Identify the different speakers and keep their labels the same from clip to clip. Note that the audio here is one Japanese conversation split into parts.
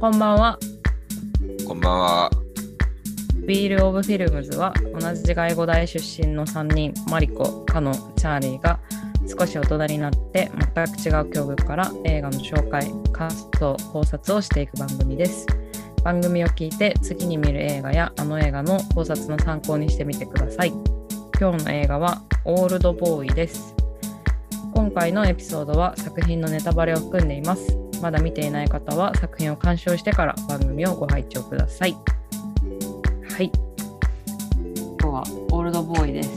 Speaker 1: こんばんは。
Speaker 2: こんばんは。
Speaker 1: ウィール・オブ・フィルムズは同じ外語大出身の3人マリコ、カノ、チャーリーが少し大人になって全く違う境遇から映画の紹介、感想、考察をしていく番組です。番組を聞いて次に見る映画やあの映画の考察の参考にしてみてください。今日の映画はオールドボーイです。今回のエピソードは作品のネタバレを含んでいます。まだ見ていない方は作品を鑑賞してから番組をご拝聴ください。はい。今日はオールドボーイです。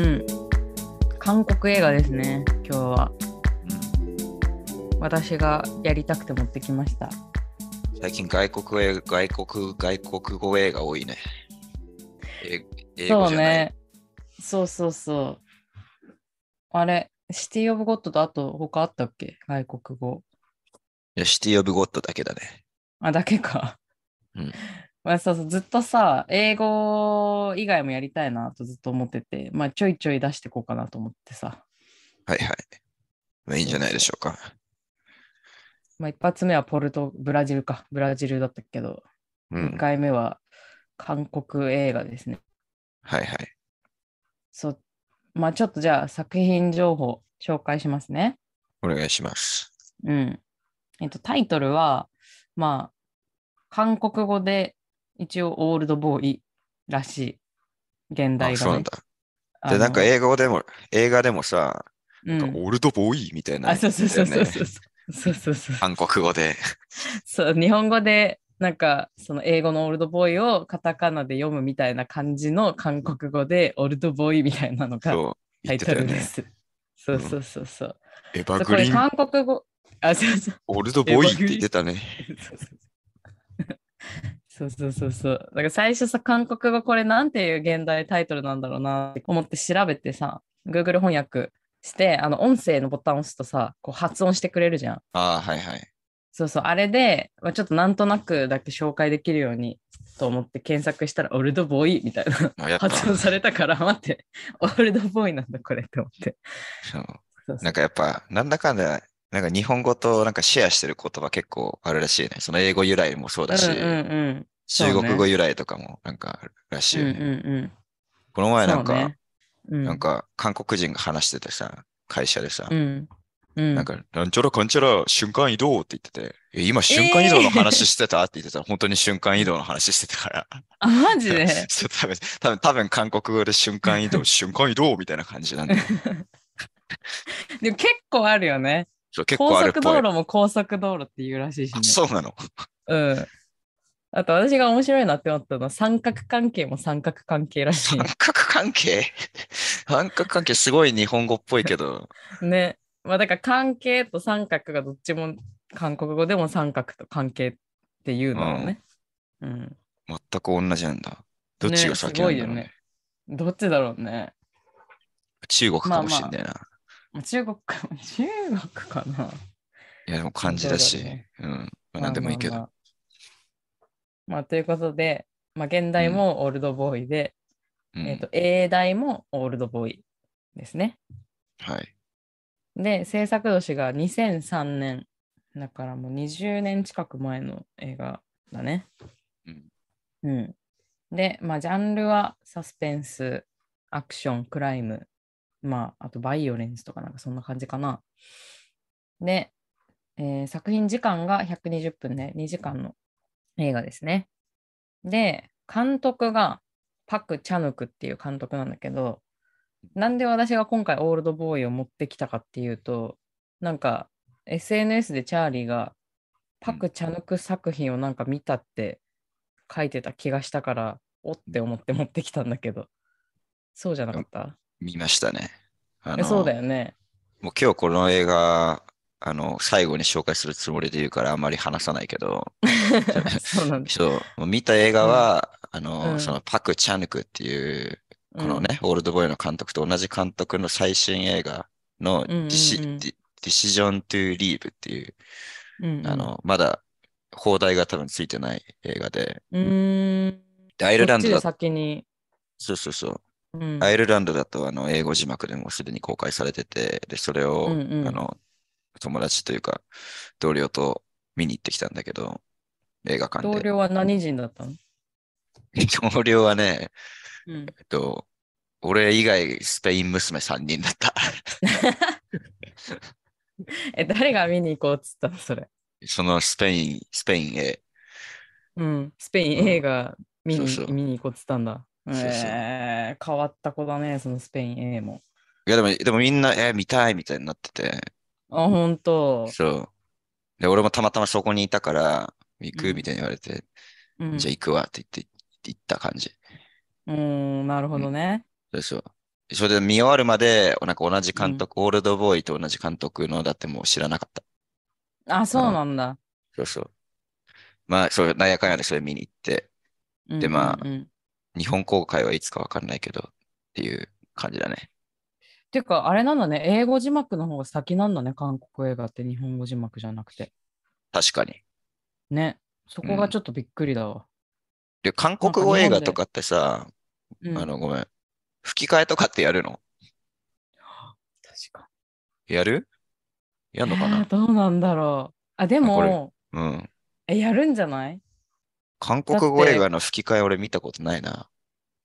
Speaker 2: うん
Speaker 1: うん。韓国映画ですね、今日は。
Speaker 2: う
Speaker 1: 私がやりたくて持ってきました。
Speaker 2: ん、最近外国映外国外国語映画多いね。え英
Speaker 1: そ
Speaker 2: 語
Speaker 1: う
Speaker 2: じゃない、
Speaker 1: ね。そうそうそう。あれ、シティ・オブ・ゴッドとあと他あったっけ外国語。
Speaker 2: いやシティ・オブ・ゴッドだけだね。
Speaker 1: あ、だけか。
Speaker 2: うん
Speaker 1: まあそうそうずっとさ、英語以外もやりたいなとずっと思ってて、まあちょいちょい出していこうかなと思ってさ。
Speaker 2: はいはい。まあ、いいんじゃないでしょうか。
Speaker 1: まあ一発目はポルト、ブラジルか。ブラジルだったけど、
Speaker 2: う
Speaker 1: 一
Speaker 2: ん。
Speaker 1: 回目は韓国映画ですね。
Speaker 2: はいはい。
Speaker 1: そう。まあちょっとじゃあ作品情報紹介しますね。
Speaker 2: お願いします。
Speaker 1: うん。えっと、タイトルは、まあ、韓国語で一応オールドボーイらしい。現代
Speaker 2: あそう
Speaker 1: が、
Speaker 2: なん
Speaker 1: ね。
Speaker 2: だ。
Speaker 1: あ
Speaker 2: で、
Speaker 1: の
Speaker 2: なんか映画でも、映画でもさ、
Speaker 1: う
Speaker 2: なんか
Speaker 1: ん、
Speaker 2: オールドボーイみたいな、
Speaker 1: あ、そうそうそうそうそう
Speaker 2: ね。
Speaker 1: そうそうそう
Speaker 2: 韓国語で。
Speaker 1: そう日本語でなんかその英語のオールドボーイをカタカナで読むみたいな感じの韓国語でオールドボーイみたいなのが
Speaker 2: そう。
Speaker 1: タ
Speaker 2: 言っ
Speaker 1: イ
Speaker 2: てた
Speaker 1: ト
Speaker 2: よ
Speaker 1: ルで
Speaker 2: ね。
Speaker 1: す。そうそうそうそう。
Speaker 2: エヴ
Speaker 1: そう
Speaker 2: ァ
Speaker 1: こ
Speaker 2: グ
Speaker 1: れ
Speaker 2: リーン、
Speaker 1: 韓国語。あ、そうそう。
Speaker 2: オールドボーイ
Speaker 1: エヴァ
Speaker 2: っ
Speaker 1: グリー
Speaker 2: て
Speaker 1: ン
Speaker 2: 言ってたね。
Speaker 1: そうそうそうそう。だから最初さ、韓国語これなんていう現代タイトルなんだろうなって思って調べてさ、Google 翻訳して、あの音声のボタンを押すとさ、こう発音してくれるじゃん。
Speaker 2: ああ、はいはい。
Speaker 1: そうそう、あれで、まあ、ちょっとなんとなくだけ紹介できるようにと思って検索したら、オールドボーイみたい な
Speaker 2: あやった
Speaker 1: 発音されたから、待って、オールドボーイなんだこれって思って。
Speaker 2: そう
Speaker 1: そうそう
Speaker 2: なんかやっぱ、なんだかんだ、なんか日本語となんかシェアしてる言葉結構あるらしいね。その英語由来もそうだし、
Speaker 1: うんうんそうね
Speaker 2: 中国語由来とかもなんかあるらし
Speaker 1: う
Speaker 2: い
Speaker 1: ん。うん
Speaker 2: よ
Speaker 1: う
Speaker 2: ね。
Speaker 1: んうん。
Speaker 2: この前なんか、
Speaker 1: そうねうん
Speaker 2: なんか韓国人が話しててさ、会社でさ、
Speaker 1: うん。うん、
Speaker 2: なんか、なんちゃらかんちゃら瞬間移動って言ってて、え今瞬間移動の話してたって言ってたら、本当に瞬間移動の話してたから。
Speaker 1: あ、マジで
Speaker 2: そう多分、多分、多分韓国語で瞬間移 動、瞬間移動みたいな感じなんで。
Speaker 1: でも結構あるよね。
Speaker 2: そう結構
Speaker 1: 高
Speaker 2: あるっ
Speaker 1: 速道
Speaker 2: ぽい。
Speaker 1: 路も高速道路って言うらしいしね
Speaker 2: あ。そうなの。
Speaker 1: うん。あと私が面白いなって思ったのは三角関係も三角関係らし
Speaker 2: 三角関 係三角関係すごい日本語っぽいけど、
Speaker 1: い。 ね。まあだから関係と三角がどっちも韓国語でも三角と関係っていうのね。うん。
Speaker 2: 全く同じなんだ。どっちが先なんだろうね。
Speaker 1: ねどっちだろうね。
Speaker 2: 中国かもしんないな。
Speaker 1: 中国か、中国かな。
Speaker 2: いや、でも漢字だし、
Speaker 1: そうだよね
Speaker 2: うん。まあ、何でもいいけど。
Speaker 1: まあまあまあまあということで、まあ、現代もオールドボーイで、
Speaker 2: うん
Speaker 1: えっ、と、英大もオールドボーイですね。
Speaker 2: はい。
Speaker 1: で、制作年が2003年。だからもう20年近く前の映画だね。
Speaker 2: うん
Speaker 1: うん。で、まあ、ジャンルはサスペンス、アクション、クライム、まあ、あとバイオレンスとかなんかそんな感じかな。で、えー作品時間が120分で、2時間の映画ですね。で、監督がパク・チャヌクっていう監督なんだけど、なんで私が今回オールドボーイを持ってきたかっていうと、なんか SNS でチャーリーがパク・チャヌク作品をなんか見たって書いてた気がしたから、おって思って持ってきたんだけど、そうじゃなかった
Speaker 2: 見ましたね。あ
Speaker 1: え
Speaker 2: の
Speaker 1: そうだよね。
Speaker 2: もう今日この映画、あの、最後に紹介するつもりで言うからあんまり話さないけど、
Speaker 1: そうなんです。
Speaker 2: そう、もう見た映画は、あ
Speaker 1: う
Speaker 2: の、
Speaker 1: ん
Speaker 2: そのパク・チャヌクっていう、 この
Speaker 1: うん
Speaker 2: ね、オールドボーイの監督と同じ監督の最新映画のディシ、
Speaker 1: うんうんうん
Speaker 2: ディディシジョン・トゥ・リーブっていう、
Speaker 1: うんうん
Speaker 2: あの、まだ放題が多分ついてない映画で、
Speaker 1: うーん。
Speaker 2: でアイルランド
Speaker 1: こっ
Speaker 2: だ
Speaker 1: ちで先に。
Speaker 2: そうそうそう。
Speaker 1: うん。
Speaker 2: アイルランドだとあの英語字幕でもすでに公開されてて、で、それを、
Speaker 1: うんうん
Speaker 2: あの友達というか同僚と見に行ってきたんだけど、映画館
Speaker 1: 同
Speaker 2: で。
Speaker 1: 僚は何人だったの
Speaker 2: 同僚はね、
Speaker 1: うん。
Speaker 2: えっと、俺以外スペイン娘3人だった。
Speaker 1: え、誰が見に行こうっつったのそれ。
Speaker 2: そのスペイン、スペインへ。
Speaker 1: うん。スペイン映画見に,、
Speaker 2: そうそう
Speaker 1: 見に行こうっつったんだ。
Speaker 2: そうそう
Speaker 1: えー変わった子だね、そのスペイン映も。
Speaker 2: いやでも、でもみんな、えー見たいみたいになってて、
Speaker 1: あ、ほんと。
Speaker 2: そう。で、俺もたまたまそこにいたから、行くみたいに言われて、
Speaker 1: うん、
Speaker 2: じゃあ行くわって言って、行った感じ。
Speaker 1: うーん、なるほどね。
Speaker 2: そうそう。それで見終わるまで、なんか同じ監督、オールドボーイと同じ監督のだってもう知らなかった。
Speaker 1: あ、そうなんだ。
Speaker 2: そうそう。まあ、そう、なんやかんやでそれ見に行って、で
Speaker 1: うん
Speaker 2: まあ
Speaker 1: うんうん
Speaker 2: 日本公開はいつかわかんないけど、っていう感じだね。
Speaker 1: ていうか、あれなんだね、英語字幕の方が先なんだね、韓国映画って日本語字幕じゃなくて。
Speaker 2: 確かに。
Speaker 1: ね、そこがちょっとびっくりだわ。
Speaker 2: で、韓国語映画とかってさ、
Speaker 1: うん、
Speaker 2: あの、ごめん。吹き替えとかってやるの
Speaker 1: 確か
Speaker 2: やるやんのか
Speaker 1: えー
Speaker 2: な
Speaker 1: どうなんだろう。あ、で
Speaker 2: あこれ
Speaker 1: も、
Speaker 2: うん。
Speaker 1: え、やるんじゃない
Speaker 2: 韓国語映画の吹き替え俺見たことないな。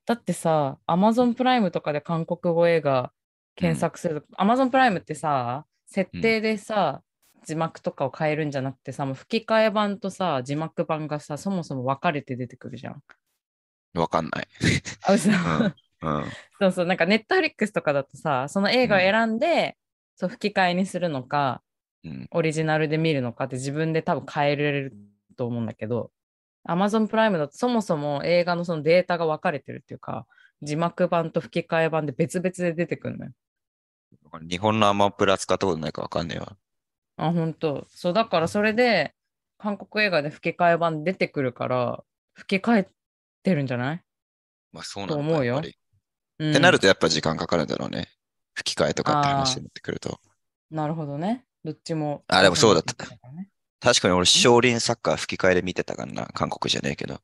Speaker 1: だってさ、Amazon プライムとかで韓国語映画検索すると、Amazon プライムってさ、設定でさ、字幕とかを変えるんじゃなくてさ、もう吹き替え版とさ、字幕版がさ、そもそも分かれて出てくるじゃん。
Speaker 2: わかんない。
Speaker 1: あ、嘘。
Speaker 2: んうん。
Speaker 1: そうそう、なんか Netflix とかだとさ、その映画を選んで、そう吹き替えにするのか、
Speaker 2: うん。
Speaker 1: オリジナルで見るのかって自分で多分変えられると思うんだけど、Amazon プライムだとそもそも映画のそのデータが分かれてるっていうか、字幕版と吹き替え版で別々で出てくるのよ。
Speaker 2: 日本のアマプラ使ったことないからわかんねえわ。
Speaker 1: あ、本当。そう、だからそれで、韓国映画で吹き替え版出てくるから、吹き替えてるんじゃない、
Speaker 2: まあそうなんだ
Speaker 1: と思うよ
Speaker 2: やっぱり
Speaker 1: うん、
Speaker 2: ってなるとやっぱ時間かかるんだろうね。吹き替えとかって話になってくると。
Speaker 1: なるほどね。どっちも。
Speaker 2: あでもそうだった
Speaker 1: 大変からね
Speaker 2: 確かに俺、少林サッカー吹き替えで見てたからな。韓国じゃねえけど。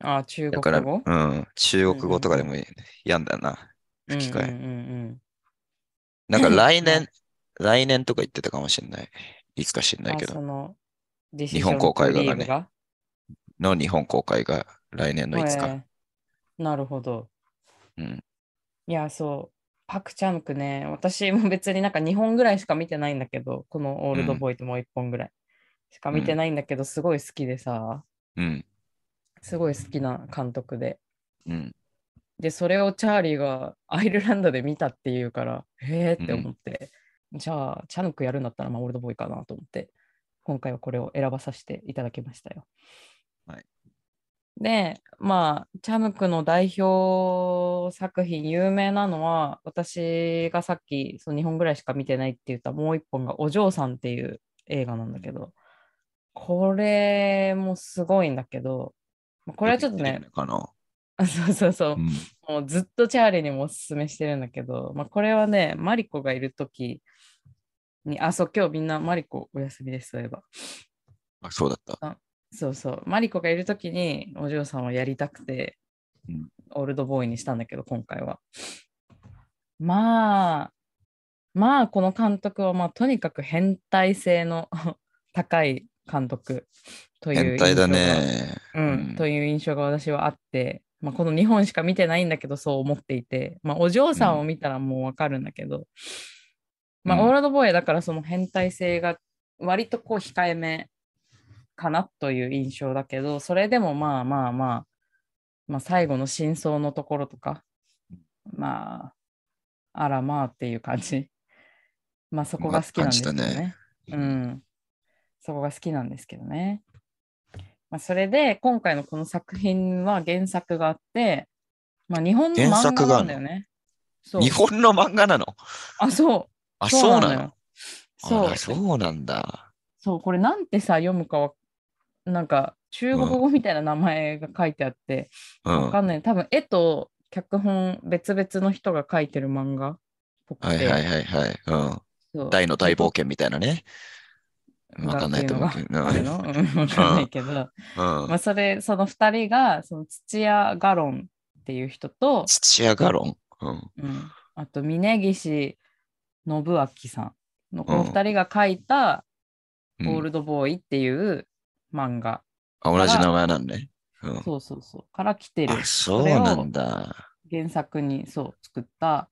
Speaker 1: あ、中
Speaker 2: だから、
Speaker 1: 国語
Speaker 2: うん。中国語とかでもやんだな。吹き替え
Speaker 1: うんうんうんうん
Speaker 2: なん か来
Speaker 1: う
Speaker 2: 年、来年とか言ってたかもしれない。いつか知んないけ
Speaker 1: あそ
Speaker 2: ど。
Speaker 1: の
Speaker 2: 日本公開がね
Speaker 1: Decision to Leave が
Speaker 2: の日本公開が来年のいつ
Speaker 1: え
Speaker 2: か。
Speaker 1: えなるほど。
Speaker 2: うん。
Speaker 1: いや、そう。パクチャンクね、私も別になんか2本ぐらいしか見てないんだけど、このオールドボーイともう1本ぐらいしか見てないんだけど、すごい好きでさ、
Speaker 2: うん。
Speaker 1: すごい好きな監督で。
Speaker 2: うん。
Speaker 1: で、それをチャーリーがアイルランドで見たっていうから、へえって思って、じゃあ、チャンクやるんだったら、まあ、オールドボーイかなと思って、今回はこれを選ばさせていただきましたよ。
Speaker 2: はい
Speaker 1: で、まあ、チャムクの代表作品、有名なのは、私がさっき、その2本ぐらいしか見てないって言ったもう1本が、お嬢さんっていう映画なんだけど、これもすごいんだけど、まあこれはちょっとね、。
Speaker 2: かな。
Speaker 1: そうそうそう
Speaker 2: う、ん。
Speaker 1: もうずっとチャーリーにもおすすめしてるんだけど、まあ、これはね、マリコがいるときに、あ、そう、今日みんなマリコお休みです、そういえば。
Speaker 2: あ、そうだった。
Speaker 1: そうそう、マリコがいるときにお嬢さんをやりたくて、
Speaker 2: うん
Speaker 1: オールドボーイにしたんだけど、今回は。まあ、まあ、この監督は、まあ、とにかく変態性の 高い監督という
Speaker 2: 変態だ
Speaker 1: 印象が
Speaker 2: ね。
Speaker 1: うん
Speaker 2: うん
Speaker 1: という印象が私はあって、まあ、この2本しか見てないんだけどそう思っていて、まあ、お嬢さんを見たらもうわかるんだけど、ま
Speaker 2: う
Speaker 1: あ、
Speaker 2: ん
Speaker 1: オールドボーイだからその変態性が割とこう控えめかなという印象だけどそれでもまあまあまあ、まあ、最後の真相のところとかまああらまあっていう感じまあそこが好きなんですよ
Speaker 2: まあ感じだ
Speaker 1: ねうん、そこが好きなんですけどね。まあ、それで今回のこの作品は原作があって、まあ、日本の
Speaker 2: 原
Speaker 1: 漫
Speaker 2: 作
Speaker 1: 画
Speaker 2: があ
Speaker 1: な
Speaker 2: る
Speaker 1: ん
Speaker 2: の
Speaker 1: だよね。そう
Speaker 2: 日本の漫画なの
Speaker 1: あそう
Speaker 2: あ、そう
Speaker 1: な
Speaker 2: な
Speaker 1: の
Speaker 2: の
Speaker 1: よ。そう
Speaker 2: あそうなんだ。
Speaker 1: そうこれなんてさ読むかはなんか中国語みたいな名前が書いてあって、
Speaker 2: う
Speaker 1: わ
Speaker 2: ん。
Speaker 1: かんない多分絵と脚本別々の人が書いてる漫画っぽくて、
Speaker 2: はいはいはいはい。うん。
Speaker 1: そう
Speaker 2: 大の大冒険みたいなね。わかんないと思うけど。
Speaker 1: あるの、うん、わかんないけど、
Speaker 2: うん。
Speaker 1: まあ、それその2人がその土屋ガロンっっていう人と、
Speaker 2: 土屋ガロン。うん。
Speaker 1: うん、あと峯岸信明さんのこの2人が書いた「
Speaker 2: う
Speaker 1: ゴー
Speaker 2: ん、
Speaker 1: ルドボーイ」っていう漫画、
Speaker 2: あ同じ名前なんね。うん。
Speaker 1: そうそうそうから来てる
Speaker 2: あ、そうなんだ。
Speaker 1: 原作にそう作った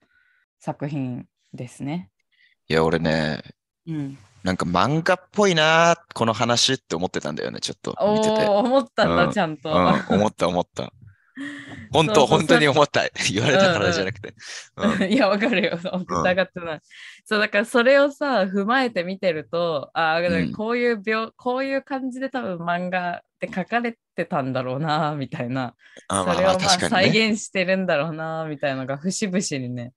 Speaker 1: 作品ですね。
Speaker 2: いや、俺ね、
Speaker 1: うん、
Speaker 2: なんか漫画っぽいな、この話って思ってたんだよね、ちょっと
Speaker 1: お
Speaker 2: 見てて。
Speaker 1: お思ったんだ、
Speaker 2: うん
Speaker 1: ちゃんと。
Speaker 2: うん、思った 思った。本
Speaker 1: そ
Speaker 2: 当、
Speaker 1: うそう
Speaker 2: 本当に思った。言われたからじゃなくて。うん。
Speaker 1: いや、わかるよ。そう送ったがってない。そう、だからそれをさ、踏まえて見てると、ああ、だから
Speaker 2: うん
Speaker 1: こういう病、こういう感じで多分漫画って書かれてたんだろうな、みたいな。
Speaker 2: あ
Speaker 1: そ
Speaker 2: まあ
Speaker 1: れ
Speaker 2: ま
Speaker 1: を
Speaker 2: あ、
Speaker 1: まあ
Speaker 2: 確か
Speaker 1: 再
Speaker 2: にね。
Speaker 1: 現してるんだろうな、みたいなのが節々にね、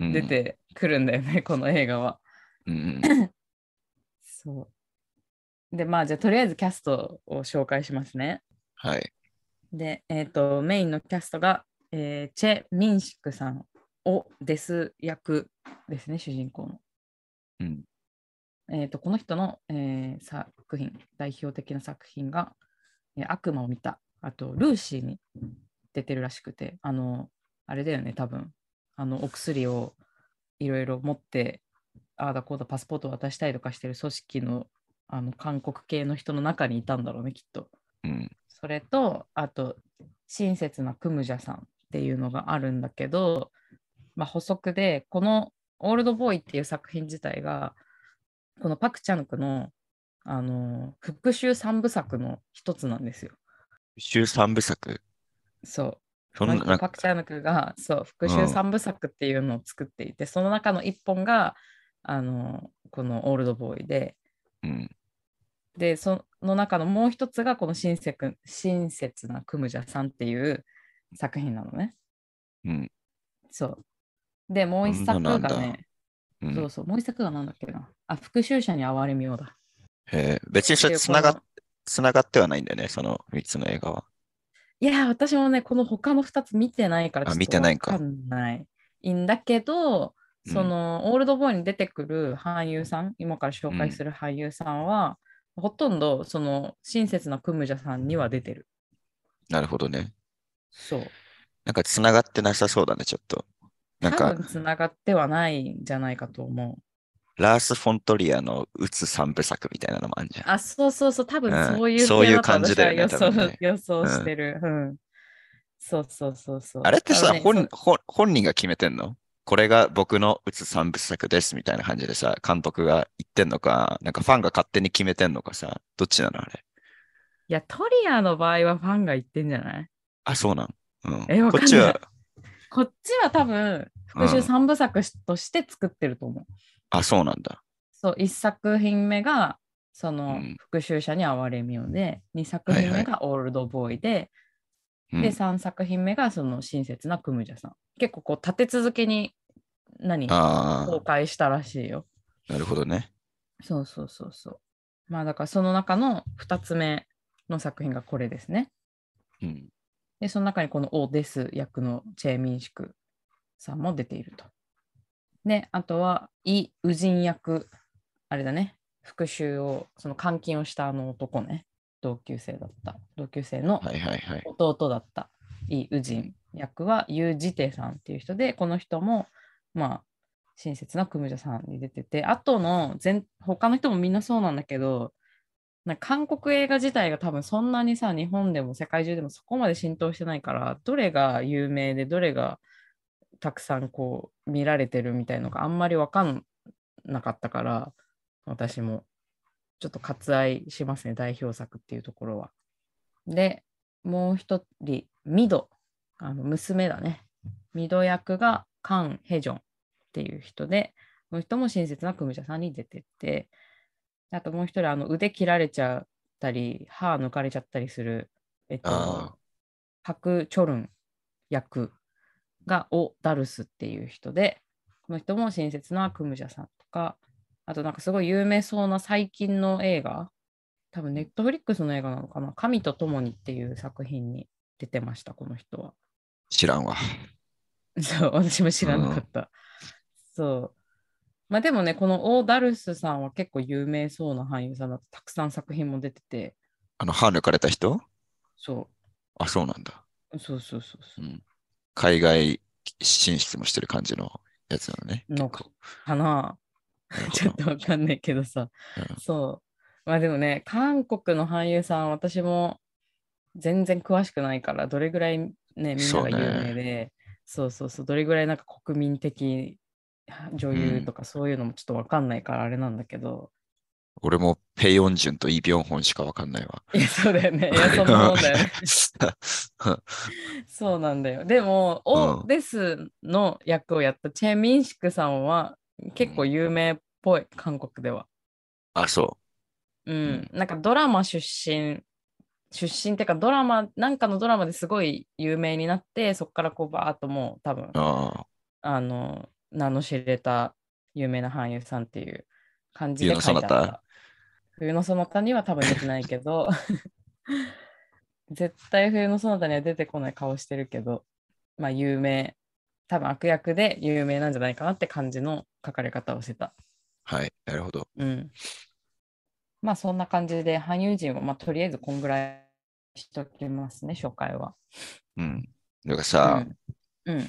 Speaker 2: うん
Speaker 1: 出てくるんだよね、 この映画は。
Speaker 2: うんうん
Speaker 1: そう。で、まあ、じゃあとりあえずキャストを紹介しますね。
Speaker 2: はい。
Speaker 1: で、えっ、と、メインのキャストが、えーチェ・ミンシクさんをデス役ですね、主人公の。
Speaker 2: うん
Speaker 1: えー、とこの人の、えー作品代表的な作品が、えー悪魔を見た」あと「ルーシー」に出てるらしくてあのあれだよね多分あのお薬をいろいろ持ってああだこうだパスポートを渡したりとかしてる組織のあの韓国系の人の中にいたんだろうねきっと。
Speaker 2: うん
Speaker 1: それとあと親切なクムジャさんっていうのがあるんだけど、まあ、補足でこの「オールドボーイ」っていう作品自体がこのパク・チャヌクのあの復讐三部作の一つなんですよ。
Speaker 2: 週三部作。
Speaker 1: そう
Speaker 2: そんな、
Speaker 1: この
Speaker 2: なん
Speaker 1: 人パ
Speaker 2: か
Speaker 1: ク・チャヌクがそう復
Speaker 2: う
Speaker 1: 讐
Speaker 2: ん
Speaker 1: 三部作っていうのを作っていて、その中の一本があのこの「オールドボーイで」
Speaker 2: うん。
Speaker 1: でその中のもう一つがこの親切親切なクムジャさんっていう作品なのね。
Speaker 2: うん。
Speaker 1: そう。で、もう一作
Speaker 2: そ
Speaker 1: が
Speaker 2: んなのあんだ
Speaker 1: ね、
Speaker 2: うん
Speaker 1: そうそう、もう一作がなんだっけな。あ、復讐者に哀れみようだ。
Speaker 2: へえ別にそれ
Speaker 1: っていう
Speaker 2: つなが
Speaker 1: この
Speaker 2: っ、つながってはないんだよね、その3つの映画は。
Speaker 1: いやー、私もね、この他の2つ見てないから、
Speaker 2: あ見てないか
Speaker 1: わかんない。いんだけど、
Speaker 2: うん
Speaker 1: その、オールドボーイに出てくる俳優さん、今から紹介する俳優さんは、ほとんど、その、親切なクムジャさんには出てる。
Speaker 2: なるほどね。
Speaker 1: そう。
Speaker 2: なんかつながってなさそうだね、ちょっと。なん
Speaker 1: 多
Speaker 2: か、
Speaker 1: 分つながってはないんじゃないかと思う。
Speaker 2: ラース・フォントリアの打つ三部作みたいなのもあるじゃん。
Speaker 1: あ、そうそうそう、多分
Speaker 2: うん
Speaker 1: そういう
Speaker 2: そうい
Speaker 1: 系
Speaker 2: う
Speaker 1: だと
Speaker 2: 感じだよね
Speaker 1: 私は
Speaker 2: 多分ね
Speaker 1: 予想、
Speaker 2: うん
Speaker 1: 予想してる。うん。そうそうそうそう。
Speaker 2: あれって
Speaker 1: 多
Speaker 2: さ、
Speaker 1: 分ね
Speaker 2: 本
Speaker 1: そ
Speaker 2: 本本人が決めてんのこれが僕の打つ三部作ですみたいな感じでさ、監督が言ってんのか、なんかファンが勝手に決めてんのかさ、どっちなのあれ。
Speaker 1: いや、トリアの場合はファンが言ってんじゃない
Speaker 2: あ、そうなん。うん、
Speaker 1: えわ
Speaker 2: こ
Speaker 1: かんない
Speaker 2: っちは、
Speaker 1: こっちは多分、復
Speaker 2: う
Speaker 1: 讐
Speaker 2: ん
Speaker 1: 三部作として作ってると思う。
Speaker 2: あ、そうなんだ。
Speaker 1: そう、一作品目が、その、
Speaker 2: うん
Speaker 1: 復讐者に哀れみをで、二作
Speaker 2: は
Speaker 1: 品
Speaker 2: いは
Speaker 1: 目
Speaker 2: い
Speaker 1: がオールドボーイで、
Speaker 2: うん
Speaker 1: で、三作品目がその親切なクムジャさん。結構こう、立て続けに何
Speaker 2: あ
Speaker 1: 公開したらしいよ。
Speaker 2: あ、なるほどね。
Speaker 1: そうそうそうそう。まあだからその中の2つ目の作品がこれですね。
Speaker 2: うん。
Speaker 1: で、その中にこのオーデス役のチェ・ミンシクさんも出ていると。で、あとはイ・ウジン役、あれだね、復讐を、その監禁をしたあの男ね、同級生だった、同級生の
Speaker 2: はいはいはい。
Speaker 1: 弟だったイ・ウジン役はユー・ジテさんっていう人でこの人もまあ親切なクムジャさんに出ててあとの全他の人もみんなそうなんだけどなんか韓国映画自体が多分そんなにさ日本でも世界中でもそこまで浸透してないからどれが有名でどれがたくさんこう見られてるみたいのがあんまり分かんなかったから私もちょっと割愛しますね代表作っていうところは。でもう一人、ミド、あの娘だね。ミド役がカン・ヘジョンっていう人で、この人も親切なクムジャさんに出てて、あともう一人、あの腕切られちゃったり、歯抜かれちゃったりする、えっ
Speaker 2: あ
Speaker 1: と、パク・チョルン役がオ・ダルスっていう人で、この人も親切なクムジャさんとか、あとなんかすごい有名そうな最近の映画、多分ネットフリックスの映画なのかな、神と共にっていう作品に出てました、この人は。
Speaker 2: 知らんわ。
Speaker 1: そう、私も知らなかった。そう。まあでもね、このオー・ダルスさんは結構有名そうな俳優さんだとたくさん作品も出てて、
Speaker 2: あの、歯抜かれた人
Speaker 1: そ
Speaker 2: あ、そうなんだ。
Speaker 1: う、そうそうそうそう。
Speaker 2: うん海外進出もしてる感じのやつなのね。
Speaker 1: のかかな ちょっとわかんないけどさ、
Speaker 2: うん
Speaker 1: そうまあでもね韓国の俳優さん私も全然詳しくないからどれぐらいねみんな
Speaker 2: そう
Speaker 1: が
Speaker 2: ね
Speaker 1: 有名でそう,、そうそうどれぐらいなんか国民的女優とかそういうのもちょっとわかんないからあれなんだけど、
Speaker 2: 俺もペヨンジュンとイ・ビョンホンしかわかんないわ。
Speaker 1: いやそうだよねい やそんなもんだよねそうなんだよでも「
Speaker 2: う
Speaker 1: オ
Speaker 2: ん
Speaker 1: です」の役をやったチェ・ミンシクさんは結構有名っぽい韓国では
Speaker 2: あ、そう
Speaker 1: うん、なんかドラマ出身出身っていうかドラマなんかのドラマですごい有名になってそこからこうバーっともう多分。
Speaker 2: ああ。
Speaker 1: あの名の知れた有名な俳優さんっていう感じで
Speaker 2: 冬の
Speaker 1: 書いてあっ
Speaker 2: そなた
Speaker 1: た冬のそなたには多分出てないけど絶対冬のそなたには出てこない顔してるけどまあ有名多分悪役で有名なんじゃないかなって感じの書かれ方をしてた
Speaker 2: はい。なるほど。
Speaker 1: うん。まあそんな感じで、羽生陣は、まあ、とりあえずこんぐらいしときますね、紹介は。
Speaker 2: うん。だからさ、
Speaker 1: うん。うん、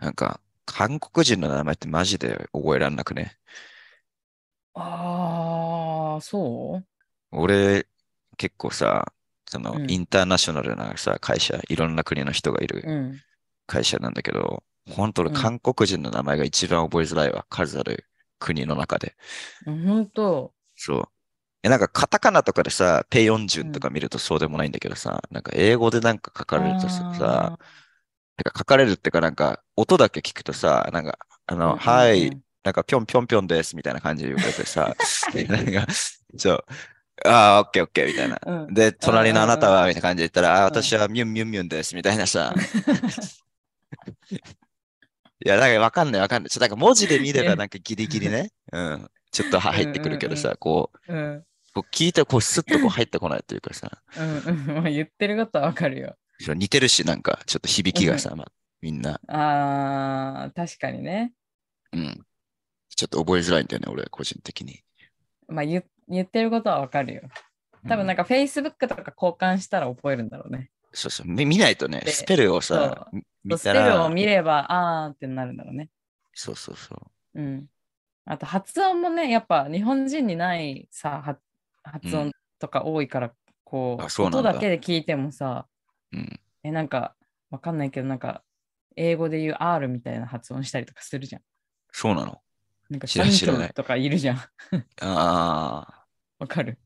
Speaker 2: なんか、韓国人の名前ってマジで覚えらんなくね。
Speaker 1: ああ、そう
Speaker 2: 俺、結構さ、その、
Speaker 1: うん
Speaker 2: インターナショナルなさ、会社、いろんな国の人がいる
Speaker 1: うん。
Speaker 2: 会社なんだけど、本当
Speaker 1: う
Speaker 2: 俺、
Speaker 1: ん
Speaker 2: 韓国人の名前が一番覚えづらいわ。数ある国の中で。
Speaker 1: 本当
Speaker 2: そう。え、なんか、カタカナとかでさ、ペヨンジュンとか見るとそうでもないんだけどさ、なんか、英語でなんか書かれるとさ、さ、なんか書かれるってか、なんか、音だけ聞くとさ、なんか、あの、はい、なんか、ぴょんぴょんぴょんです、みたいな感じで言われ てさ、なんか、そう、ああ、オッケーオッケー、みたいな。
Speaker 1: うん
Speaker 2: で、隣のあなたは、みたいな感じで言ったら、ああー、
Speaker 1: うん
Speaker 2: 私はミュンミュンミュンです、みたい なさ。いや、なんかわかんないわかんない。ちょっとなんか文字で見ればなんかギリギリね、うん、ちょっとは入ってくるけど
Speaker 1: うん
Speaker 2: さ、こう、
Speaker 1: うんうん
Speaker 2: こう聞いて、こう、スッとこう入ってこないというかさ、
Speaker 1: うんうんま あ言ってることはわかるよ。
Speaker 2: そう似てるし、なんか、ちょっと響きがさ、まあ、みんな、
Speaker 1: ああ、確かにね。
Speaker 2: うん、ちょっと覚えづらいんだよね、俺、個人的に。
Speaker 1: まあ言言ってることはわかるよ。多分なん
Speaker 2: か、
Speaker 1: か Facebook とか交換したら覚えるんだろうね。
Speaker 2: そうそう、み見ないとね、
Speaker 1: で
Speaker 2: スペルをさ
Speaker 1: そ、
Speaker 2: み見
Speaker 1: スペ
Speaker 2: た
Speaker 1: ル
Speaker 2: ら
Speaker 1: を、見れば、あーってなるんだろうね。
Speaker 2: そうそうそう。
Speaker 1: うん。あと発音もね、やっぱ日本人にないさ、は発
Speaker 2: う
Speaker 1: 音とか多いから、こう、
Speaker 2: あそうなんだ
Speaker 1: 音だけで聞いてもさ、
Speaker 2: うん、
Speaker 1: え、なんか、わかんないけど、なんか、英語で言う R みたいな発音したりとかするじゃん。
Speaker 2: そうなの。
Speaker 1: なんか、
Speaker 2: 知
Speaker 1: チ
Speaker 2: ら
Speaker 1: ャ
Speaker 2: な
Speaker 1: ン
Speaker 2: い
Speaker 1: チョ
Speaker 2: 知らな
Speaker 1: ル
Speaker 2: い
Speaker 1: とかいるじゃん。
Speaker 2: ああ、
Speaker 1: わかる。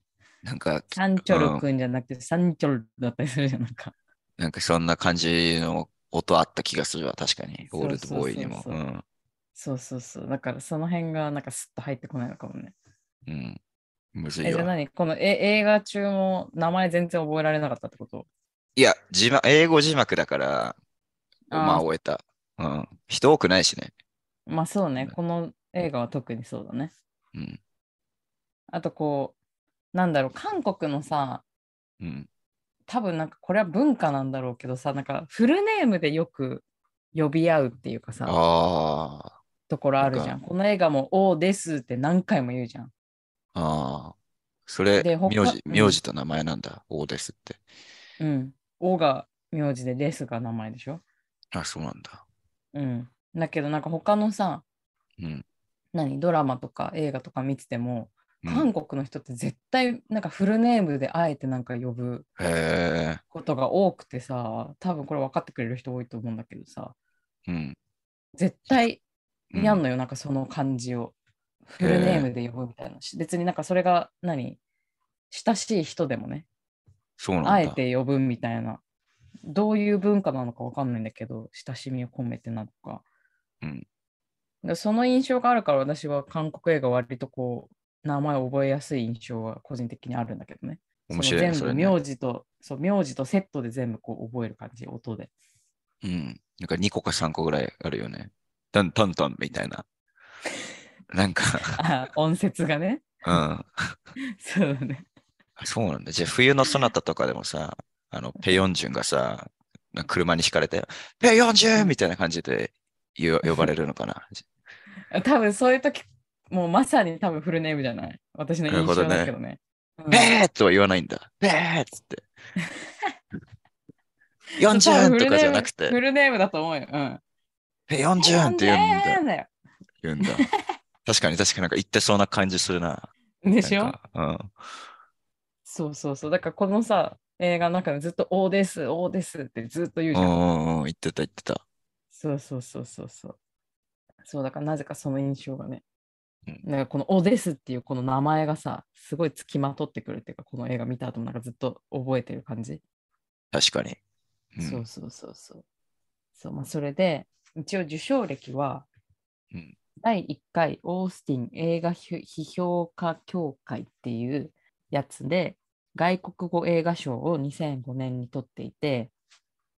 Speaker 2: なんか、
Speaker 1: チャンチョルくんじゃなくて、サンチョルだったりするじゃん。なんか、
Speaker 2: なんかそんな感じの音あった気がするわ、確かに。
Speaker 1: そ
Speaker 2: オ
Speaker 1: う
Speaker 2: ールドボーイ
Speaker 1: そう
Speaker 2: に
Speaker 1: そう
Speaker 2: も。。
Speaker 1: そううんそうそうそう。だから、その辺が、なんか、スッと入ってこないのかもね。
Speaker 2: うん。むず
Speaker 1: え、
Speaker 2: い
Speaker 1: じゃあ
Speaker 2: わ。
Speaker 1: 何このえ映画中も名前全然覚えられなかったってこと
Speaker 2: いや、字幕、英語字幕だから、
Speaker 1: あー
Speaker 2: まあ終えた。うん。人多くないしね。
Speaker 1: まあそうね
Speaker 2: う、ん
Speaker 1: この映画は特にそうだね。
Speaker 2: うん。
Speaker 1: あとこう、なんだろう、韓国のさ、
Speaker 2: うん。
Speaker 1: 多分なんかこれは文化なんだろうけどさ、なんかフルネームでよく呼び合うっていうかさ、
Speaker 2: ああ。
Speaker 1: ところあるじゃ
Speaker 2: なん
Speaker 1: ん。この映画も、おーですって何回も言うじゃん。
Speaker 2: ああ。それ、
Speaker 1: で他
Speaker 2: 名字、
Speaker 1: うん
Speaker 2: 名字と名前なんだ。王ですって。
Speaker 1: うん。おが名字で、ですが名前でしょ。
Speaker 2: あ、そうなんだ。
Speaker 1: うん。だけどなんか他のさ、
Speaker 2: うん。
Speaker 1: 何、ドラマとか映画とか見てても、
Speaker 2: うん
Speaker 1: 韓国の人って絶対なんかフルネームであえてなんか呼ぶ
Speaker 2: へ
Speaker 1: ことが多くてさ多分これ分かってくれる人多いと思うんだけどさ
Speaker 2: え。うん。
Speaker 1: 絶対
Speaker 2: うん
Speaker 1: やんのよ、なんかその感じをフルネームで呼ぶみたいな、し別になんかそれが何親しい人でもね
Speaker 2: そうなんだ。
Speaker 1: あえて呼ぶみたいなどういう文化なのか分かんないんだけど親しみを込めてなのか,、
Speaker 2: うん
Speaker 1: でその印象があるから私は韓国映画割とこう名前を覚えやすい印象は個人的にあるんだけどね
Speaker 2: 面白いね
Speaker 1: そ
Speaker 2: そ
Speaker 1: の
Speaker 2: れ
Speaker 1: 全
Speaker 2: ね
Speaker 1: 部名字とそう名字とセットで全部こう覚える感 じ音で
Speaker 2: うん。なんか2個か3個ぐらいあるよね。タンタンタンみたい な。なんか、
Speaker 1: あ音節がね。
Speaker 2: うん。
Speaker 1: そうだね。
Speaker 2: そうなんだ。じゃあ、冬のそなたとかでもさ、あの、ペヨンジュンがさ、なんか車にひかれて、ペヨンジュンみたいな感じで言う呼ばれるのかな。
Speaker 1: 多分そういう時もうまさに多分フルネームじゃない。私の印象だけどね。うん
Speaker 2: ペーとは言わないんだ。ペーっつって。 40
Speaker 1: そう多分
Speaker 2: とかじゃなく
Speaker 1: フ
Speaker 2: て、
Speaker 1: ルネームだと思うよ。うん。
Speaker 2: ペヨンジュンって言うんだ。
Speaker 1: だよ。
Speaker 2: 言うんだ。確かに確かになんか言ってそうな感じするな。
Speaker 1: でし
Speaker 2: なん
Speaker 1: ょ
Speaker 2: かうん。
Speaker 1: そうそうそう。だからこのさ、映画の中でずっと「おです、おです」ってずっと言う
Speaker 2: う
Speaker 1: じゃん。
Speaker 2: んうんうん、言ってた言ってた。
Speaker 1: そうそうそうそうそう。そうだからなぜかその印象がね
Speaker 2: うん。
Speaker 1: なんかこの「おです」っていうこの名前がさ、すごいつきまとってくるっていうか、この映画見た後もなんかずっと覚えてる感じ。
Speaker 2: 確かに。うん
Speaker 1: そうそうそうそう。そうまあ、それで、一応受賞歴は、
Speaker 2: うん
Speaker 1: 第1回オースティン映画批批評家協会っていうやつで、外国語映画賞を2005年に取っていて、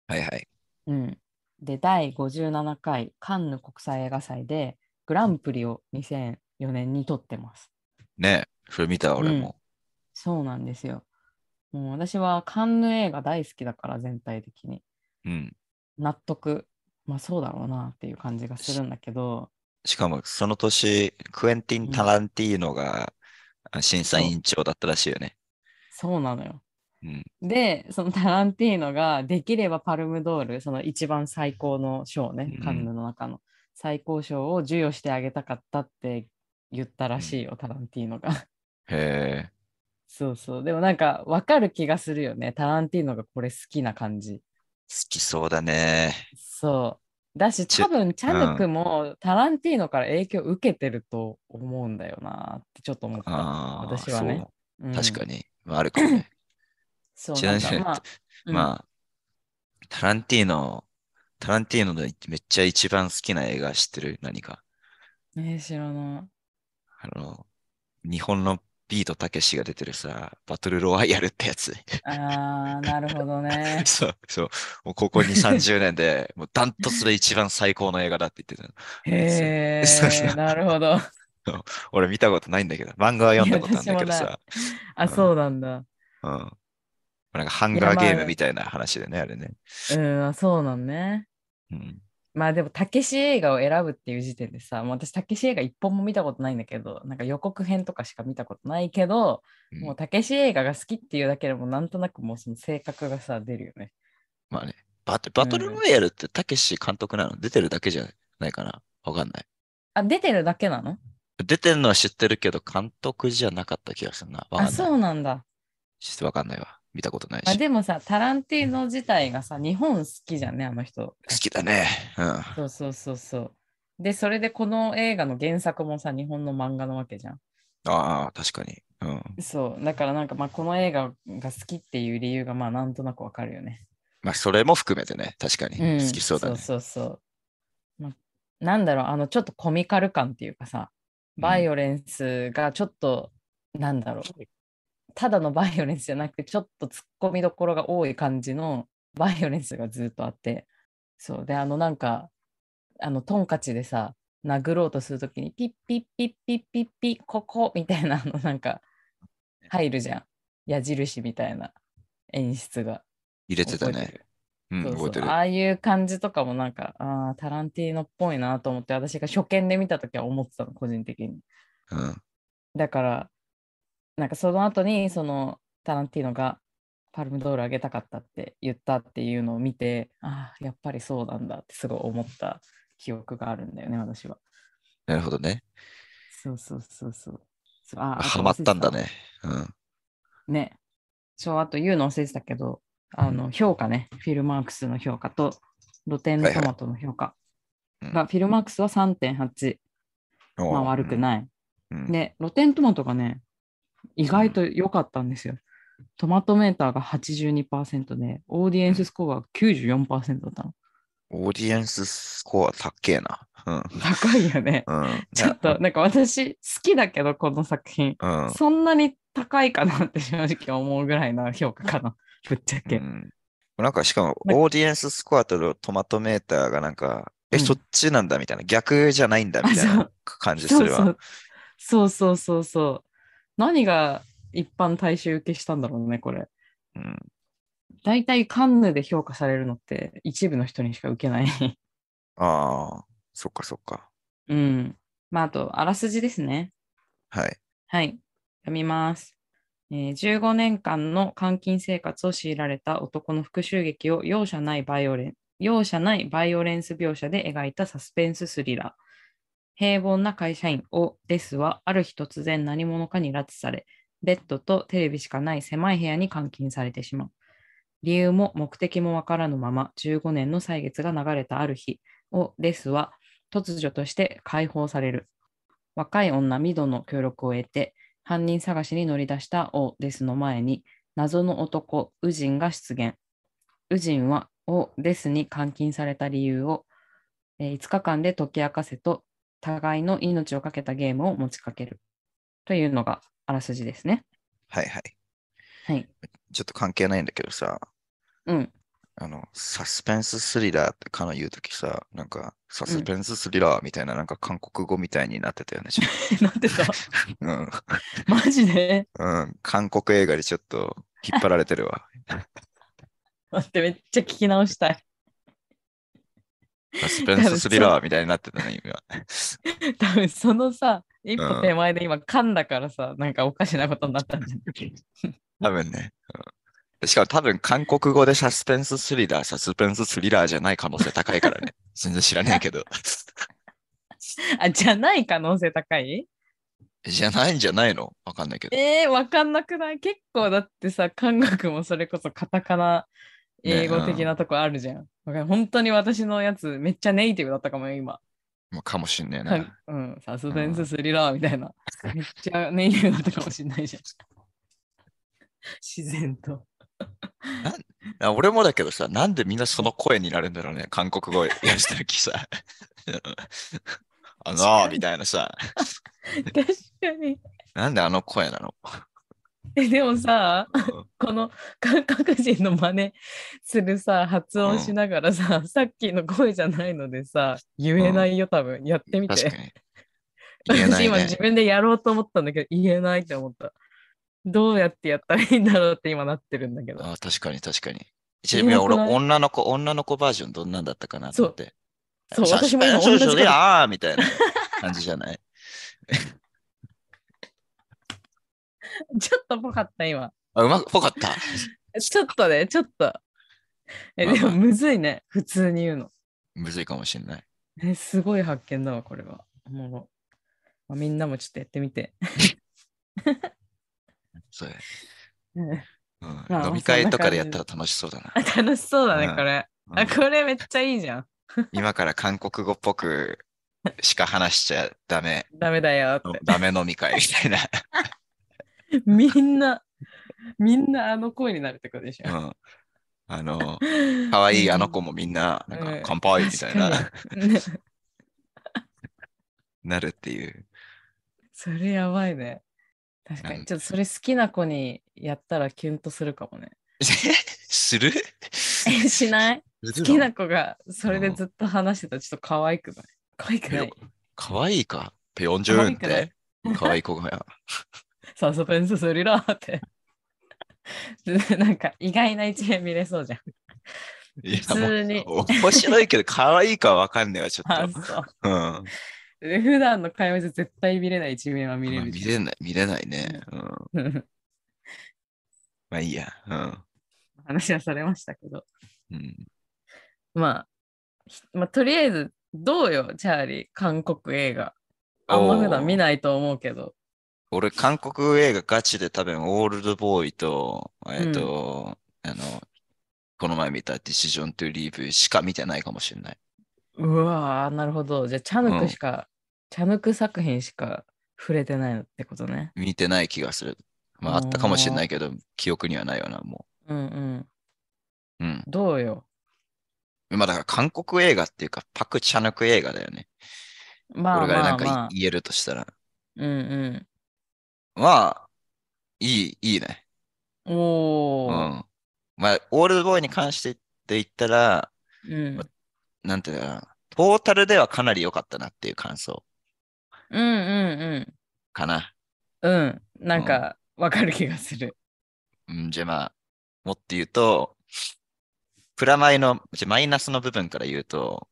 Speaker 2: はいはい。
Speaker 1: うん、で、第57回カンヌ国際映画祭でグランプリを2004年に取ってます。
Speaker 2: ねそれ見た俺も。
Speaker 1: そうなんですよ。もう私はカンヌ映画大好きだから、全体的に。
Speaker 2: うん。
Speaker 1: 納得、まあそうだろうなっていう感じがするんだけど、
Speaker 2: しかもその年、クエンティン・タランティーノがあ審査委員長だったらしいよね。
Speaker 1: そうなのよ。
Speaker 2: うん。
Speaker 1: で、そのタランティーノができればパルムドール、その一番最高の賞ね
Speaker 2: う、ん
Speaker 1: カンヌの中の最高賞を授与してあげたかったって言ったらしいよ、タランティーノが。
Speaker 2: へえ。
Speaker 1: そうそう。でもなんかわかる気がするよね、タランティーノがこれ好きな感じ。
Speaker 2: 好きそうだね。
Speaker 1: そう。だし、
Speaker 2: ち
Speaker 1: 多分チャヌクもタランティーノから影響を受けてると思うんだよなってちょっと思った。
Speaker 2: ああ、
Speaker 1: 私はねうん
Speaker 2: そう。確かに。まあ、あるかもね。
Speaker 1: そう
Speaker 2: ちなみに
Speaker 1: んかまあうん
Speaker 2: まあ、タランティーノ、タランティーノでめっちゃ一番好きな映画知ってる何か。
Speaker 1: えー、知らない。
Speaker 2: あの、日本のビートたけしが出てるさ、バトルロワイヤルってやつ。。
Speaker 1: あー、なるほどね
Speaker 2: そう、そう。もうここ2、30年で、もうダントツで一番最高の映画だって言ってた。
Speaker 1: へ
Speaker 2: そうそう
Speaker 1: ー、なるほど。
Speaker 2: 俺見たことないんだけど、漫画は読んだことあるんだけど
Speaker 1: いや
Speaker 2: さ、
Speaker 1: あ、そうなんだ。
Speaker 2: うん。なんかハンガーゲ
Speaker 1: いや
Speaker 2: ー
Speaker 1: ま
Speaker 2: ム
Speaker 1: あ
Speaker 2: みたいな話でね、あれね。
Speaker 1: うん、あそうなんね。
Speaker 2: うん。
Speaker 1: まあでも、たけし映画を選ぶっていう時点でさ、もう私、たけし映画一本も見たことないんだけど、なんか予告編とかしか見たことないけど、
Speaker 2: うん
Speaker 1: もうたけし映画が好きっていうだけでも、なんとなくもうその性格がさ、出るよね。
Speaker 2: まあね。バトバトルロワイヤルってたけし監督なの出てるだけじゃないかなわかんない。
Speaker 1: あ、出てるだけなの
Speaker 2: 出てるのは知ってるけど、監督じゃなかった気がするな。わかん
Speaker 1: あ、
Speaker 2: ない。
Speaker 1: そうなんだ。
Speaker 2: ちょっとわかんないわ。見たことない
Speaker 1: まあ、
Speaker 2: し。好
Speaker 1: でもさ、タランティーノ自体がさ、日本好きじゃんね、あの人。
Speaker 2: きだね。うん。
Speaker 1: そうそうそうそう。で、それでこの映画の原作もさ、日本の漫画なわけじゃん。
Speaker 2: ああ、確かに。うん。
Speaker 1: そう、だからなんかまあこの映画が好きっていう理由がまあなんとなくわかるよね。
Speaker 2: まあ、それも含めてね、確かに。
Speaker 1: ん、
Speaker 2: 好きそうだね。
Speaker 1: そうそうそうまあなんだろう、あのちょっとコミカル感っていうかさ、バイオレンスがちょっと、なんだろう、ただのバイオレンスじゃなくて、ちょっと突っ込みどころが多い感じのバイオレンスがずっとあって、そう、で、あのなんか、あのトンカチでさ、殴ろうとするときに、ピッピッピッピッピッピッ、ここみたいな、あのなんか、入るじゃん。矢印みたいな演出が。
Speaker 2: 入れてた
Speaker 1: 覚え
Speaker 2: ね
Speaker 1: て。る
Speaker 2: うん、
Speaker 1: そう
Speaker 2: 覚
Speaker 1: そ
Speaker 2: えて
Speaker 1: う
Speaker 2: る。
Speaker 1: ああいう感じとかもなんかあータランティーノっぽいなと思って私が初見で見た時は思ってたの個人的に
Speaker 2: うん。
Speaker 1: だからなんかその後にそのタランティーノがパルムドールあげたかったって言ったっていうのを見てああやっぱりそうなんだってすごい思った記憶があるんだよね私は
Speaker 2: なるほどね。
Speaker 1: そうそうそうそうそうあーあと
Speaker 2: ハマったんだね。うん。
Speaker 1: ね。そう、あと言うの忘れてたけど、あの、評価ね、フィルマークスの評価と、露天のトマトの評価
Speaker 2: はいはいうん
Speaker 1: が、フィルマークスは3.8、まあ悪く
Speaker 2: い。
Speaker 1: ない。
Speaker 2: うん
Speaker 1: で、露天トマトがね、意外と良かったんですよ。トマトメーターが82%で、オーディエンススコアが94%だったの。
Speaker 2: オーディエンススコア高えな。うん。
Speaker 1: 高いよね。
Speaker 2: うん。
Speaker 1: ちょっと、なんか私、好きだけど、この作品。
Speaker 2: な。
Speaker 1: そんなに高いかなって正直思うぐらいな評価かな。ぶっちゃ
Speaker 2: うん。う
Speaker 1: け。
Speaker 2: んなんかしかも、
Speaker 1: なんか
Speaker 2: オーディエンススコアとトマトメーターがなんか、え、
Speaker 1: うん
Speaker 2: そっちなんだみたいな、逆じゃないんだみたい
Speaker 1: あそ
Speaker 2: な
Speaker 1: う
Speaker 2: 感じす
Speaker 1: そう
Speaker 2: るわ。
Speaker 1: そうそうそうそうそう何が一般大衆受けしたんだろうねこれ
Speaker 2: うん
Speaker 1: 大体カンヌで評価されるのって一部の人にしか受けない
Speaker 2: ああ、そっかそっか。
Speaker 1: うんまああとあらすじですね
Speaker 2: はい。
Speaker 1: はい読みますええー15年間の監禁生活を強いられた男の復讐劇を容赦ないバイオレン容赦ないバイオレンス描写で描いたサスペンススリラー。平凡な会社員をですは、ある日突然何者かに拉致され、ベッドとテレビしかない狭い部屋に監禁されてしまう。理由も目的もわからぬまま15年の歳月が流れたある日をですは突如として解放される。若い女ミドの協力を得て犯人探しに乗り出したオデスの前に謎の男ウジンが出現。ウジンはオデスに監禁された理由を、えー5日間で解き明かせと互いの命をかけたゲームを持ちかけるというのがあらすじですね。
Speaker 2: はいはい。
Speaker 1: はい。
Speaker 2: ちょっと関係ないんだけどさ、
Speaker 1: うん。
Speaker 2: あの、サスペンススリラーって彼の言うときさ、なんか、サスペンススリラーみたいな、なんか韓国語みたいになってたよね。ちょっ
Speaker 1: なんで さ、
Speaker 2: とうん。
Speaker 1: マジで
Speaker 2: うん、韓国映画にちょっと引っ張られてる わ。
Speaker 1: 待って、めっちゃ聞き直したい。
Speaker 2: サスペンススリラーみたいになってたね、今。
Speaker 1: 多分そのさ、一
Speaker 2: う
Speaker 1: 歩
Speaker 2: ん
Speaker 1: 手前で今噛んだからさ、なんかおかしなことになったんじゃない
Speaker 2: 多分ね。うんしかも多分韓国語でサスペンススリラー、サスペンススリラーじゃない可能性高いか らね。全然知らないけど。
Speaker 1: あ、じゃない可能性高い
Speaker 2: じゃないんじゃないのわかんないけど。
Speaker 1: えー、わかんなくない結構だってさ、韓国もそれこそカタカナ英語的なとこあるじゃん。わかる本当に私のやつめっちゃネイティブだったかもよ、今。
Speaker 2: まあ、かもしんねえ
Speaker 1: か
Speaker 2: な。
Speaker 1: うん、サスペンススリラーみたい な。めっちゃネイティブだったかもしんないじゃん。自然と。
Speaker 2: あ俺もだけどさ、なんでみんなその声になるんだろうね。韓国語やったときさ。 あのーみたいなさ。
Speaker 1: 確かに。
Speaker 2: なんであの声な の
Speaker 1: えでもさ
Speaker 2: うん、
Speaker 1: この韓国人の真似するさ、発音しながらさ、さっきの声じゃないのでさ、言えないよ、多分。やってみ
Speaker 2: 確
Speaker 1: て。
Speaker 2: かに。言えな
Speaker 1: 私
Speaker 2: い
Speaker 1: 今
Speaker 2: ね
Speaker 1: 自分でやろうと思ったんだけど、言えないって思った。どうやってやったらいいんだろうって今なってるんだけど。
Speaker 2: あ確かに確かに。ち
Speaker 1: 言
Speaker 2: な
Speaker 1: え
Speaker 2: み
Speaker 1: な
Speaker 2: に
Speaker 1: く
Speaker 2: 俺、
Speaker 1: ない
Speaker 2: 女の子、女の子バージョンどんなんだったかなと思って。
Speaker 1: そう、
Speaker 2: さ
Speaker 1: 私も今
Speaker 2: そ
Speaker 1: 同
Speaker 2: う
Speaker 1: じ
Speaker 2: そ
Speaker 1: こ
Speaker 2: う
Speaker 1: と
Speaker 2: いやーみたいな感じじゃない
Speaker 1: ちょっとぽかった今。
Speaker 2: あうまくぽかった。
Speaker 1: ちょっとね、ちょっと。え、
Speaker 2: まあ
Speaker 1: で
Speaker 2: まあ
Speaker 1: もむずいね、普通に言うの。
Speaker 2: むずいかもしんない。
Speaker 1: え、すごい発見だわ、これは。おもろまあ、みんなもちょっとやってみて。
Speaker 2: それ、
Speaker 1: うん
Speaker 2: うん
Speaker 1: まあ
Speaker 2: 飲み会とかでや
Speaker 1: そ
Speaker 2: っ
Speaker 1: んな感じ
Speaker 2: たら楽しそうだな。
Speaker 1: 楽しそうだね、
Speaker 2: うん
Speaker 1: これ。
Speaker 2: うん
Speaker 1: あ、これめっちゃいいじゃん。
Speaker 2: 今から韓国語っぽくしか話しちゃダメ。
Speaker 1: ダメだよっ
Speaker 2: ダメ飲み会みたいな。
Speaker 1: て。みんな、みんなあの声になるってことでし
Speaker 2: う
Speaker 1: ょ。
Speaker 2: ん、あの、可愛いあの子もみんな、なん
Speaker 1: うん
Speaker 2: か乾杯みたい
Speaker 1: 確
Speaker 2: な、
Speaker 1: ね
Speaker 2: なるっていう。
Speaker 1: それやばいね。確か
Speaker 2: なん
Speaker 1: に。ちょっとそれ好きな子にやったらキュンとするかもね。
Speaker 2: する
Speaker 1: え、しない好きな子がそれで
Speaker 2: うん
Speaker 1: ずっと話してたらちょっと可愛くない可愛くない
Speaker 2: 可愛いか。ペヨンジューンっ
Speaker 1: 可愛
Speaker 2: て。可愛い子 が。
Speaker 1: サスペンススリラーって。 でなんか意外な一面見れそうじゃん。
Speaker 2: いや
Speaker 1: 普通に
Speaker 2: もう面白いけど、可愛いかわかんねえわ、ちょ
Speaker 1: あ
Speaker 2: っと。
Speaker 1: そう
Speaker 2: うん。
Speaker 1: で普段の会話じゃ絶対見れない一面は見れ
Speaker 2: まあ
Speaker 1: る
Speaker 2: 見
Speaker 1: じ
Speaker 2: れない、見れないね。うん。
Speaker 1: ゃん。
Speaker 2: まあいいや。うん。
Speaker 1: 話はされましたけど。
Speaker 2: うん、
Speaker 1: まあ、ひまあ、とりあえず、どうよ、チャーリー、韓国映画。あんま普段見ないと思うけど。
Speaker 2: 俺、韓国映画ガチで多分、オールドボーイと、えっと、あの、この前見たディシジョントゥリーブしか見てないかもしれない。
Speaker 1: うわー、なるほど。じゃあ、チャヌクしか、チャヌク作品しか触れてないのってことね。
Speaker 2: 見てない気がする。まあ、あったかもしれないけど、記憶にはないよな、も
Speaker 1: うんうん。
Speaker 2: う。うん。
Speaker 1: どうよ。
Speaker 2: まあ、だから韓国映画っていうか、パク・チャヌク映画だよね。
Speaker 1: まあ
Speaker 2: 俺が
Speaker 1: ま
Speaker 2: な
Speaker 1: あ
Speaker 2: んか
Speaker 1: まあ。
Speaker 2: 言えるとしたら。
Speaker 1: うん
Speaker 2: まあ、いい、いいね。
Speaker 1: うん。お
Speaker 2: う
Speaker 1: ー。
Speaker 2: ん。まあ、オールドボーイに関してって言ったら、
Speaker 1: うん
Speaker 2: まなんていうのかな、トータルではかなり良かったなっていう感想
Speaker 1: うんうん
Speaker 2: かな。
Speaker 1: うん。うん。なんか、わかる気がする。
Speaker 2: うん、じゃあまあ、もっと言うと、プラマイの、じゃあマイナスの部分から言うと、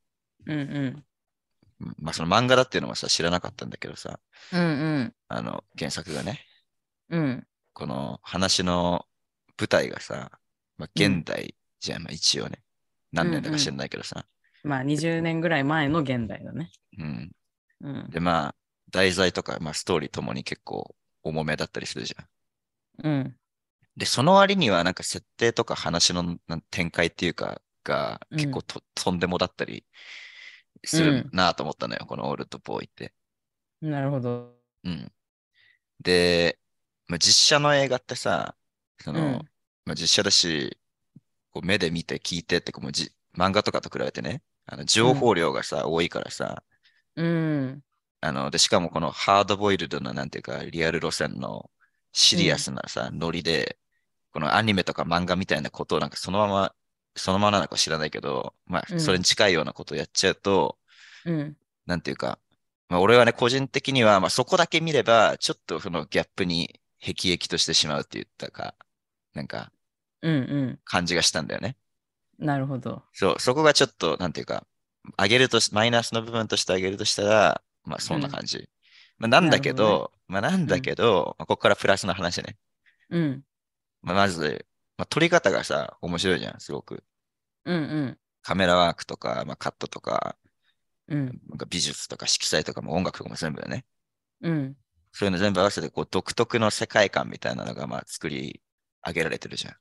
Speaker 1: うんうん。
Speaker 2: うんまあその漫画だっていうのもさ、知らなかったんだけどさ、
Speaker 1: うん
Speaker 2: あの、原作がね。
Speaker 1: うん。うん。
Speaker 2: この話の舞台がさ、まあ、現代じゃん、まあ一応ね。何年だか知らないけどさ。
Speaker 1: まあ20年ぐらい前の現代だね。
Speaker 2: うん。
Speaker 1: うん。
Speaker 2: で、まあ、題材とか、まあ、ストーリーともに結構重めだったりするじゃ
Speaker 1: う
Speaker 2: ん。
Speaker 1: ん。
Speaker 2: で、その割には、なんか設定とか話のなん展開っていうか、が
Speaker 1: うん
Speaker 2: 結構と,、んでもだったりするなぁと思ったのよ、このオールドボーイって。
Speaker 1: なるほど。
Speaker 2: うん。で、まあ、実写の映画ってさ、その、
Speaker 1: うん
Speaker 2: まあ、実写だし、こう目で見て聞いてってこうもうじ、漫画とかと比べてね、あの情報量がさ、多いからさ、
Speaker 1: うん。
Speaker 2: あの、で、しかもこのハードボイルドな、なんていうか、リアル路線のシリアスなさ、ノリで、このアニメとか漫画みたいなことをなんかそのまま、そのままなのか知らないけど、ま
Speaker 1: う
Speaker 2: あ、
Speaker 1: ん
Speaker 2: それに近いようなことをやっちゃうと、
Speaker 1: うん。
Speaker 2: なんていうか、まあ、俺はね、個人的には、まあ、そこだけ見れば、ちょっとそのギャップに辟易としてしまうって言ったか、なんか、
Speaker 1: うん。う
Speaker 2: 感じがしたんだよね。
Speaker 1: ん。なるほど。
Speaker 2: そう、そこがちょっと、なんていうか、上げるとし、マイナスの部分として上げるとしたら、まあそんな感じ。まあなんだけ
Speaker 1: なる
Speaker 2: ど、まあなんだけど、まあここからプラスの話ね。
Speaker 1: うん。
Speaker 2: まあまず、まあ撮り方がさ、面白いじゃん、すごく。
Speaker 1: うん。
Speaker 2: カメラワークとか、まあカットとか、
Speaker 1: うん。うん。
Speaker 2: なんか美術とか色彩とかも音楽とかも全部だね。
Speaker 1: うん。
Speaker 2: そういうの全部合わせて、こう独特の世界観みたいなのが、まあ作り上げられてるじゃん。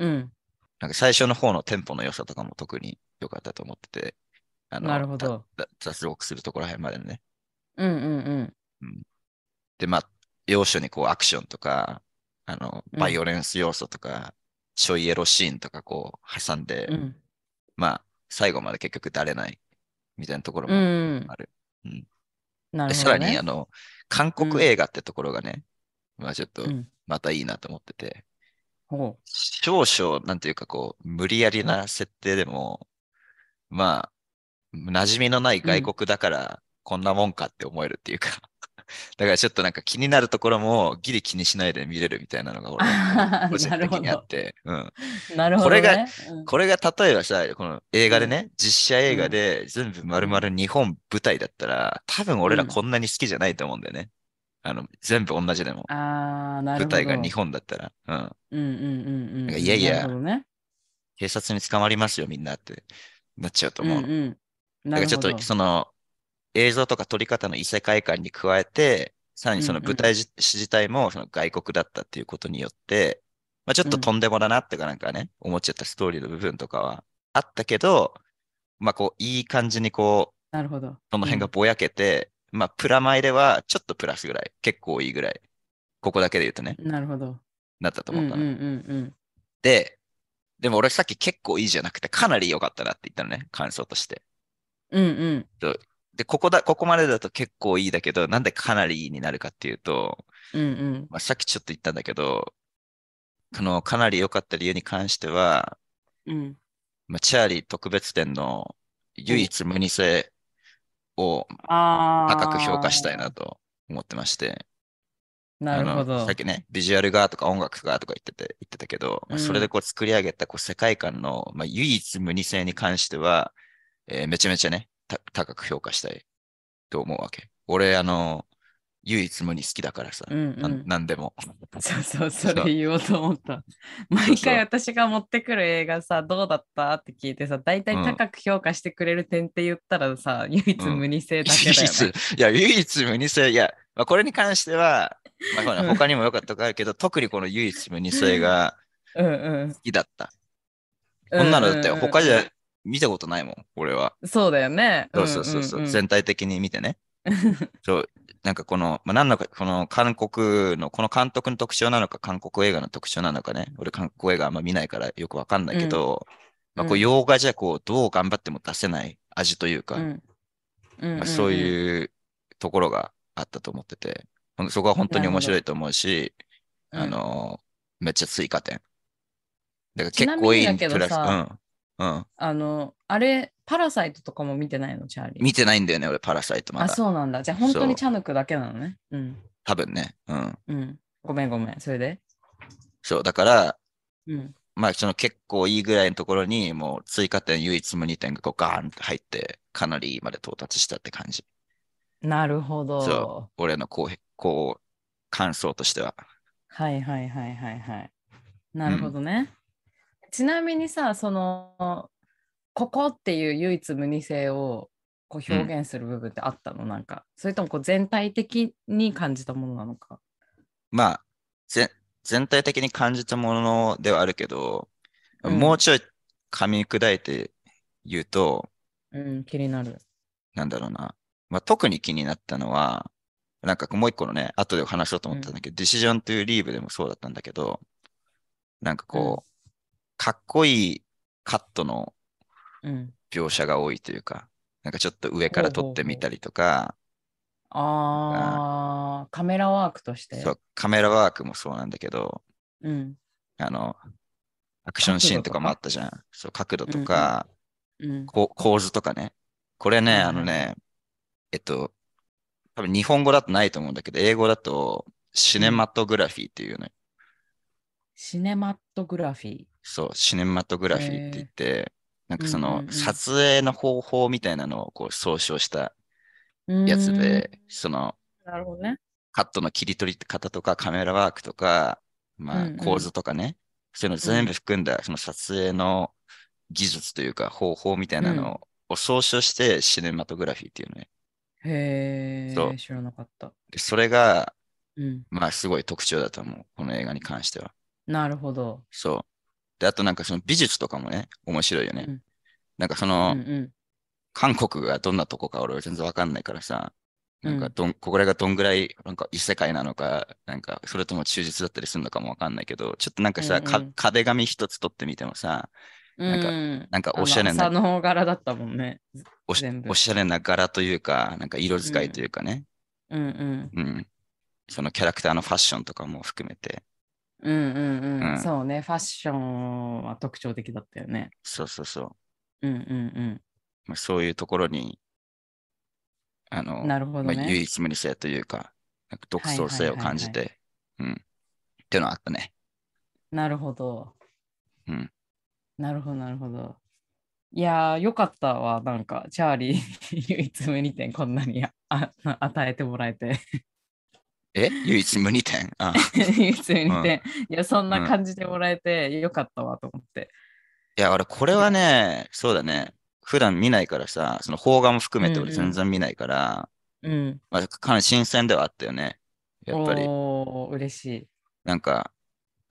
Speaker 1: うん。
Speaker 2: なんか最初の方のテンポの良さとかも特に良かったと思ってて、あの、
Speaker 1: なるほど。
Speaker 2: だ脱獄するところら辺までのね。
Speaker 1: うん。うん。
Speaker 2: で、まあ、要所にこうアクションとか、あの、
Speaker 1: うん
Speaker 2: バイオレンス要素とか、ちょいエロシーンとかこう挟んで、
Speaker 1: うん。うん。
Speaker 2: まあ、最後まで結局だれないみたいなところ
Speaker 1: う
Speaker 2: も。
Speaker 1: ん。
Speaker 2: うん
Speaker 1: なる
Speaker 2: で
Speaker 1: ほ
Speaker 2: さら
Speaker 1: ど、ね。
Speaker 2: に、あの、韓国映画ってところがね、まあちょっと
Speaker 1: う、ん。
Speaker 2: またいいなと思ってて、
Speaker 1: ほ
Speaker 2: 少々、なんていうかこう、無理やりな設定でも、まあ、馴染みのない外国だから、こんなもんかって思えるっていうか、 だからちょっとなんか気になるところもギリ気にしないで見れるみたいなのが俺
Speaker 1: あ ー
Speaker 2: 個人
Speaker 1: なる
Speaker 2: 的
Speaker 1: ほど
Speaker 2: にあって、うん。
Speaker 1: う。なるほど、ね。
Speaker 2: これが
Speaker 1: うん、
Speaker 2: これが例えばさ、この映画でね、実写映画で全部丸々日本舞台だったら、多分俺らこんなに好きじゃないと思うんだよね。あの、全部同じでも。
Speaker 1: ああ、なるほ
Speaker 2: 舞
Speaker 1: ど。
Speaker 2: 台が日本だったら、うん。
Speaker 1: うんうんうんうん。
Speaker 2: なんかいやいや
Speaker 1: なるほどね。
Speaker 2: 警察に捕まりますよ、みんなってなっちゃうと
Speaker 1: うん
Speaker 2: 思う。
Speaker 1: うん。
Speaker 2: だ
Speaker 1: な
Speaker 2: か
Speaker 1: る
Speaker 2: らち
Speaker 1: ほ
Speaker 2: ょっ
Speaker 1: ど。
Speaker 2: とその映像とか撮り方の異世界観に加えて、さらにその
Speaker 1: うんうん
Speaker 2: 舞台じ自体もその外国だったっていうことによって、まあ、ちょっととんでもだなっていうかなんかね、思っちゃったストーリーの部分とかはあったけど、まあこういい感じにこう、
Speaker 1: なるほど。
Speaker 2: その辺が
Speaker 1: うん
Speaker 2: ぼやけて、まあプラマイではちょっとプラスぐらい、結構いいぐらい、ここだけで言うとね、
Speaker 1: なるほど。
Speaker 2: なったと
Speaker 1: うん
Speaker 2: 思
Speaker 1: うん
Speaker 2: った
Speaker 1: う
Speaker 2: の。
Speaker 1: ん
Speaker 2: で、でも俺さっき結構いいじゃなくて、かなり良かったなって言ったのね、感想として。
Speaker 1: うん。うんうん。
Speaker 2: で、ここだ、ここまでだと結構いいだけど、なんでかなりいいになるかっていうと、
Speaker 1: うんうん。
Speaker 2: まあ、さっきちょっと言ったんだけど、このかなり良かった理由に関しては、
Speaker 1: うん。
Speaker 2: まあ、チャーリー特別展の唯一無二性を
Speaker 1: ああ。
Speaker 2: 高く評価したいな。と思ってまして、
Speaker 1: なるほ
Speaker 2: あの
Speaker 1: ど
Speaker 2: さっ。きね、ビジュアルがとか音楽がとか言ってて、言ってたけど、まあ、
Speaker 1: うん
Speaker 2: それでこう作り上げたこう世界観の、まあ、唯一無二性に関しては、えーめちゃめちゃね、た高く評価したいと思うわけ。俺、あの、唯一無二好きだからさ、
Speaker 1: うんうん
Speaker 2: なんなんでも。
Speaker 1: そうそう、それ言おうと思った。毎回私が持ってくる映画さ、どうだったって聞いてさ、大体
Speaker 2: うん
Speaker 1: 高く評価してくれる点って言ったらさ、唯一無二性だけ
Speaker 2: 唯
Speaker 1: だよね。
Speaker 2: 一、いや、唯一無二性、いや、まあ、これに関しては、まあほら
Speaker 1: うん
Speaker 2: 他にも良かったとこあるけど、特にこの唯一無二性が
Speaker 1: うんうん。
Speaker 2: 好きだった。
Speaker 1: う
Speaker 2: こんなのだっ
Speaker 1: う
Speaker 2: て
Speaker 1: う
Speaker 2: 他じゃ見たことないもん、俺は。
Speaker 1: そうだよね。
Speaker 2: そうそうそうそう、
Speaker 1: んんん
Speaker 2: 全体的に見てね。そう、なんかこの、まあ、何のか、この韓国の、この監督の特徴なのか、韓国映画の特徴なのかね、俺韓国映画あんま見ないからよくわかんないけど、
Speaker 1: うん
Speaker 2: まあ、
Speaker 1: う
Speaker 2: こう、
Speaker 1: ん
Speaker 2: 洋画じゃこう、どう頑張っても出せない味という か、
Speaker 1: うんうん
Speaker 2: まあ、そう
Speaker 1: う
Speaker 2: いうところがあったと思ってて、ほんそこは本当に面白いと思うし、
Speaker 1: ん
Speaker 2: あのーめっちゃ追加点。だから
Speaker 1: ちな
Speaker 2: 結
Speaker 1: みに
Speaker 2: 構いい
Speaker 1: だけど
Speaker 2: プラス、
Speaker 1: さ
Speaker 2: うん。うん。
Speaker 1: あの、あれ、パラサイトとかも見てないの、チャーリー。
Speaker 2: 見てないんだよね、俺、パラサイトま
Speaker 1: あ、
Speaker 2: だ。
Speaker 1: そうなんだ。じゃあ、本当
Speaker 2: そう
Speaker 1: にチャヌクだけなのね。うん。
Speaker 2: 多分ね。うん。
Speaker 1: うん。ごめん、ごめん。それで。
Speaker 2: そう、だから、
Speaker 1: うん。
Speaker 2: まあ、その結構いいぐらいのところに、もう追加点唯一無二点がこうガーンって入って、かなりまで到達したって感じ。
Speaker 1: なるほど。
Speaker 2: そ俺のこう、こう、感想としては。
Speaker 1: はいはいはいはいはい。なるほどね。ちなみにさ、その、ここっていう唯一無二性をこう表現する部分ってあったの、なんか、それともこう全体的に感じたものなのか。
Speaker 2: まあ、ぜ全体的に感じたものではあるけど、
Speaker 1: うん
Speaker 2: もうちょい噛み砕いて言うと、
Speaker 1: うん、気になる。
Speaker 2: なんだろうな。まあ、特に気になったのは、なんかもう一個のね、後でお話しようと思ったんだけど、ディシジョンというリーブでもそうだったんだけど、なんかこう、かっこいいカットの
Speaker 1: うん。
Speaker 2: 描写が多いというか、なんかちょっと上から撮ってみたりとか、
Speaker 1: ああ、カメラワークとして。
Speaker 2: そうカメラワークもそうなんだけど、
Speaker 1: うん。
Speaker 2: あの、アクションシーンとかもあったじゃん。そう、角度とか、
Speaker 1: うん。
Speaker 2: こ構図とかね。これね、
Speaker 1: はいはい
Speaker 2: あのね、えっと、多分日本語だとないと思うんだけど、英語だとシネマトグラフィーっていうのよ。
Speaker 1: シネマトグラフィー。
Speaker 2: そう、シネマトグラフィーって言って、なんかそ
Speaker 1: うんう
Speaker 2: の
Speaker 1: んうん
Speaker 2: 撮影の方法みたいなのをこう総称した
Speaker 1: うーん
Speaker 2: やつで、その
Speaker 1: なるほどね。
Speaker 2: カットの切り取り方とかカメラワークとか、ま
Speaker 1: う
Speaker 2: あ
Speaker 1: んうん
Speaker 2: 構図とかね、そういうの全部含んだその撮影の技術というか方法みたいなのを総称してシネマトグラフィーっていうのね。
Speaker 1: へ
Speaker 2: そ
Speaker 1: え、
Speaker 2: う
Speaker 1: 知らなかった。
Speaker 2: でそれが、
Speaker 1: うん。
Speaker 2: まあすごい特徴だと思う。この映画に関しては。
Speaker 1: なるほど。
Speaker 2: そう。で、あとなんかその美術とかもね、面白いよね。
Speaker 1: うん
Speaker 2: なんかそ
Speaker 1: うん
Speaker 2: の、
Speaker 1: うん。
Speaker 2: 韓国がどんなとこか俺は全然わかんないからさ、なんかどん、これがどんぐらい、なんか異世界なのか、なんか、それとも忠実だったりするのかもわかんないけど、ちょっとなんかさ、
Speaker 1: うんうん
Speaker 2: か壁紙一つ取ってみてもさ、なんか
Speaker 1: うん
Speaker 2: なんかおしゃれな
Speaker 1: あの朝の柄だったもんね。
Speaker 2: おし
Speaker 1: 全部
Speaker 2: おしゃれな柄というか、なんか色使いというかね、
Speaker 1: うんうん。
Speaker 2: うん、そのキャラクターのファッションとかも含めて、
Speaker 1: うんうんうん。
Speaker 2: うん
Speaker 1: そうね。ファッションは特徴的だったよね。
Speaker 2: そうそうそう、
Speaker 1: うんうん
Speaker 2: まあ、そういうところに、あ
Speaker 1: う
Speaker 2: の、
Speaker 1: ん。なるほど
Speaker 2: まあ、
Speaker 1: ね。
Speaker 2: 唯一無二性というか、なんか独
Speaker 1: はいはい
Speaker 2: 創
Speaker 1: はい
Speaker 2: 性を感じて、うん、っていうのはあったね。
Speaker 1: なるほど。
Speaker 2: うん
Speaker 1: なるほどなるほど。いやーよかったわ。なんか、チャーリーに 唯一無二点こんなにああ与えてもらえて。
Speaker 2: え唯一無二点あ
Speaker 1: 唯一無二点。いや、そん
Speaker 2: うん
Speaker 1: な感じてもらえてよかったわと思って。
Speaker 2: いや、俺、これはね、そうだね。普段見ないからさ、その邦画も含めて俺
Speaker 1: うんうん
Speaker 2: 全然見ないから、
Speaker 1: うん。
Speaker 2: まあ、かなり新鮮ではあったよね。やっぱり、
Speaker 1: おー嬉しい。
Speaker 2: なんか、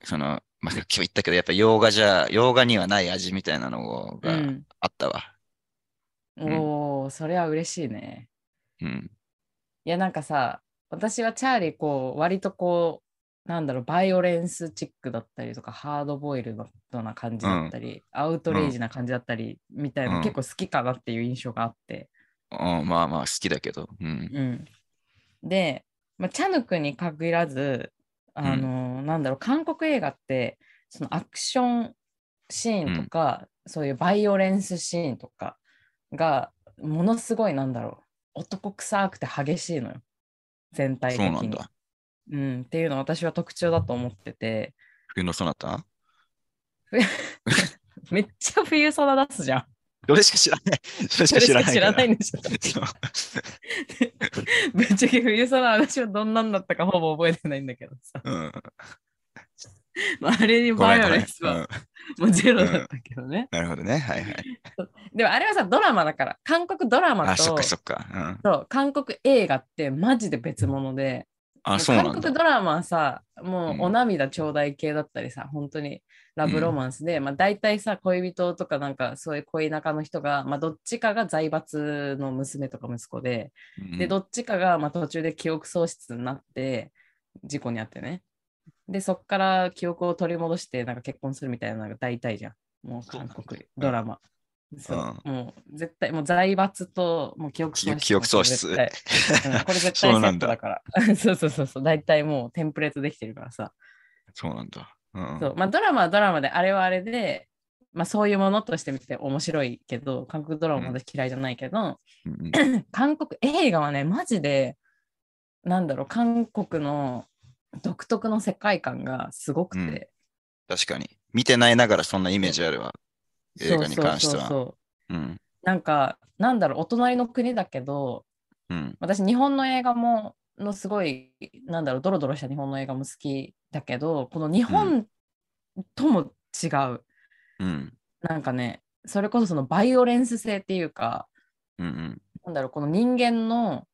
Speaker 2: その、まあ、さっきも言ったけど、やっぱ洋画じゃ、洋画にはない味みたいなの
Speaker 1: う
Speaker 2: が
Speaker 1: ん。
Speaker 2: あったわ。うん
Speaker 1: おーそれは嬉しいね。
Speaker 2: うん。
Speaker 1: いやなんかさ私はチャーリーこう割とこうなんだろうバイオレンスチックだったりとかハードボイルドな感じだったり、アウトレイジな感じだったりみたいな、
Speaker 2: うん
Speaker 1: 結構好きかなっていう印象があって、
Speaker 2: うんまあまあ、好きだけど。うん。
Speaker 1: うん、で、まあ、チャヌクに限らずあのー、なんだろう韓国映画ってそのアクションシーンとか、そういうバイオレンスシーンとかがものすごいなんだろう男臭くて激しいのよ全体的
Speaker 2: そう
Speaker 1: に。
Speaker 2: なんだ。
Speaker 1: うん、っていうのは私は特徴だと思ってて、
Speaker 2: 冬のそなた
Speaker 1: めっちゃ冬空出すじゃん。
Speaker 2: それしか知ら ない。それし
Speaker 1: そ
Speaker 2: か
Speaker 1: れ
Speaker 2: 知
Speaker 1: し
Speaker 2: ら
Speaker 1: か
Speaker 2: ない
Speaker 1: 知ら
Speaker 2: か
Speaker 1: な
Speaker 2: ら
Speaker 1: いんでしょ。
Speaker 2: そう
Speaker 1: ぶっちゃけ冬空は私はどんなんだったかほぼ覚えてないんだけどさ。
Speaker 2: うん。
Speaker 1: まああれに
Speaker 2: ご
Speaker 1: バ
Speaker 2: めん
Speaker 1: イ
Speaker 2: ご
Speaker 1: オ
Speaker 2: め
Speaker 1: レ
Speaker 2: ん
Speaker 1: ンス
Speaker 2: うん
Speaker 1: はもうゼロだったけどね。
Speaker 2: なるほどね。はいはい。
Speaker 1: でもあれはさ、ドラマだから、韓国ドラマ
Speaker 2: あ、
Speaker 1: と
Speaker 2: そっかそっか。うん。
Speaker 1: そう韓国映画ってマジで別物で、も
Speaker 2: あ、
Speaker 1: う
Speaker 2: そうな
Speaker 1: 韓
Speaker 2: んだ
Speaker 1: 国。ドラマはさ、も
Speaker 2: うん
Speaker 1: うお涙ちょうだい系だったりさ、本当にラブロマンスで、まあ大体さ、恋人とかなんかそういう恋仲の人が、まあどっちかが財閥の娘とか息子で、
Speaker 2: うん
Speaker 1: で、どっちかがまあ途中で記憶喪失になって、事故に遭ってね。で、そっから記憶を取り戻して、なんか結婚するみたいなのが大体じゃん。もう
Speaker 2: そうなん
Speaker 1: 韓
Speaker 2: だ
Speaker 1: 国ドラマ。そう、
Speaker 2: う
Speaker 1: もう絶対、もう財閥ともう記憶喪失。
Speaker 2: 記憶喪失
Speaker 1: 絶対うんこれ絶対
Speaker 2: そ
Speaker 1: セ
Speaker 2: うなん
Speaker 1: ット
Speaker 2: だ
Speaker 1: だから。 そうそうそうそう。大体もうテンプレートできてるからさ。
Speaker 2: そうなんだ。うん。
Speaker 1: そうまあ、ドラマはドラマで、あれはあれで、まあ、そういうものとして見て面白いけど、韓国ドラマも私嫌いじゃないけど、
Speaker 2: うんうん
Speaker 1: 韓国映画はね、マジで、なんだろう、韓国の独特の世界観がすごくて。
Speaker 2: 確かに。見てないながらそんなイメージあるわ。映画に関して
Speaker 1: そうそうそ
Speaker 2: は
Speaker 1: うそう
Speaker 2: うん。
Speaker 1: なんか、なんだろう、お隣の国だけど、
Speaker 2: うん。
Speaker 1: 私、日本の映画ものすごい、なんだろう、ドロドロした日本の映画も好きだけど、この日本とも違う、
Speaker 2: うん。
Speaker 1: なんかね、それこそそのバイオレンス性っていうか、
Speaker 2: うんうん。
Speaker 1: なんだろう、この人間の、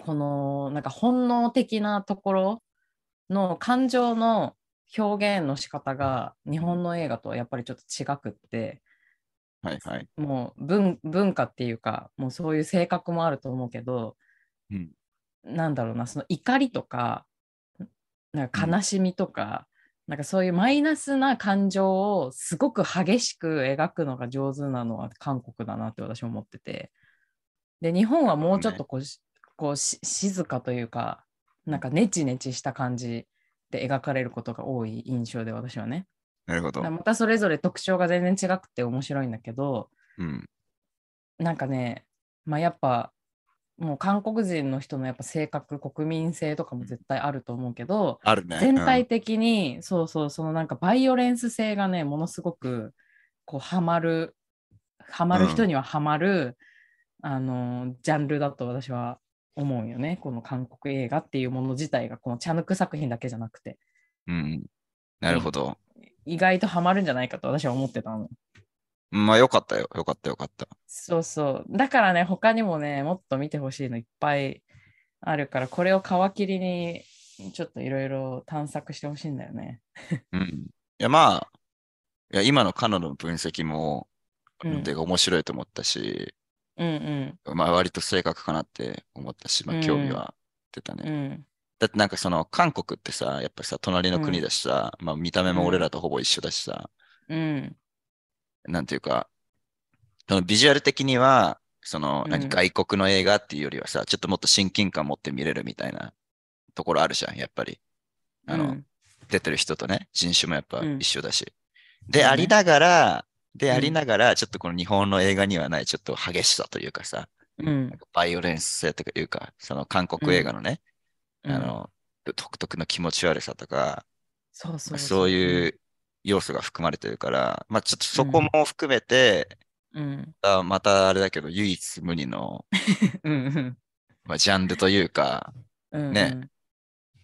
Speaker 1: この、なんか本能的なところの感情の表現の仕方が、日本の映画とはやっぱりちょっと違くって、
Speaker 2: はいはい。
Speaker 1: もう文文化っていうか、もうそういう性格もあると思うけど、
Speaker 2: うん
Speaker 1: なんだろうな、その怒りとか、なんか悲しみとか、なんかそういうマイナスな感情をすごく激しく描くのが上手なのは韓国だなって私は思ってて。で、日本はもうちょっとこう,、こうし静かというか、なんかネチネチした感じで描かれることが多い印象で私はね。
Speaker 2: なるほど。
Speaker 1: またそれぞれ特徴が全然違くて面白いんだけど、
Speaker 2: うん。
Speaker 1: なんかね、まあ、やっぱもう韓国人の人のやっぱ性格国民性とかも絶対あると思うけど
Speaker 2: あるね。
Speaker 1: 全体的に、そうそうそのなんかバイオレンス性がねものすごくこうハマるハマる人にはハマる、あのジャンルだと私は思うよねこの韓国映画っていうもの自体がこのチャヌク作品だけじゃなくて
Speaker 2: うん。うん。なるほど。
Speaker 1: 意外とハマるんじゃないかと私は思ってたの。
Speaker 2: まあよかったよ。よかったよかった。
Speaker 1: そうそう。だからね、他にもね、もっと見てほしいのいっぱいあるから、これを皮切りに、ちょっといろいろ探索してほしいんだよね。
Speaker 2: うん。いやまあ、いや今の彼女の分析も、
Speaker 1: うん
Speaker 2: なんていうか面白いと思ったし、
Speaker 1: うんう
Speaker 2: まあ割と正確かなって思ったし、まあ興味は出たね。
Speaker 1: ん。うん。
Speaker 2: だってなんかその韓国ってさ、やっぱさ、隣の国だしさ、まあ見た目も俺らとほぼ一緒だしさ、
Speaker 1: うん。
Speaker 2: なんていうか、そのビジュアル的には、その
Speaker 1: うん
Speaker 2: 何外国の映画っていうよりはさ、ちょっともっと親近感持って見れるみたいなところあるじゃん、やっぱり。あの、
Speaker 1: うん
Speaker 2: 出てる人とね、人種もやっぱ
Speaker 1: うん
Speaker 2: 一緒だし。で、
Speaker 1: そうね
Speaker 2: ありながら、で、
Speaker 1: うん
Speaker 2: ありながら、ちょっとこの日本の映画にはない、ちょっと激しさというかさ、
Speaker 1: うん
Speaker 2: なん。かバイオレンス性というか、その韓国映画のね、
Speaker 1: うん
Speaker 2: あ、の、独特の気持ち悪さとか、
Speaker 1: そうそう。
Speaker 2: そういうう要素が含まれてるから、まあちょっとそこも含めて、
Speaker 1: うん。
Speaker 2: あまたあれだけど、唯一無二の、
Speaker 1: うんうん
Speaker 2: まあ、ジャンルという か、
Speaker 1: うん。
Speaker 2: ね
Speaker 1: うん。そうそう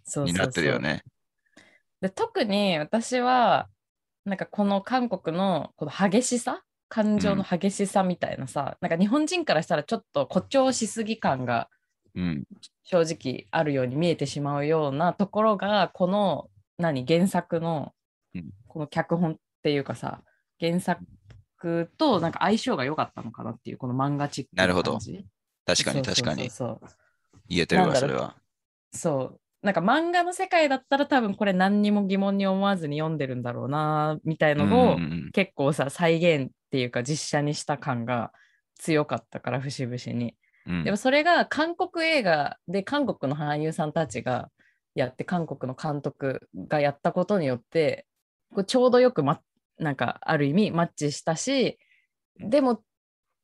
Speaker 1: そう
Speaker 2: になってるよ。ね。
Speaker 1: で特に私はなんかこの韓国のこの激しさ感情の激しさみたいなさ、なんか日本人からしたらちょっと誇張しすぎ感が
Speaker 2: うん。
Speaker 1: 正直あるように見えてしまうようなところがこの何原作の
Speaker 2: うん
Speaker 1: この脚本っていうかさ原作となんか相性が良かったのかなっていうこの漫画チック
Speaker 2: なるほど
Speaker 1: 感じ
Speaker 2: 確かに
Speaker 1: そう
Speaker 2: 確
Speaker 1: そう
Speaker 2: かに。
Speaker 1: そうそう
Speaker 2: 言えてる
Speaker 1: な
Speaker 2: わ、
Speaker 1: んだ
Speaker 2: そ
Speaker 1: ろう
Speaker 2: れは。
Speaker 1: そうなんか漫画の世界だったら多分これ何にも疑問に思わずに読んでるんだろうなみたい
Speaker 2: うん
Speaker 1: のを
Speaker 2: うんうん
Speaker 1: 結構さ再現っていうか実写にした感が強かったから節々に
Speaker 2: うん
Speaker 1: でもそれが韓国映画で韓国の俳優さんたちがやって韓国の監督がやったことによってこうちょうどよく、ま、なんかある意味マッチしたしでも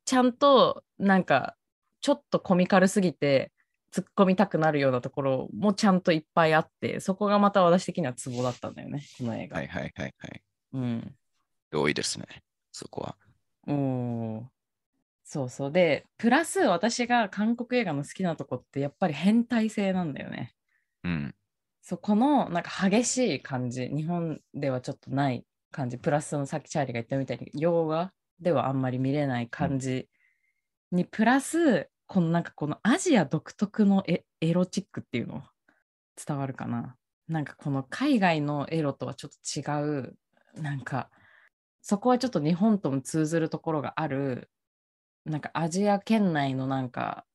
Speaker 1: ちゃんとなんかちょっとコミカルすぎて突っ込みたくなるようなところもちゃんといっぱいあってそこがまた私的にはツボだったんだよねこの映画。
Speaker 2: はいはいはいはい。
Speaker 1: うん
Speaker 2: 多いですね。そこは。
Speaker 1: おーそうそうでプラス私が韓国映画の好きなとこってやっぱり変態性なんだよね
Speaker 2: うん。
Speaker 1: そうこのなんか激しい感じ日本ではちょっとない感じプラスそのさっきチャーリーが言ったみたいに洋画ではあんまり見れない感じに、プラスこのなんかこのアジア独特のエエロチックっていうの伝わるかななんかこの海外のエロとはちょっと違うなんかそこはちょっと日本とも通ずるところがあるなんかアジア圏内のなんか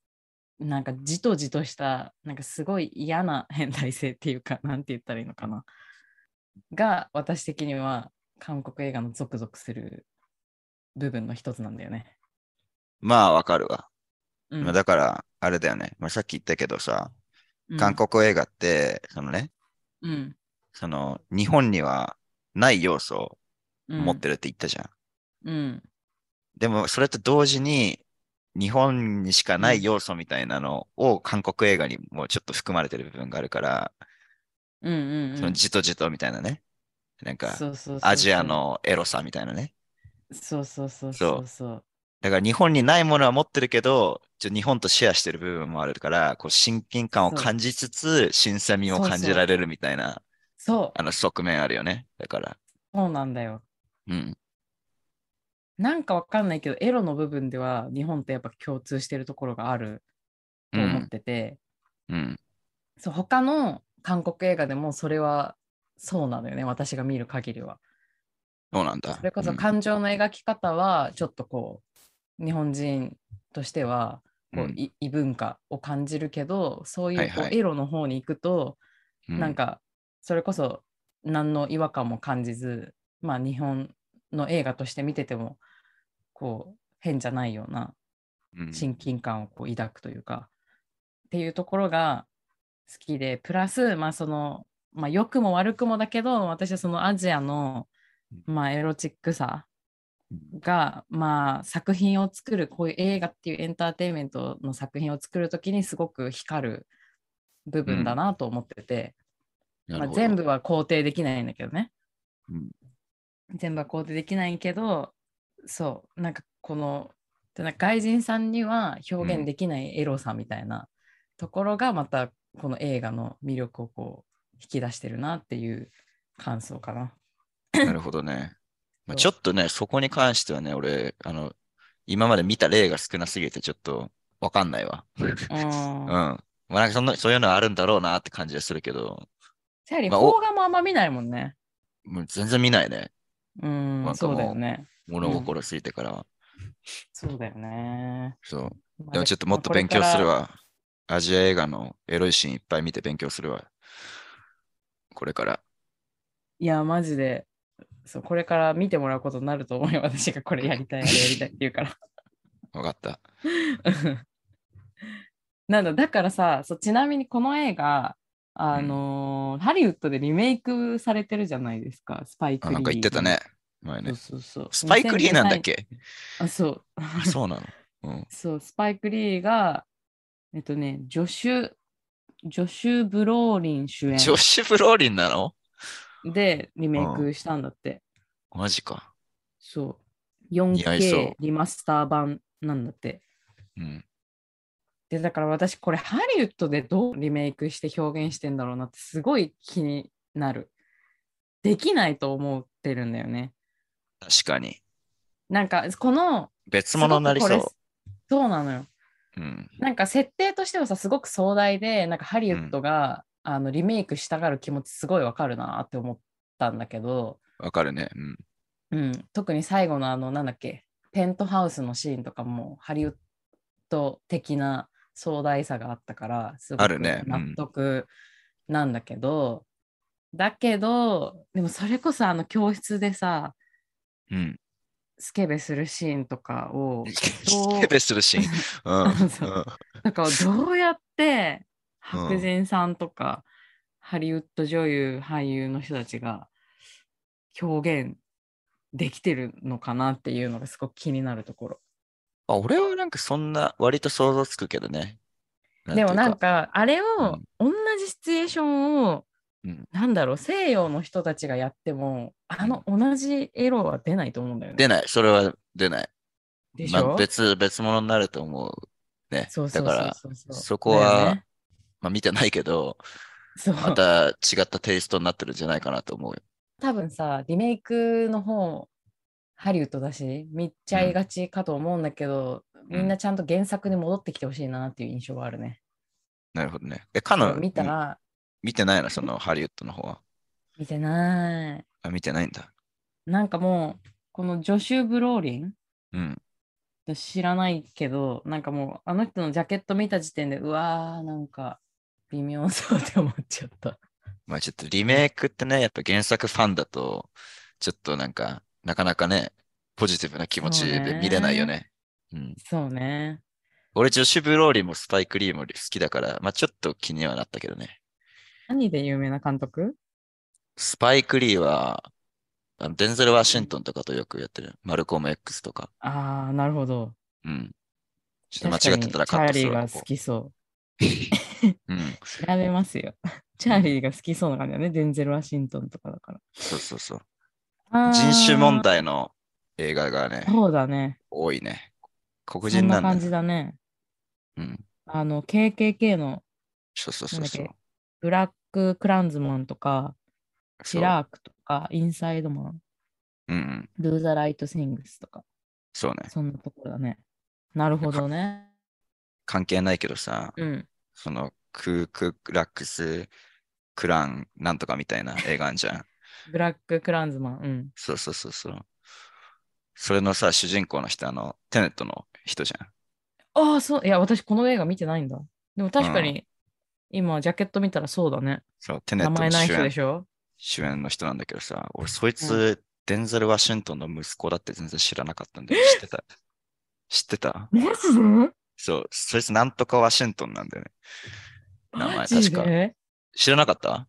Speaker 1: なんかじとじとしたなんかすごい嫌な 変態性っていうかなんて言ったらいいのかなが私的には韓国映画のゾクゾクする部分の一つなんだよね。
Speaker 2: まあわかるわ。
Speaker 1: うん
Speaker 2: まあだから、あれだよね。まあさっき言ったけどさ、
Speaker 1: うん
Speaker 2: 韓国映画って、そのね、
Speaker 1: うん
Speaker 2: その日本にはない要素を
Speaker 1: うん
Speaker 2: 持ってるって言ったじゃん。
Speaker 1: うん
Speaker 2: でも、それと同時に、日本にしかな
Speaker 1: うん
Speaker 2: い要素みたいなのを韓国映画にもちょっと含まれてる部分があるから、
Speaker 1: うんうんうん
Speaker 2: そのじとじとみたいなね、なんか
Speaker 1: そうそうそうそう
Speaker 2: アジアのエロさみたいなね、
Speaker 1: そうそうそうそうそう
Speaker 2: だから日本にないものは持ってるけど、ちょ日本とシェアしてる部分もあるから、こう親近感を感じつつ、新鮮味を感じられるみたいな、
Speaker 1: そう、
Speaker 2: あの側面あるよね。だから、
Speaker 1: そうなんだよ。
Speaker 2: うん。
Speaker 1: なんかわかんないけど、エロの部分では日本とやっぱ共通してるところがある
Speaker 2: う
Speaker 1: と思っ
Speaker 2: ん。
Speaker 1: てて、
Speaker 2: うん。
Speaker 1: そう他の韓国映画でもそれはそうなのよね、私が見る限りは。
Speaker 2: そうなんだ。
Speaker 1: それこ
Speaker 2: う
Speaker 1: そ
Speaker 2: ん
Speaker 1: 感情の描き方はちょっとこう日本人としてはこ
Speaker 2: う
Speaker 1: うんい異文化を感じるけどそう
Speaker 2: はいいう
Speaker 1: こ
Speaker 2: は
Speaker 1: う
Speaker 2: い
Speaker 1: エロの方に行くと
Speaker 2: う
Speaker 1: なんかそれこそ何の違和感も感じずまあ日本の映画として見ててもこう変じゃないような
Speaker 2: うん
Speaker 1: 親近感をこう抱くというか、っていうところが好きでプラスまあその、まあ、良くも悪くもだけど私はそのアジアの、まあ、エロチックさが、まあ、作品を作るこういう映画っていうエンターテインメントの作品を作る時にすごく光る部分だなと思ってて、
Speaker 2: な
Speaker 1: まあ、
Speaker 2: るほど
Speaker 1: 全部は肯定できないんだけどね、
Speaker 2: うん
Speaker 1: 全部は肯定できないけどそうなんかこのなんか外人さんには表現できないエロさみたいなところがまたこの映画の魅力をこう引き出してるなっていう感想か な。
Speaker 2: なるほどね。まあ、ち
Speaker 1: そ
Speaker 2: ょ
Speaker 1: う
Speaker 2: っとね、そこに関してはね、俺、あの、今まで見た例が少なすぎて、ちょっとわかんないわ。
Speaker 1: う
Speaker 2: うん。
Speaker 1: ん、
Speaker 2: まあ、なんかそんな、そういうのあるんだろうなって感じがするけど、
Speaker 1: チャーリー、
Speaker 2: まあお
Speaker 1: 邦画もあんま見ないもんね。
Speaker 2: もう全然見ないね。
Speaker 1: うん
Speaker 2: なんか
Speaker 1: そうだよね。
Speaker 2: 物心ついてからは。
Speaker 1: そうだよね。
Speaker 2: そう。
Speaker 1: まあ
Speaker 2: でもちょっともっと勉強する。わ。アジア映画のエロいシーンいっぱい見て勉強するわ。これから。
Speaker 1: いや、マジで、そう、これから見てもらうことになると思うよ。 私がこれやりたい、あれやりたいって言うから。
Speaker 2: わかった。
Speaker 1: なんだ、だからさそう、ちなみにこの映画、あのーハリウッドでリメイクされてるじゃないですか、スパイク
Speaker 2: あ、
Speaker 1: リー。
Speaker 2: なんか言ってたね。。前
Speaker 1: そう
Speaker 2: ね。
Speaker 1: そうそう。
Speaker 2: スパイクリーなんだっ
Speaker 1: 2023
Speaker 2: け
Speaker 1: あ、そう。
Speaker 2: あそうなの。うん。
Speaker 1: そう、スパイクリーが、えっとね、ジョシュ、ジョシュ・ブローリン主演
Speaker 2: ジョッシュ・ブローリンなの
Speaker 1: でリメイクしたんだって。
Speaker 2: マジか。
Speaker 1: そう。
Speaker 2: 似合いそう
Speaker 1: 4K リマスター版なんだって。
Speaker 2: うん。
Speaker 1: で、だから私、これハリウッドでどうリメイクして表現してんだろうなって、すごい気になる。できないと思ってるんだよね。
Speaker 2: 確かに。
Speaker 1: なんか、この、
Speaker 2: 別物になりそ
Speaker 1: すご
Speaker 2: う
Speaker 1: くこ。れそうなのよ。
Speaker 2: うん。
Speaker 1: なんか設定としてはさ、すごく壮大で、なんかハリウッドが、あのリメイクしたがる気持ちすごいわかるなって思ったんだけど、
Speaker 2: わかるね。うん。
Speaker 1: うん、特に最後のあのなんだっけペントハウスのシーンとかもハリウッド的な壮大さがあったからすご
Speaker 2: あ
Speaker 1: く
Speaker 2: るねうん
Speaker 1: 納得なんだけど、だけどでもそれこそあの教室でさ
Speaker 2: うん。
Speaker 1: スケベするシーンとか を
Speaker 2: スケベするシーン。
Speaker 1: そう
Speaker 2: うん。うん
Speaker 1: なんかどうやって
Speaker 2: うん
Speaker 1: 白人さんとか、ハリウッド女優俳優の人たちが表現できてるのかなっていうのがすごく気になるところ。
Speaker 2: あ俺はなんかそんな、割と想像つくけどね。
Speaker 1: でもなん
Speaker 2: か、
Speaker 1: かあれを同じシチュエーションを、
Speaker 2: うん
Speaker 1: なんだろう西洋の人たちがやってもあの同じエロは出ないと思うんだよね。
Speaker 2: 出ない。それは出ない。
Speaker 1: でし
Speaker 2: ま
Speaker 1: ょ、
Speaker 2: あ、別、別物になると思う。ね。
Speaker 1: そうそ
Speaker 2: だ
Speaker 1: う
Speaker 2: から、
Speaker 1: そうそう
Speaker 2: そこは
Speaker 1: だよね
Speaker 2: まあ見てないけ ど、
Speaker 1: そう
Speaker 2: また違ったテイストになってるんじゃないかなと思うよ。
Speaker 1: 多分さリメイクの方ハリウッドだし見ちゃいがちかと思うんだけど、
Speaker 2: うん
Speaker 1: みんなちゃんと原作に戻ってきてほしいなっていう印象はあるね。
Speaker 2: なるほどね。え、カノン、
Speaker 1: 見た
Speaker 2: うん
Speaker 1: ら
Speaker 2: 見てないの、そのハリウッドの方は。
Speaker 1: 見てない。
Speaker 2: あ、見てないんだ。
Speaker 1: なんかもうこのジョシュ・ブローリン
Speaker 2: うん。
Speaker 1: 知らないけどなんかもうあの人のジャケット見た時点でうわーなんか微妙そうって思っちゃった。
Speaker 2: まあちょっとリメイクってね、やっぱ原作ファンだと、ちょっとなんか、なかなかね、ポジティブな気持ちで見れないよね。うん。
Speaker 1: そうね。
Speaker 2: 俺、ジョシュ・ブローリーもスパイク・リーも好きだから、まあちょっと気にはなったけどね。
Speaker 1: 何で有名な監督
Speaker 2: スパイク・リーは、あのデンゼル・ワシントンとかとよくやってる。マルコム X とか。
Speaker 1: ああなるほど。
Speaker 2: うん。ちょっと
Speaker 1: 確か
Speaker 2: 間違っ
Speaker 1: に
Speaker 2: てたら
Speaker 1: チ
Speaker 2: カ
Speaker 1: ャ
Speaker 2: ッ
Speaker 1: ー
Speaker 2: トす
Speaker 1: リ
Speaker 2: る
Speaker 1: ー
Speaker 2: わ
Speaker 1: が
Speaker 2: こ
Speaker 1: 好
Speaker 2: こ
Speaker 1: きそう。
Speaker 2: うん。
Speaker 1: 調べますよ。 チャーリーが好きそうな感じだね。デンゼル・ワシントンとかだから。
Speaker 2: そうそうそう。
Speaker 1: あー
Speaker 2: 人種問題の映画がね、
Speaker 1: そうだね。
Speaker 2: 多いね。黒
Speaker 1: そ
Speaker 2: 人
Speaker 1: ん
Speaker 2: な
Speaker 1: なん
Speaker 2: だ
Speaker 1: 感
Speaker 2: ね。
Speaker 1: じだね。
Speaker 2: うん。
Speaker 1: あの、KKK の
Speaker 2: そうそうそ
Speaker 1: なん
Speaker 2: う
Speaker 1: だっ
Speaker 2: そう
Speaker 1: け。ブラック・クランズマンとか、シ
Speaker 2: そう。
Speaker 1: ラークとか、インサイドマン、
Speaker 2: うんうん。
Speaker 1: Do the Right Things とか、
Speaker 2: そうね。
Speaker 1: そんなところだね。なるほどね。
Speaker 2: 関係ないけどさ、
Speaker 1: うん。
Speaker 2: その、クークラックス、クラン、なんとかみたいな映画あんじゃん。
Speaker 1: ブラック・クランズマン。
Speaker 2: そうそうそうそう。それのさ、主人公の人、あの、テネットの人じゃん。
Speaker 1: うん。ああ、そう。いや、私、この映画見てないんだ。でも確かに、今、ジャケット見たらそうだね。
Speaker 2: そう、テネ
Speaker 1: 名
Speaker 2: ット
Speaker 1: 前
Speaker 2: の
Speaker 1: ない
Speaker 2: 主
Speaker 1: 人で
Speaker 2: 演
Speaker 1: しょ
Speaker 2: 主演の人なんだけどさ、俺、そいつ、デンゼル・ワシントンの息子だって全然知らなかったんだよ。知ってた。知ってた
Speaker 1: マジで
Speaker 2: そう、そいつ、なんとかワシントンなんだよね。名前
Speaker 1: マジ
Speaker 2: 確
Speaker 1: で
Speaker 2: 知らなかった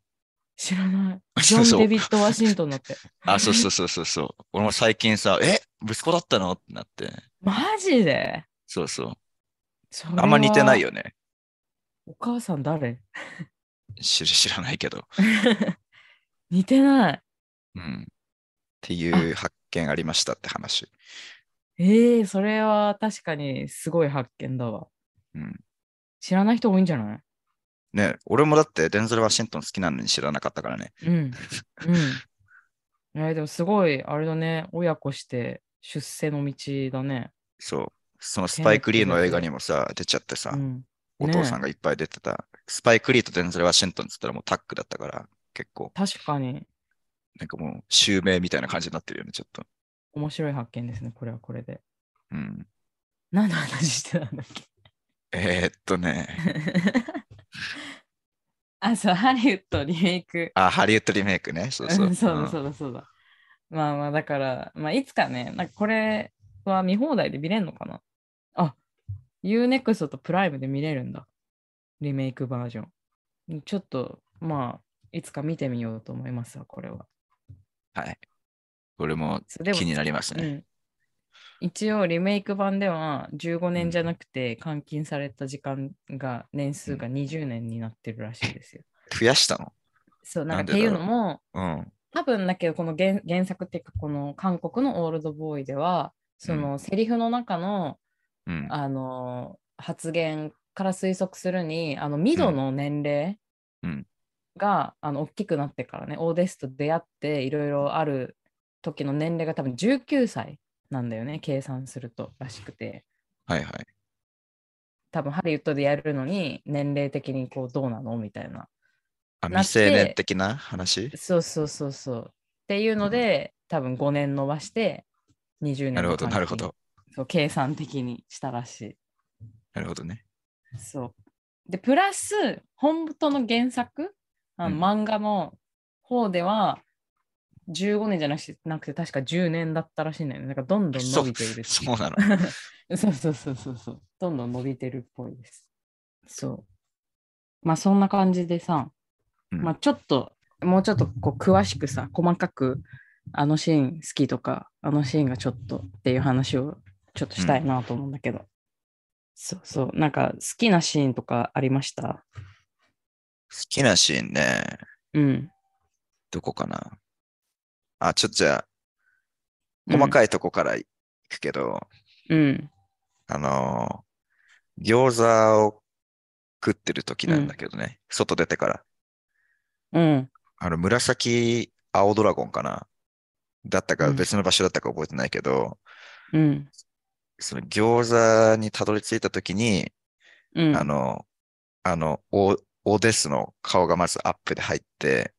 Speaker 1: 知ら ない。ジ
Speaker 2: そ
Speaker 1: ョ
Speaker 2: う
Speaker 1: ン・
Speaker 2: そう
Speaker 1: デビッド・ワシントンだって。
Speaker 2: あ、そうそうそうそうそう。俺も最近さ、え息子だったのってなって。
Speaker 1: マジで
Speaker 2: そうそう。
Speaker 1: それは
Speaker 2: あんま似てないよね。
Speaker 1: お母さん誰
Speaker 2: 知る知らないけど。
Speaker 1: 似てない。
Speaker 2: うん。っていう発見ありましたって話。
Speaker 1: ええそれは確かにすごい発見だわ。
Speaker 2: うん。
Speaker 1: 知らない人多いんじゃない
Speaker 2: ね、俺もだってデンゼル・ワシントン好きなのに知らなかったからね。
Speaker 1: うん。うん。えーでもすごい、あれだね、親子して出世の道だね。
Speaker 2: そう。そのスパイク・リーの映画にもさ、出ちゃってさ、
Speaker 1: うん。
Speaker 2: お父さんがいっぱい出てた。スパイク・リーとデンゼル・ワシントンって言ったらもうタッグだったから、結構、
Speaker 1: 確かに
Speaker 2: なんかもう、襲名みたいな感じになってるよね、ちょっと。
Speaker 1: 面白い発見ですね、これはこれで。
Speaker 2: うん。
Speaker 1: 何の話してたんだっけ
Speaker 2: えー、っとね、
Speaker 1: あ、そう、ハリウッドリメイク。
Speaker 2: あ、ハリウッドリメイクね。そうそ う。
Speaker 1: そうだ
Speaker 2: う
Speaker 1: そうだそうだ。まあまあだから、まあいつかね、なんかこれは見放題で見れるのかなあ、UNEXT とプライムで見れるんだ。リメイクバージョン。ちょっと、まあ、いつか見てみようと思いますわ、これは。
Speaker 2: んはい。これも
Speaker 1: そうでも
Speaker 2: 気になります
Speaker 1: う
Speaker 2: ね。
Speaker 1: ん、一応リメイク版では15年じゃなくて監禁された時間が年数が20年になってるらしい ですよ。
Speaker 2: 増やしたの
Speaker 1: そうなんか
Speaker 2: なん
Speaker 1: っ
Speaker 2: で
Speaker 1: ていう
Speaker 2: だ
Speaker 1: の
Speaker 2: ろう
Speaker 1: も
Speaker 2: うん。
Speaker 1: 多分だけどこの原原作っていうかこの韓国の「オールドボーイ」ではそのセリフの中の、
Speaker 2: うん。
Speaker 1: あの発言から推測するにあのミドの年齢
Speaker 2: うん
Speaker 1: が、あの大きくなってからねオーデスと出会っていろいろある時の年齢が多分19歳なんだよね計算するとらしくて
Speaker 2: はいはい。
Speaker 1: 多分ハリウッドでやるのに年齢的にこうどうなのみたいな
Speaker 2: あ、
Speaker 1: なって
Speaker 2: 未成年的な話
Speaker 1: そうそうそうそうっていうので、多分5年伸ばして20年
Speaker 2: なるほ
Speaker 1: の
Speaker 2: ど、
Speaker 1: 監禁
Speaker 2: なるほど。
Speaker 1: そう計算的にしたらし
Speaker 2: なるほどね。
Speaker 1: い。そうでプラス本当の原作あの、
Speaker 2: うん
Speaker 1: 漫画の方では15年じゃなくてなくて確か10年だったらしいんだよね。なんかどんどん伸
Speaker 2: そう
Speaker 1: びているってい
Speaker 2: そうなの。
Speaker 1: う そうそうそうそうそう。どんどん伸びてるっぽいです。そう。まあそんな感じでさ、
Speaker 2: うん
Speaker 1: まあちょっともうちょっとこう詳しくさ細かくあのシーン好きとかあのシーンがちょっとっていう話をちょっとしたいなと思うんだけど、そうそうなんか好きなシーンとかありました
Speaker 2: 好きなシーンね、
Speaker 1: うん
Speaker 2: どこかな。あ、ちょっとじゃあ、細かいとこから行くけど、
Speaker 1: いうん
Speaker 2: あのー餃子を食ってる時なんだけどね、外出てから。
Speaker 1: うん
Speaker 2: あの、紫青ドラゴンかなだったか、
Speaker 1: うん
Speaker 2: 別の場所だったか覚えてないけど、
Speaker 1: うん
Speaker 2: その餃子にたどり着いた時に、
Speaker 1: うん
Speaker 2: あの、あの、オオーデスの顔がまずアップで入って、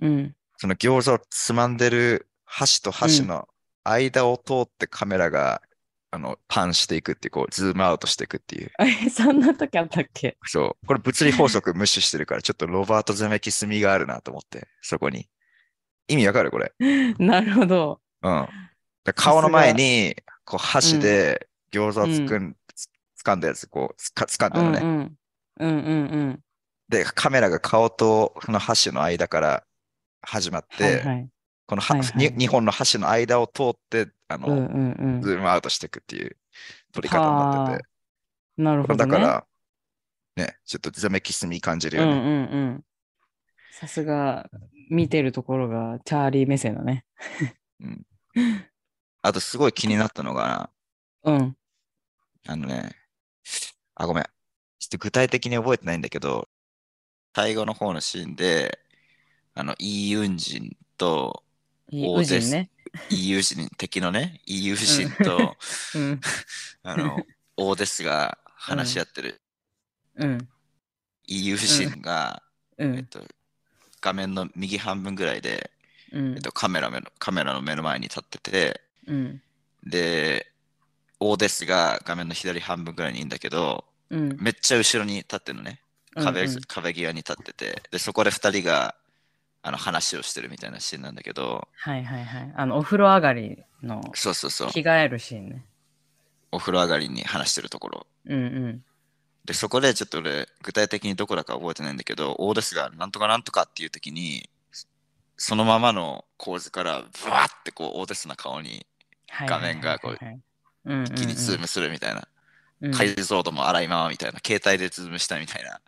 Speaker 1: うん
Speaker 2: その餃子をつまんでる箸と箸の間を通ってカメラが、あの、パンしていくっていう、こう、ズームアウトしていくっていう。
Speaker 1: えそんな時あったっけ
Speaker 2: そう。これ物理法則無視してるから、ちょっとロバート・ゼメキス味があるなと思って、そこに。意味わかるこれ。
Speaker 1: なるほど
Speaker 2: うん。で顔の前に、こう、箸で餃子をつくん、つ掴んだやつ、こう、つか掴んだ
Speaker 1: うん
Speaker 2: の
Speaker 1: う
Speaker 2: ね。
Speaker 1: んうんうんうん
Speaker 2: で、カメラが顔とその箸の間から始まっ
Speaker 1: はい
Speaker 2: て、
Speaker 1: はい
Speaker 2: このは
Speaker 1: はいはい
Speaker 2: に2本の箸の間を通って、あ
Speaker 1: うん
Speaker 2: の、
Speaker 1: うんう
Speaker 2: ズームアウトしていくっていう撮り方になってて。
Speaker 1: んなる
Speaker 2: こ
Speaker 1: ほ
Speaker 2: れ
Speaker 1: ど
Speaker 2: だ
Speaker 1: ね
Speaker 2: から、ね、ちょっとザメキス味感じるよ
Speaker 1: うん
Speaker 2: ね。
Speaker 1: うんうんさすが見てるところがチャーリー目線だね
Speaker 2: あとすごい気になったのがな、
Speaker 1: うん
Speaker 2: あのね、あ、ごめん。ちょっと具体的に覚えてないんだけど、最後の方のシーンで、あの、イ・ユンジンと、
Speaker 1: いい
Speaker 2: 大
Speaker 1: 宇
Speaker 2: 勢
Speaker 1: 人ね。
Speaker 2: イ・ユ人、敵のね、イ・ユ人と、
Speaker 1: うん。
Speaker 2: あの、オーデスが話し合ってる、
Speaker 1: うん。
Speaker 2: イ・ユ人が、
Speaker 1: う
Speaker 2: えっ
Speaker 1: ん。
Speaker 2: と、画面の右半分ぐらいで、
Speaker 1: うん
Speaker 2: えっと、カメラ目のカメラの目の前に立ってて、
Speaker 1: うん。
Speaker 2: で、オーデスが画面の左半分ぐらいにいるんだけど、
Speaker 1: うん。
Speaker 2: めっちゃ後ろに立ってるのね。壁,、
Speaker 1: うんうん
Speaker 2: 壁際に立ってて、で、そこで2人があの話をしてるみたいなシーンなんだけど、
Speaker 1: はいはいはい。あの、お風呂上がりの
Speaker 2: そうそうそう、
Speaker 1: 着替えるシーンね。
Speaker 2: お風呂上がりに話してるところ。
Speaker 1: うんうん。
Speaker 2: で、そこでちょっと俺、具体的にどこだか覚えてないんだけど、オーデスがなんとかなんとかっていう時に、そのままの構図から、ブワーってこう、オーデスな顔に
Speaker 1: はい
Speaker 2: 画面がこう
Speaker 1: うんうん
Speaker 2: 一気にズームするみたいな、
Speaker 1: うん
Speaker 2: 解像度も荒いままみたいな、携帯でズームしたみたいな、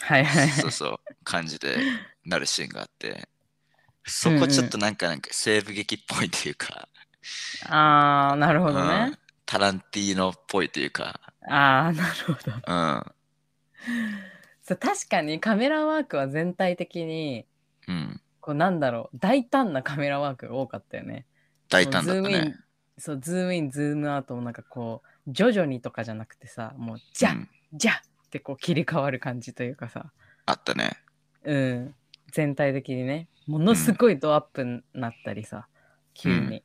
Speaker 1: はいはい
Speaker 2: そうそう、感じでなるシーンがあって、そこちょっとなんか、なんか西部劇っぽいっていうか、
Speaker 1: ああなるほど
Speaker 2: う
Speaker 1: ね
Speaker 2: ん、タランティーノっぽいというか、
Speaker 1: ああなるほど
Speaker 2: うん、
Speaker 1: そう確かにカメラワークは全体的に
Speaker 2: うん、
Speaker 1: こうなんだろう大胆なカメラワークが多かったよね
Speaker 2: 大胆だった
Speaker 1: もうズームイン
Speaker 2: ね。
Speaker 1: そうズームインズームアウトもなんかこう徐々にとかじゃなくてさもうじゃ、
Speaker 2: うん
Speaker 1: じゃってこう切り替わる感じというかさ
Speaker 2: あったね。
Speaker 1: うん全体的にねものすごいドアップになったりさ、急に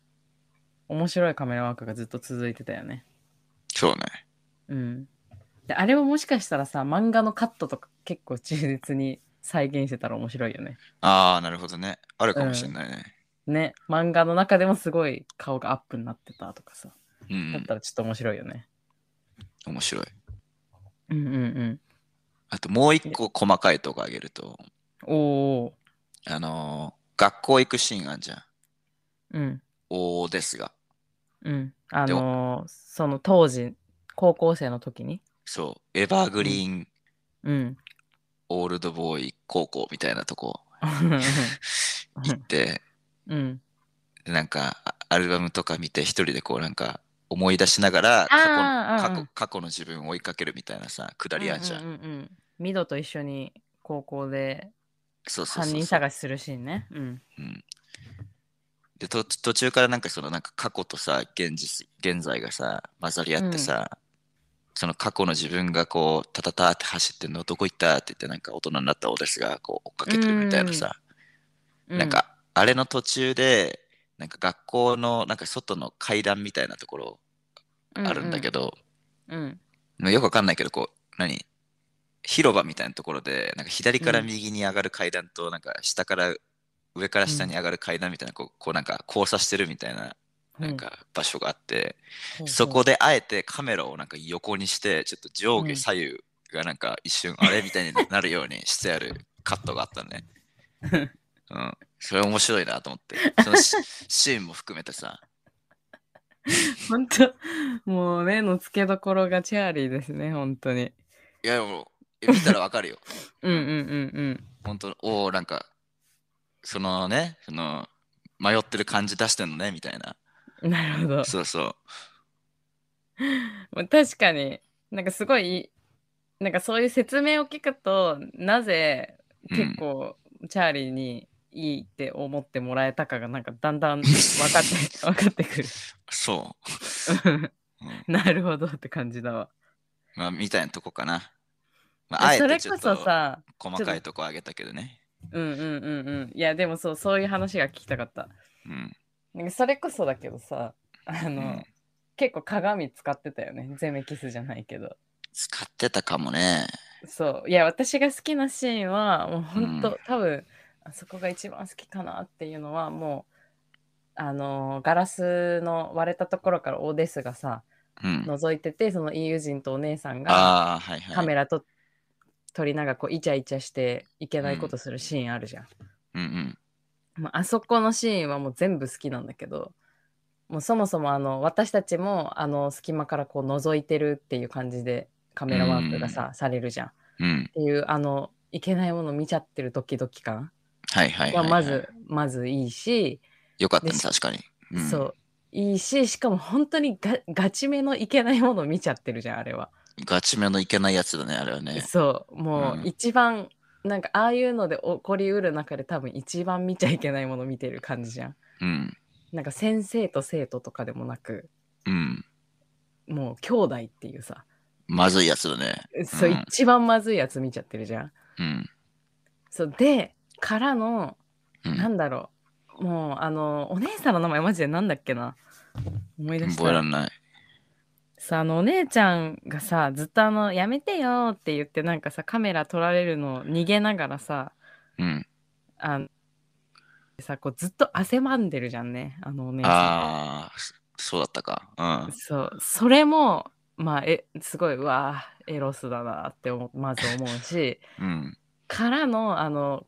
Speaker 1: 面白いカメラワークがずっと続いてたよね
Speaker 2: そうね。
Speaker 1: うん、であれももしかしたらさ漫画のカットとか結構忠実に再現してたら面白いよね。
Speaker 2: ああ、なるほどね。あるかもしれないね。
Speaker 1: ね漫画の中でもすごい顔がアップになってたとかさ
Speaker 2: うん、
Speaker 1: だったらちょっと面白いよね。
Speaker 2: 面白い。
Speaker 1: うんうん
Speaker 2: あともう一個細かいとこあげると、
Speaker 1: うん。おお。
Speaker 2: あのー学校行くシーンあんじゃん。
Speaker 1: うん
Speaker 2: おーですが。
Speaker 1: うん。あのーその当時高校生の時に。
Speaker 2: そう、エバーグリーン、
Speaker 1: うん。
Speaker 2: オールドボーイ高校みたいなとこ行って、
Speaker 1: うん。
Speaker 2: なんかあアルバムとか見て一人でこうなんか思い出しながら
Speaker 1: あー
Speaker 2: 過去
Speaker 1: うんう
Speaker 2: の過
Speaker 1: ん
Speaker 2: 去過去の自分を追いかけるみたいなさ、くだりあんじゃん。
Speaker 1: うんうんうんうん。ミドと一緒に高校で
Speaker 2: そうそうそう
Speaker 1: 犯
Speaker 2: そう
Speaker 1: 人探しするシーンね。うん。
Speaker 2: うんでと途中からなんかそのなんか過去とさ現実現在がさ混ざり合ってさ、その過去の自分がこうタタタって走ってんのどこ行ったって言ってなんか大人になったオーデスがこう追っかけてるみたいなさ、
Speaker 1: う
Speaker 2: なん、かあれの途中でなんか学校のなんか外の階段みたいなところあるんだけ
Speaker 1: ど。
Speaker 2: ど、
Speaker 1: うん。
Speaker 2: まあよくわかんないけどこう何広場みたいなところでなんか左から右に上がる階段と、なんか下から上から下に上がる階段みたいな、こうこうなんか交差してるみたいななんか場所があって、
Speaker 1: うん、
Speaker 2: そ
Speaker 1: ほうほう
Speaker 2: こであえてカメラをなんか横にしてちょっと上
Speaker 1: うん
Speaker 2: 下左右がなんか一瞬あれみたいになるようにしてある カットがあったね。うん、それ面白いなと思ってそのシシーンも含めてさ
Speaker 1: 本当もう目の付けどころがチャーリーですね本当に
Speaker 2: いやもう見たらわかるよ
Speaker 1: うんうんうん
Speaker 2: 本当おおなんかそのねその迷ってる感じ出してんのねみたいな
Speaker 1: うんなるほど
Speaker 2: そうそう
Speaker 1: もう確かになんかすごいなんかそういう説明を聞くとなぜ
Speaker 2: うん
Speaker 1: 結構チャーリーにいいって思ってもらえたかがなんかだんだん分かって 分かってく
Speaker 2: そ
Speaker 1: る
Speaker 2: う、うん
Speaker 1: なるほどって感じだわ
Speaker 2: まあ、みたいなとこかな、まあ、あえ
Speaker 1: そ
Speaker 2: て
Speaker 1: れ
Speaker 2: ちょ
Speaker 1: こ
Speaker 2: っと
Speaker 1: そさ
Speaker 2: 細かいとこあげたけどね
Speaker 1: うんうんうんうんいやでもそうそういう話が聞きたかった
Speaker 2: うん
Speaker 1: なんかそれこそだけどさあの、
Speaker 2: うん
Speaker 1: 結構鏡使ってたよねゼメキスじゃないけど
Speaker 2: 使ってたかもね
Speaker 1: そういや私が好きなシーンはもうほんと、
Speaker 2: うん
Speaker 1: 多分あそこが一番好きかなっていうのはもうあのーガラスの割れたところからオーデスがさ
Speaker 2: うん
Speaker 1: 覗いててその EU 人とお姉さんが
Speaker 2: ああはいはい
Speaker 1: カメラと、撮りながらこうイチャイチャしていけないことするシーンあるじゃん、
Speaker 2: うんうん
Speaker 1: まああそこのシーンはもう全部好きなんだけどもうそもそもあの私たちもあの隙間からこう覗いてるっていう感じでカメラワークがさ、されるじゃん。っ
Speaker 2: うん
Speaker 1: ていうあのいけないもの見ちゃってるドキドキ感
Speaker 2: はいはいはい、
Speaker 1: は
Speaker 2: はい、
Speaker 1: まず、まずいいし、
Speaker 2: よかったね
Speaker 1: でし
Speaker 2: 確かに、うん、
Speaker 1: そういいし、しかも本当にがガチめのいけないものを見ちゃってるじゃん、あれは。
Speaker 2: ガチめのいけないやつだね、あれはね。
Speaker 1: そう、もううん一番、なんかああいうので起こりうる中で多分一番見ちゃいけないもの見てる感じじゃん。
Speaker 2: うん。
Speaker 1: なんか先生と生徒とかでもなく、
Speaker 2: うん。
Speaker 1: もう兄弟っていうさ、
Speaker 2: まずいやつだね。
Speaker 1: そう、
Speaker 2: うん
Speaker 1: 一番まずいやつ見ちゃってるじゃん。
Speaker 2: うん。
Speaker 1: そうで、からの、
Speaker 2: う。
Speaker 1: なんんだろう、もうあの、お姉さんの名前マジでなんだっけな思い出した。
Speaker 2: 覚えらんない。
Speaker 1: さあのお姉ちゃんがさずっとあの「やめてよ」って言ってなんかさカメラ撮られるのを逃げながらさ
Speaker 2: うん。
Speaker 1: あのさこうずっと汗ばんでるじゃんねあのお姉さ
Speaker 2: ああ、そうだったか
Speaker 1: ん。。そうそれもまあえすごいうわーエロスだなって思まず思う し
Speaker 2: うん。うん。
Speaker 1: からのあの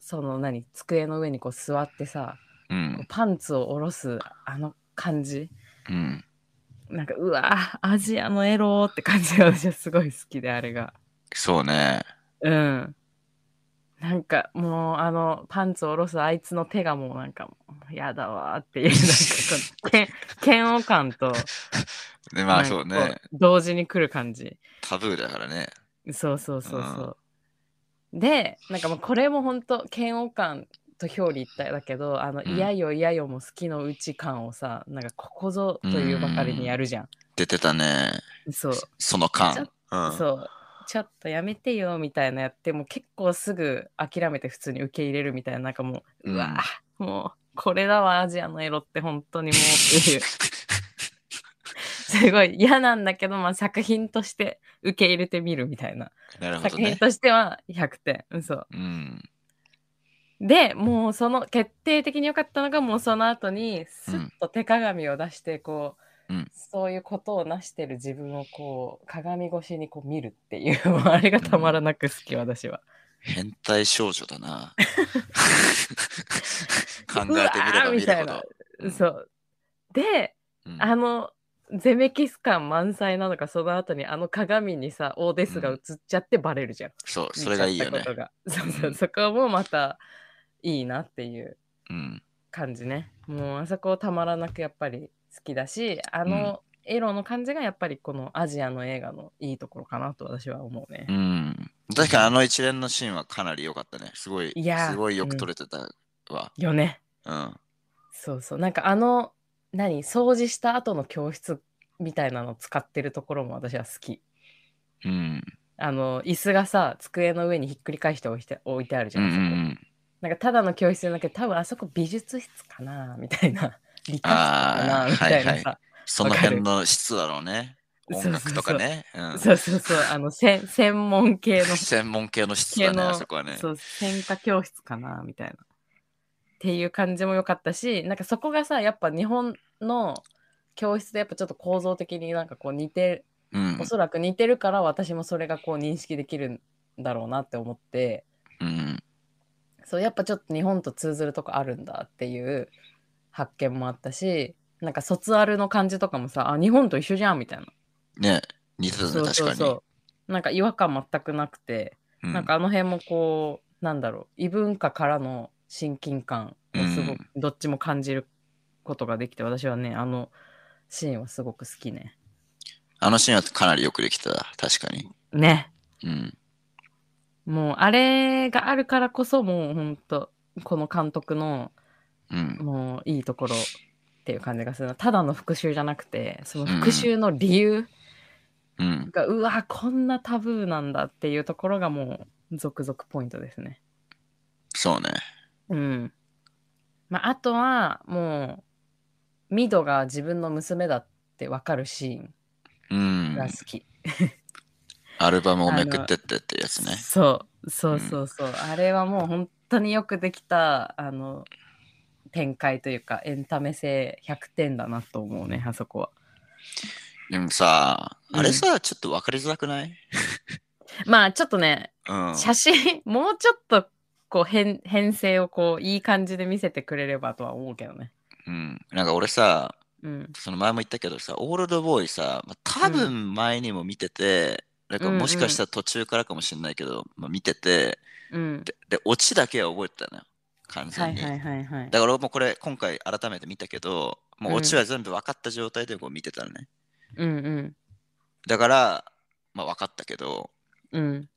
Speaker 1: その何机の上にこう座ってさ
Speaker 2: うん。
Speaker 1: パンツを下ろすあの感じ
Speaker 2: うん。
Speaker 1: なんかうわーアジアのエローって感じが私はすごい好きであれが。
Speaker 2: そうね。
Speaker 1: うん。なんかもうあのパンツを下ろすあいつの手がもうなんかもうやだわーっていうなんかこのけん嫌悪感と
Speaker 2: で、 ま
Speaker 1: な
Speaker 2: あ
Speaker 1: んか
Speaker 2: そうね。
Speaker 1: こう同時に来る感じ
Speaker 2: タブーだからね。
Speaker 1: そうそうそうそう、でなんかもうこれも本当嫌悪感と表裏一体だけどあの、
Speaker 2: うん
Speaker 1: いやよいやよも好きのうち感をさなんかここぞというばかりにやるじゃん、
Speaker 2: 出てたね。
Speaker 1: そう
Speaker 2: その
Speaker 1: ちょっ
Speaker 2: 間。うん。
Speaker 1: そうちょっとやめてよみたいなやってもう結構すぐ諦めて普通に受け入れるみたいななんかもう、う
Speaker 2: うん
Speaker 1: わぁもうこれだわアジアのエロって本当 にもうっていうすごい嫌なんだけど、まあ、作品として受け入れてみるみたいな、
Speaker 2: なるほど
Speaker 1: 作品
Speaker 2: ね。
Speaker 1: としては100点嘘
Speaker 2: うん。
Speaker 1: でもうその決定的に良かったのがもうその後にスッと手鏡を出してこう、
Speaker 2: うん
Speaker 1: そういうことをなしてる自分をこう鏡越しにこう見るっていうもうあれがたまらなく好き、私は。
Speaker 2: 変態少女だ な。考えてみれば見るほ
Speaker 1: うわ
Speaker 2: ど。うん
Speaker 1: そうで
Speaker 2: うん
Speaker 1: あのゼメキス感満載なのかその後にあの鏡にさオーデスが映っちゃってバレるじゃん。
Speaker 2: そう、それがいいよ
Speaker 1: 見
Speaker 2: ね
Speaker 1: ちゃっ。たことがそうそううんそこもまたいいなっていう。
Speaker 2: うん。
Speaker 1: 感じねもうあそこたまらなくやっぱり好きだしあのエロの感じがやっぱりこのアジアの映画のいいところかなと私は思うね
Speaker 2: う、ん。確かにあの一連のシーンはかなり良かったね。すごい、
Speaker 1: いやー
Speaker 2: すごいよく撮れてたわ。
Speaker 1: よね
Speaker 2: うん。
Speaker 1: そうそうなんかあの何掃除した後の教室みたいなのを使ってるところも私は好き
Speaker 2: うん。
Speaker 1: あの椅子がさ机の上にひっくり返して置いて置いてあるじ
Speaker 2: う
Speaker 1: ゃ,、
Speaker 2: んうんんうん。
Speaker 1: なんかただの教室じゃなくて多分あそこ美術室かなみたいな 理科室かな
Speaker 2: あー
Speaker 1: みたいな
Speaker 2: はいは
Speaker 1: さ、
Speaker 2: その辺の質だろうね。
Speaker 1: わか
Speaker 2: 音
Speaker 1: る
Speaker 2: 楽とかね。うん
Speaker 1: そうそうそうあのせん専門系の
Speaker 2: 専門系の質だ
Speaker 1: 系
Speaker 2: ね、
Speaker 1: の
Speaker 2: あそこはね。
Speaker 1: そう専科教室かなみたいなっていう感じも良かったしなんかそこがさやっぱ日本の教室でやっぱちょっと構造的になんかこう似て
Speaker 2: うん
Speaker 1: お。そらく似てるから私もそれがこう認識できるんだろうなって思って
Speaker 2: うん。
Speaker 1: そうやっぱちょっと日本と通ずるとこあるんだっていう発見もあったしなんか卒アルの感じとかもさあ日本と一緒じゃんみたいな
Speaker 2: ね、似てたね、
Speaker 1: そうそう
Speaker 2: 確かに。
Speaker 1: そうなんか違和感全くなくて
Speaker 2: うん
Speaker 1: なんかあの辺もこうなんだろう異文化からの親近感をすごく、どっちも感じることができて私はねあのシーンはすごく好きね。
Speaker 2: あのシーンはかなりよくできてた、確かに。
Speaker 1: ね
Speaker 2: うん。
Speaker 1: もうあれがあるからこそもうほんとこの監督の
Speaker 2: うん。
Speaker 1: もういいところっていう感じがするなただの復讐じゃなくてその復讐の理由
Speaker 2: うん。
Speaker 1: が、うわこんなタブーなんだっていうところがもう続々ポイントですね。
Speaker 2: そうね。
Speaker 1: うん。まあ、あとは、もう、ミドが自分の娘だってわかるシ
Speaker 2: う
Speaker 1: ーン
Speaker 2: ん
Speaker 1: が。好き。
Speaker 2: アルバムをめくってってってやつね。
Speaker 1: そう、そうそうそう。あれはもう本当によくできた、あの、展開というか、エンタメ性100点だなと思うね、あそこは。
Speaker 2: でもさ、
Speaker 1: うん
Speaker 2: あれさ、ちょっと分かりづらくない
Speaker 1: まあ、ちょっとね、
Speaker 2: うん。
Speaker 1: 写真、もうちょっと、こう編編成をこういい感じで見せてくれればとは思うけどね。
Speaker 2: うん。なんか俺さ、
Speaker 1: うん。
Speaker 2: その前も言ったけどさ、オールドボーイさ、まあ、多分前にも見てて、なんかもしかしたら途中からかもしれないけど、まあ、見てて、
Speaker 1: うん。
Speaker 2: で、でオチだけは覚えてたのよ。完
Speaker 1: は
Speaker 2: 全
Speaker 1: い
Speaker 2: に。
Speaker 1: はいはいはい。
Speaker 2: だから俺もこれ今回改めて見たけど、もうオチは全部分かった状態でこう見てたのね。
Speaker 1: うん
Speaker 2: だから、まあ分かったけど、
Speaker 1: うん。うん。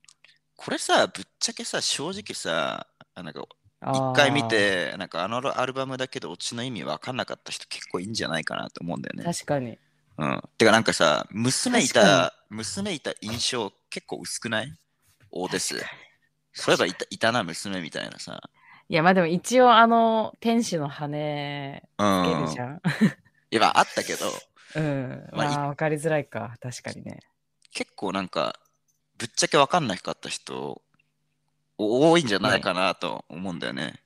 Speaker 2: これさ、ぶっちゃけさ、正直さ、あなんか
Speaker 1: あー
Speaker 2: 一回見。て、なんかあのアルバムだけでオチの意味分かんなかった人結構いいんじゃないかなと思うんだよね。
Speaker 1: 確かに。
Speaker 2: うん。てかなんかさ、娘い
Speaker 1: 確か
Speaker 2: た、娘いた印象結構薄くない大です。そういえばいたいたな、娘みたいなさ。
Speaker 1: いや、まあでも一応あの、天使の羽
Speaker 2: う
Speaker 1: つけ
Speaker 2: ん
Speaker 1: る。じゃん。
Speaker 2: いや、まああったけど、
Speaker 1: うん。
Speaker 2: まあい
Speaker 1: まあ、わかりづらいか。確かにね。
Speaker 2: 結構なんか、ぶっちゃけ分かんなかった人、多いんじゃないかなと思うんだよね。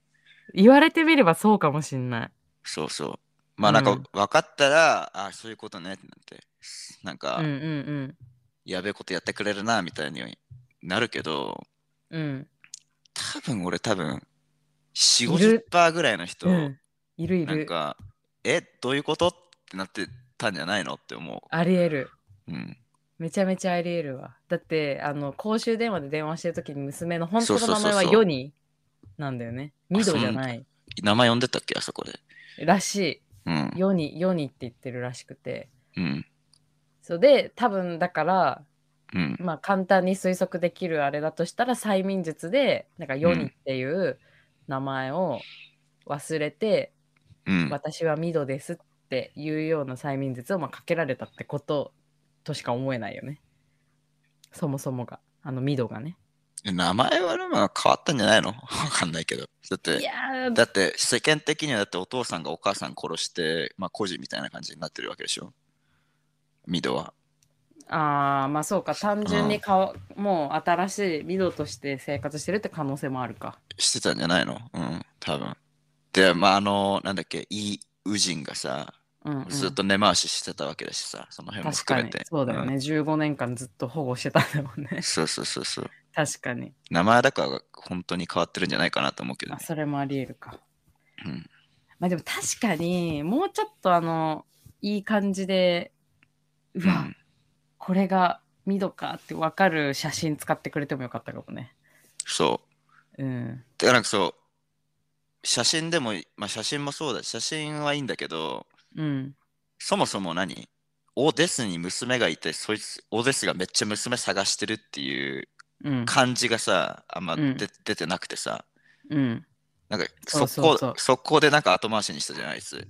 Speaker 1: 言われてみればそうかもしんない。
Speaker 2: そうそう。まあなんか
Speaker 1: うん
Speaker 2: 分かったら、あそういうことねってなって、なんか、
Speaker 1: うんうん
Speaker 2: やべえことやってくれるなみたいになるけど、
Speaker 1: うん。うん。
Speaker 2: 多分俺多分、4、
Speaker 1: いる
Speaker 2: 50%ぐらいの人、
Speaker 1: うん、いるい
Speaker 2: なん
Speaker 1: る。
Speaker 2: か、え、どういうことってなってたんじゃないのって思
Speaker 1: ありえる。
Speaker 2: う。うん。
Speaker 1: めちゃめちゃありえるわ。だって、あの、公衆電話で電話してるときに娘の本
Speaker 2: そう
Speaker 1: 当
Speaker 2: そ
Speaker 1: の
Speaker 2: うそ
Speaker 1: 名
Speaker 2: うそ
Speaker 1: 前
Speaker 2: う
Speaker 1: はヨニなんだよね。ミドじゃない。
Speaker 2: 名前呼んでたっけあそこで。
Speaker 1: らし
Speaker 2: うん
Speaker 1: い。。ヨニ、ヨニって言ってるらしくて。
Speaker 2: うん。
Speaker 1: そうで、多分だから、
Speaker 2: うん。
Speaker 1: まあ簡単に推測できるあれだとしたら催眠術で、なんかヨニっていう名前を忘れて、
Speaker 2: うん。
Speaker 1: 私はミドですっていうような催眠術をまあかけられたってこととしか思えないよね。そもそもが。あのミドがね。
Speaker 2: 名前はでも変わったんじゃないのわかんないけど。だ
Speaker 1: い
Speaker 2: って、
Speaker 1: やー
Speaker 2: だって世間的にはだってお父さんがお母さん殺して、まあ孤児みたいな感じになってるわけでしょ。ミドは。
Speaker 1: あーまあそうか単純にかわ、もう新しいミドとして生活してるって可能性もあるか。
Speaker 2: してたんじゃないのうん、多分。で、まあ、あの、なんだっけ、イ・ウジンがさ、
Speaker 1: うんうん、
Speaker 2: ずっと根回ししてたわけだしさ、その辺も
Speaker 1: 確
Speaker 2: 含
Speaker 1: か
Speaker 2: め
Speaker 1: に
Speaker 2: て。
Speaker 1: そうだよね、15年間ずっと保護してたんだもん
Speaker 2: うん
Speaker 1: ね
Speaker 2: そうそうそうそう。
Speaker 1: 確かに
Speaker 2: 名前だから本当に変わってるんじゃないかなと思うけど
Speaker 1: あ
Speaker 2: ね。
Speaker 1: それもありえるか
Speaker 2: うん、
Speaker 1: まあでも確かにもうちょっとあのいい感じでう
Speaker 2: う
Speaker 1: わ、
Speaker 2: ん
Speaker 1: これがミドかって分かる写真使ってくれてもよかったかもね
Speaker 2: そう。
Speaker 1: うん
Speaker 2: てか、なんかそう、写真でもいい、まあ、写真もそうだし、写真はいいんだけど、
Speaker 1: うん
Speaker 2: そもそも何オーデスに娘がいて、そいつ、オーデスがめっちゃ娘探してるっていう
Speaker 1: うん
Speaker 2: 感じがさ、あんまで
Speaker 1: うん
Speaker 2: 出てなくてさ、
Speaker 1: うん
Speaker 2: なんか
Speaker 1: そう
Speaker 2: 速
Speaker 1: そう
Speaker 2: 攻
Speaker 1: そう
Speaker 2: 速攻でなんか後回しにしたじゃないです。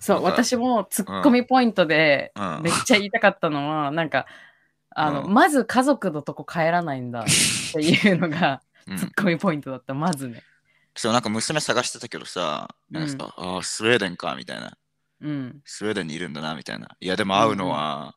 Speaker 1: そ
Speaker 2: な
Speaker 1: うん
Speaker 2: か
Speaker 1: 私もツッコミポイントで
Speaker 2: うん
Speaker 1: めっちゃ言いたかったのは、なんかあの、
Speaker 2: うん
Speaker 1: まず家族のとこ帰らないんだっていうのが
Speaker 2: うん
Speaker 1: ツッコミポイントだった、まずね。
Speaker 2: そうなんか娘探してたけどさ、なんかさ、ああ、スウェーデンかみたいな、
Speaker 1: うん。
Speaker 2: スウェーデンにいるんだなみたいな。いや、でも会うのは、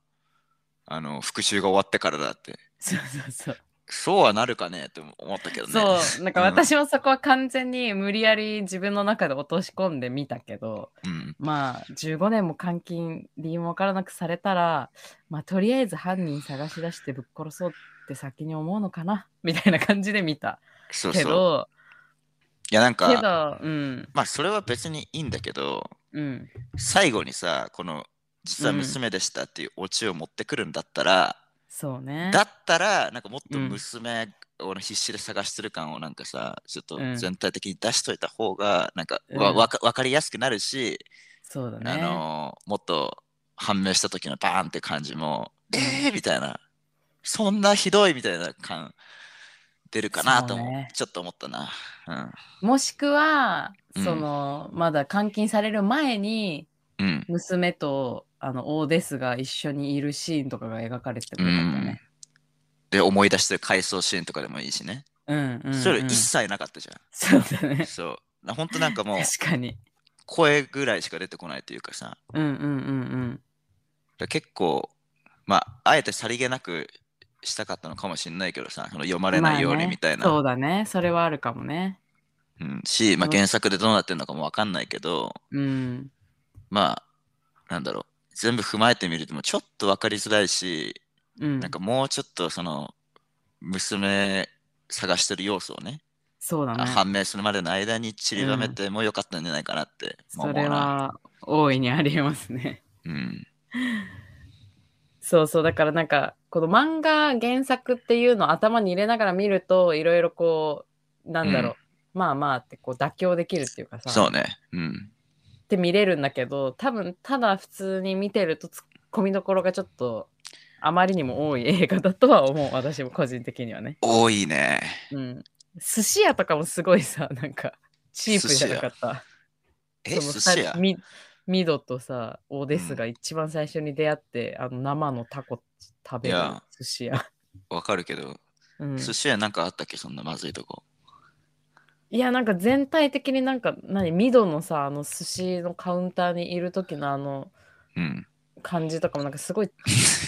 Speaker 2: あの復習が終わってからだって。
Speaker 1: そうそうそう。
Speaker 2: そうはなるかねって思ったけどね。
Speaker 1: そう、なんか私もそこは完全に無理やり自分の中で落とし込んでみたけど、
Speaker 2: うん、
Speaker 1: まあ15年も監禁、理由もわからなくされたら、まあとりあえず犯人探し出してぶっ殺そうって先に思うのかなみたいな感じで見た。
Speaker 2: そう
Speaker 1: け
Speaker 2: そう。
Speaker 1: ど、
Speaker 2: いや、なん
Speaker 1: け
Speaker 2: か、
Speaker 1: ど、うん、
Speaker 2: まあそれは別にいいんだけど、
Speaker 1: うん、
Speaker 2: 最後にさ、この実は
Speaker 1: うん
Speaker 2: 娘でしたっていうオチを持ってくるんだったら、
Speaker 1: そうね。
Speaker 2: だったら、なんかもっと
Speaker 1: うん
Speaker 2: 娘を必死で探してる感をなんかさ、ちょっと
Speaker 1: うん
Speaker 2: 全体的に出しといた方が、なんか
Speaker 1: うん
Speaker 2: わ、わかわかりやすくなるし、
Speaker 1: そうだね。
Speaker 2: あのーもっと判明した時のバーンって感じも、えーみたいな、そんなひどいみたいな感出るかなと
Speaker 1: そう
Speaker 2: も、
Speaker 1: ね
Speaker 2: ちょっと思ったな。
Speaker 1: もしくは、
Speaker 2: うん
Speaker 1: そのまだ監禁される前に
Speaker 2: うん。うん。
Speaker 1: 娘とあのオーデスが一緒にいるシーンとかが描かれててもよかったね。
Speaker 2: で、思い出してる回想シーンとかでもいいしね。
Speaker 1: うんうんうん
Speaker 2: それ一切なかったじゃ
Speaker 1: そうだね
Speaker 2: ん。。そう。なほんとなんかもう、
Speaker 1: 確かに。
Speaker 2: 声ぐらいしか出てこないというかさ、
Speaker 1: うんうんうん
Speaker 2: だから結構、まあ、あえてさりげなくしたかったのかもしれないけどさ、その読ま
Speaker 1: う
Speaker 2: れ
Speaker 1: ん。
Speaker 2: ないようにみたいな。
Speaker 1: まあねそうだね。それはあるかもね。
Speaker 2: うん、し、まあ、
Speaker 1: うん
Speaker 2: 原作でどうなってるのかもわかんないけど、
Speaker 1: うん。
Speaker 2: まあ、なんだろう、全部踏まえてみると、ちょっとわかりづらいし、
Speaker 1: うん、
Speaker 2: なんかもうちょっとその、娘探してる要素をね、
Speaker 1: そうだ
Speaker 2: あ
Speaker 1: ね。
Speaker 2: 判明するまでの間に散りばめてもよかったんじゃないかなって、
Speaker 1: そ
Speaker 2: まあ思
Speaker 1: れ
Speaker 2: うな。
Speaker 1: は大いにありえますね。
Speaker 2: うん、
Speaker 1: そうそうだからなんかこの漫画原作っていうのを頭に入れながら見るといろいろこうなんだろう、まあまあってこう妥協できるっていうかさ
Speaker 2: そうね。うん。
Speaker 1: って見れるんだけど多分ただ普通に見てるとツッコミどころがちょっとあまりにも多い映画だとは思う私も個人的にはね。
Speaker 2: 多いね。
Speaker 1: うん、寿司屋とかもすごいさ なんかチープじゃなかった。
Speaker 2: え、
Speaker 1: その
Speaker 2: 寿司屋
Speaker 1: さみミドとさオデスが一番最初に出会って、あの生のタコ食べる
Speaker 2: いや
Speaker 1: 寿司屋。
Speaker 2: わかるけど、
Speaker 1: うん
Speaker 2: 寿司屋なんかあったっけそんなまずいとこ。
Speaker 1: いやなんか全体的になんか何ミドのさあの寿司のカウンターにいる時のあの
Speaker 2: うん。
Speaker 1: 感じとかもなんかすごい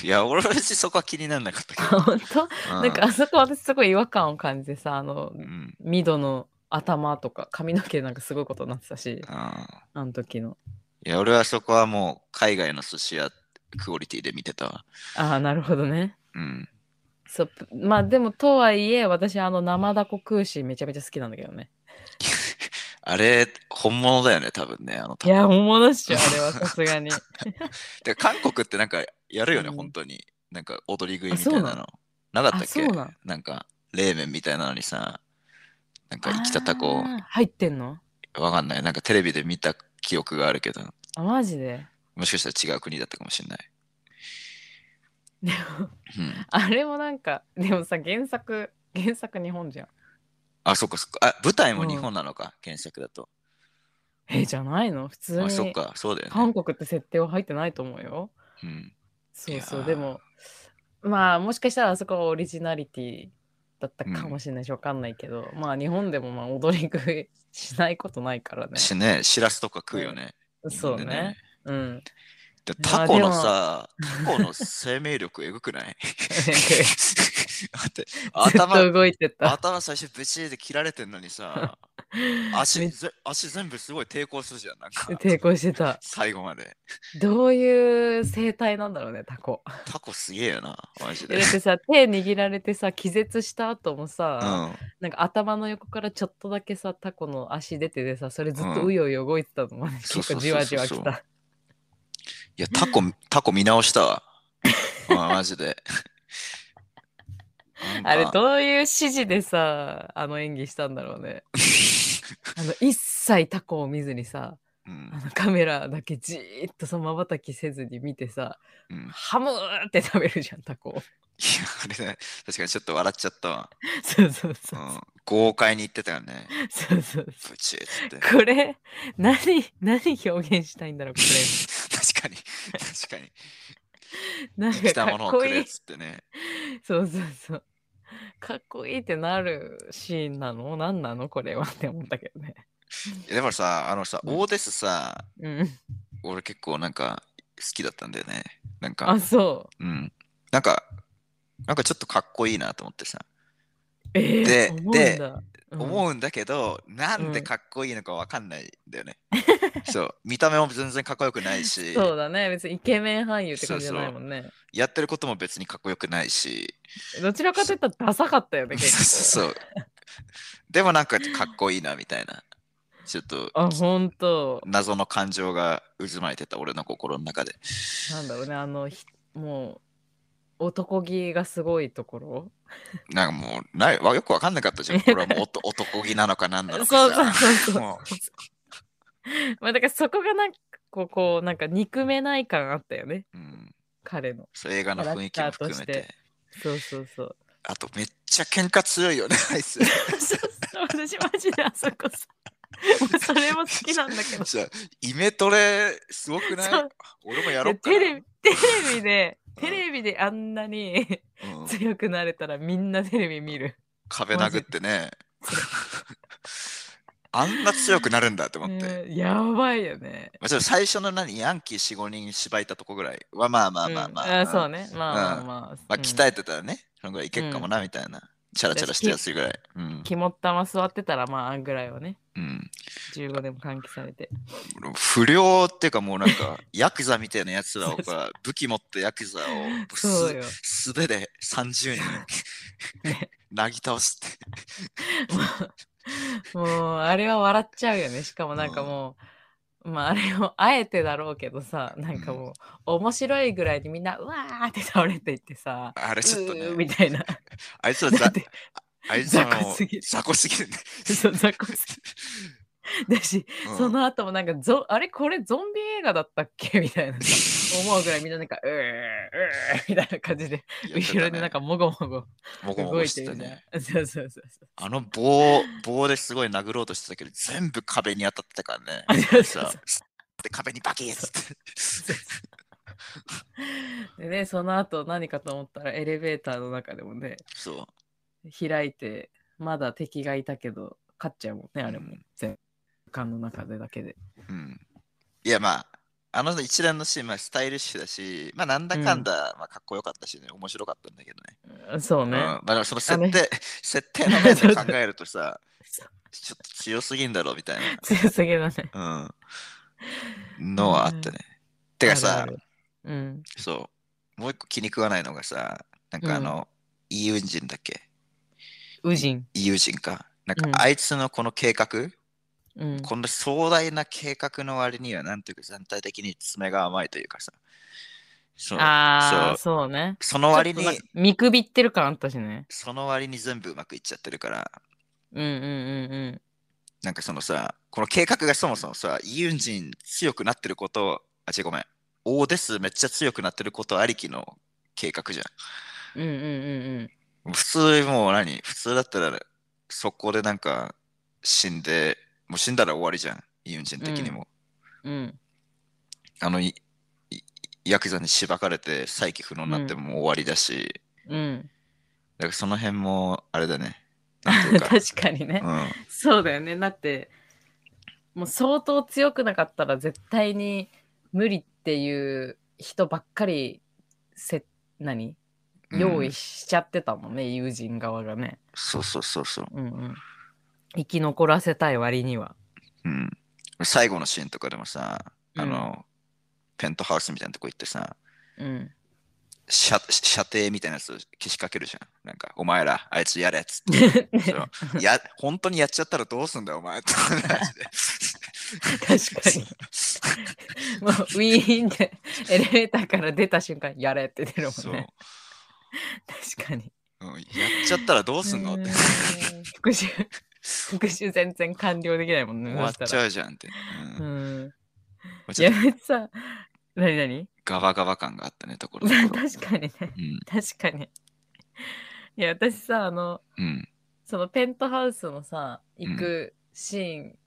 Speaker 2: いや、俺は別にそこは気にならなかったけど。
Speaker 1: 本当
Speaker 2: う
Speaker 1: なんか、あそこ私すごい違和感を感じてさあの
Speaker 2: うん。
Speaker 1: ミドの頭とか髪の毛なんかすごいことになってたし
Speaker 2: あ
Speaker 1: あの時の
Speaker 2: ーいや、俺はそこはもう海外の寿司屋クオリティで見てたわ。
Speaker 1: ああなるほどね
Speaker 2: うん。
Speaker 1: そうぷまあでもとはいえ私あの生ダコ空ーめちゃめちゃ好きなんだけどね
Speaker 2: あれ、本物だよね、多分ね。あの、
Speaker 1: いや本物っしょあれはさす がに
Speaker 2: てか韓国ってなんかやるよね、
Speaker 1: うん
Speaker 2: 本当に。なんか踊り食いみたいな
Speaker 1: あそうな
Speaker 2: の。なかったっ
Speaker 1: あそ
Speaker 2: け
Speaker 1: うなん
Speaker 2: なんか、冷麺みたいなのにさ、なんか生きたタコ
Speaker 1: あ、ー入ってんの
Speaker 2: わかんない。なんかテレビで見た記憶があるけど、
Speaker 1: あマジで
Speaker 2: もしかしたら違う国だったかもしれない。
Speaker 1: でも
Speaker 2: うん。
Speaker 1: あれもなんかでもさ原作原作日本じゃん
Speaker 2: あ、そっかそっか。あ、舞台も日本なのか、原作だと。
Speaker 1: えじゃないの普通
Speaker 2: あ、そっ
Speaker 1: に
Speaker 2: か、そうだよね。
Speaker 1: 韓国って設定は入ってないと思うよ
Speaker 2: うん。
Speaker 1: そうそ
Speaker 2: いうやー
Speaker 1: でもまあもしかしたらあそこはオリジナリティだったかもしれないし、わかんないけどまあ日本でもまあ踊り食いしないことないからね
Speaker 2: しね、しらすとか食うよね。
Speaker 1: そうね
Speaker 2: 日本でね
Speaker 1: うん
Speaker 2: で
Speaker 1: いや
Speaker 2: タコのさ、タコの生命力えぐくない だって
Speaker 1: ずっと
Speaker 2: 頭、
Speaker 1: 動いてた
Speaker 2: 頭最初ブチーで切られてんのにさ、足ぜ足全部すごい抵抗するじゃん、なんか。
Speaker 1: 抵抗してた
Speaker 2: 最後まで。
Speaker 1: どういう生態なんだろうねタ コ
Speaker 2: タコすげえよな、マジ
Speaker 1: だ
Speaker 2: で
Speaker 1: っ。てさ手握られてさ気絶した後も
Speaker 2: う
Speaker 1: さ、
Speaker 2: ん。
Speaker 1: なんか頭の横からちょっとだけさタコの足出ててさそれずっ
Speaker 2: う
Speaker 1: と
Speaker 2: ん
Speaker 1: うようよ動いてたのも、
Speaker 2: そ
Speaker 1: 結
Speaker 2: うそうそうそう
Speaker 1: 構じわじわきた
Speaker 2: いや、タコ、タコ見直した わ。あマジで。
Speaker 1: あれ
Speaker 2: なんか
Speaker 1: どういう指示でさあの演技したんだろうねあの一切タコを見ずにさ
Speaker 2: うん
Speaker 1: あのカメラだけじーっとさまばたきせずに見てさ
Speaker 2: うん。いや、
Speaker 1: ハムーって食べるじゃんタコを
Speaker 2: あれね、確かにちょっと笑っちゃったわ。
Speaker 1: そうそう
Speaker 2: う
Speaker 1: そう、
Speaker 2: ん、豪快に言ってたよね。
Speaker 1: そうそうそう
Speaker 2: ブチーっつって。
Speaker 1: これ何何表現したいんだろうこ
Speaker 2: 確かに、確かに。
Speaker 1: れなん
Speaker 2: 生き
Speaker 1: か
Speaker 2: た
Speaker 1: か
Speaker 2: もの
Speaker 1: っ
Speaker 2: を
Speaker 1: こ
Speaker 2: くれ
Speaker 1: い
Speaker 2: っ
Speaker 1: い
Speaker 2: つってね。
Speaker 1: そうそうそう。かっこいいってなるシーンなの何なのこれはって思ったけどね。
Speaker 2: いやでもさ、あのさ、
Speaker 1: うん
Speaker 2: オーデスさ、
Speaker 1: うん。
Speaker 2: 俺結構なんか好きだったんだよね。なんか
Speaker 1: あ、、そう。
Speaker 2: うん。なんか、なんかちょっとかっこいいなと思ってさ。
Speaker 1: ええ
Speaker 2: で
Speaker 1: 思うんだ。うん
Speaker 2: 思うんだけど、なんでかっこいいのかわかんないんだよね。 そう、見た目も全然かっこよくないし、
Speaker 1: そうだね。別にイケメン俳優って感じじゃないもんね。
Speaker 2: やってることも別にかっこよくないし、
Speaker 1: どちらかといったらダサかったよね、
Speaker 2: そう
Speaker 1: 結構。
Speaker 2: そう。でもなんかかっこいいなみたいな、ちょっと
Speaker 1: あ、ほんと。
Speaker 2: 謎の感情が渦巻いてた俺の心の中で。
Speaker 1: なんだろうね。あの、ひもう、男気がすごいところ。
Speaker 2: なんかもうないわよくわかんなかった じゃん。これはもうおと男気なのか何なのかさ。
Speaker 1: そうそうそうそう
Speaker 2: も
Speaker 1: まあ、だからそこがなんか、こう、こうなんか憎めない感あったよね。
Speaker 2: ううん、
Speaker 1: 彼の。
Speaker 2: そう映画の雰囲気も含め
Speaker 1: キャラクターと
Speaker 2: て。
Speaker 1: そうそうそう。
Speaker 2: あとめっちゃ喧嘩強いよね、あいつ。
Speaker 1: そうそう私マジであそこさもうそれも好きなんだけど
Speaker 2: じゃあイメトレすごくない
Speaker 1: そう
Speaker 2: 俺もやろう
Speaker 1: で
Speaker 2: かな
Speaker 1: テレビテレビでテレビであんなに
Speaker 2: うん
Speaker 1: 強くなれたらみんなテレビ見る
Speaker 2: 壁殴ってね。 あんな強くなるんだって思って。
Speaker 1: うんやばいよね
Speaker 2: まあ、ちょっと最初の何、ヤンキー4、5人縛いたとこぐらいはまあまあまあまあ。
Speaker 1: うんそう
Speaker 2: ね。
Speaker 1: ねまあまあまあ、
Speaker 2: まあ、
Speaker 1: うん
Speaker 2: 鍛えてたらね、そのぐらいいけっかもなみたいな。チャラチャラしてやすいぐらい。うん。
Speaker 1: 肝っ玉座ってたらまああんぐらいはね
Speaker 2: うん、
Speaker 1: 15年も換気されて
Speaker 2: 不良っていうかもうなんか、ヤクザみたいなやつ らをさ、武器持ってヤクザをす
Speaker 1: そうよ
Speaker 2: 素手で30人 なぎ倒して。
Speaker 1: もうあれは笑っちゃうよねしかもなんかもう、まああれをあえてだろうけどさなんかもう面白いぐらいにみんなうわーって倒れていってさ
Speaker 2: あれちょっと
Speaker 1: うー
Speaker 2: ね
Speaker 1: み、たいな。
Speaker 2: あいつら
Speaker 1: だ
Speaker 2: ざ
Speaker 1: って、
Speaker 2: あいつら
Speaker 1: 雑魚
Speaker 2: も
Speaker 1: すぎる
Speaker 2: 雑魚すぎるね。
Speaker 1: そう雑魚すだし、
Speaker 2: うん
Speaker 1: その後もなんかゾあれこれゾンビ映画だったっけみた いなさ思うぐらいみんななんかうーうーみたいな感じで後ろでなんかもごもご
Speaker 2: もごも
Speaker 1: 動
Speaker 2: ご
Speaker 1: い
Speaker 2: してて
Speaker 1: る
Speaker 2: た
Speaker 1: みたい
Speaker 2: ね。
Speaker 1: なそうそうそうそう
Speaker 2: あの棒、棒ですごい殴ろうとしてたけど、全部壁に当たって たからね。
Speaker 1: そうそう
Speaker 2: さ
Speaker 1: そ
Speaker 2: で壁にバキッつって。
Speaker 1: でねその後何かと思ったらエレベーターの中でもね
Speaker 2: そう。
Speaker 1: 開いてまだ敵がいたけど勝っちゃうもんねあれ
Speaker 2: う
Speaker 1: も
Speaker 2: ん
Speaker 1: 全部缶の中でだけで
Speaker 2: うん。いや、まあ、あの一連のシーン、まあ、スタイリッシュだし、まあ、なんだかんだ、まあ、かっこよかったしね、面白かったんだけどね。
Speaker 1: うんそう
Speaker 2: うん。
Speaker 1: ね、
Speaker 2: まあ、だからその
Speaker 1: あ
Speaker 2: 設
Speaker 1: の
Speaker 2: 定、設定の面
Speaker 1: そう
Speaker 2: で
Speaker 1: そう
Speaker 2: 考えるとさ、
Speaker 1: そう
Speaker 2: ちょっと強すぎんだろ、みたい
Speaker 1: 強すぎだね
Speaker 2: な。うん。のはあったね。てか
Speaker 1: あ
Speaker 2: さ
Speaker 1: る、あるうん
Speaker 2: そう。もう一個気に食わないのがさ、なんかあの、イーウンジンだっけ
Speaker 1: ウジン、
Speaker 2: イーウンジンか。なん
Speaker 1: う
Speaker 2: か
Speaker 1: ん
Speaker 2: あいつのこの計画、
Speaker 1: うん、
Speaker 2: この壮大な計画の割には、なんというか全体的に爪が甘いというかさ。そう
Speaker 1: ああ
Speaker 2: そう
Speaker 1: そうね
Speaker 2: その割
Speaker 1: ちょっとなん
Speaker 2: に
Speaker 1: か、見くびってる感あったしね
Speaker 2: その割に全部うまくいっちゃってるから、
Speaker 1: うんうんうんうん
Speaker 2: なんかそのさ、この計画がそもそもさ、イ・ユンジン強くなってること、あ、違うごめん、オーデスめっちゃ強くなってることありきの計画じゃん。
Speaker 1: うんうんうん
Speaker 2: 普通もう何普通だったらそこでなんか死んでもう死んだら終わりじゃんイ・ユンジン的にも、
Speaker 1: うんうん
Speaker 2: あのいいヤクザにしばかれて再起不能になってももう終わりだし、
Speaker 1: うん
Speaker 2: だからその辺もあれだねなんていうか
Speaker 1: 確かにね、
Speaker 2: うん
Speaker 1: そうだよねだってもう相当強くなかったら絶対に無理っていう人ばっかりせ何
Speaker 2: うん
Speaker 1: 用意しちゃってたもんね、友人側がね、
Speaker 2: そうそうそうそう、
Speaker 1: うんうん、生き残らせたい割には
Speaker 2: うん、最後のシーンとかでもさ
Speaker 1: うん
Speaker 2: あの、ペントハウスみたいなとこ行ってさ
Speaker 1: うん
Speaker 2: 射射程みたいなやつをけしかけるじゃんなんかお前らあいつやれっつって
Speaker 1: ね
Speaker 2: そうや、本当にやっちゃったらどうすんだよ、お前。って話で
Speaker 1: 確かに もうウィーンってエレベーターから出た瞬間やれって出る
Speaker 2: そ
Speaker 1: も
Speaker 2: う、
Speaker 1: んね確かに
Speaker 2: うんやっちゃったらどうすんのって。
Speaker 1: うん復讐復讐全然完了できないもんね
Speaker 2: 終わっ
Speaker 1: そし
Speaker 2: ち
Speaker 1: たら
Speaker 2: ゃうじゃんって。うん
Speaker 1: うんい
Speaker 2: ちょ
Speaker 1: や
Speaker 2: っと
Speaker 1: めっちゃ何何
Speaker 2: ガバガバ感があったね、ところどこ
Speaker 1: 確
Speaker 2: ろ。
Speaker 1: かにね
Speaker 2: うん。
Speaker 1: 確かにいや私さあの
Speaker 2: うん。
Speaker 1: そのペントハウスのさ行くシーン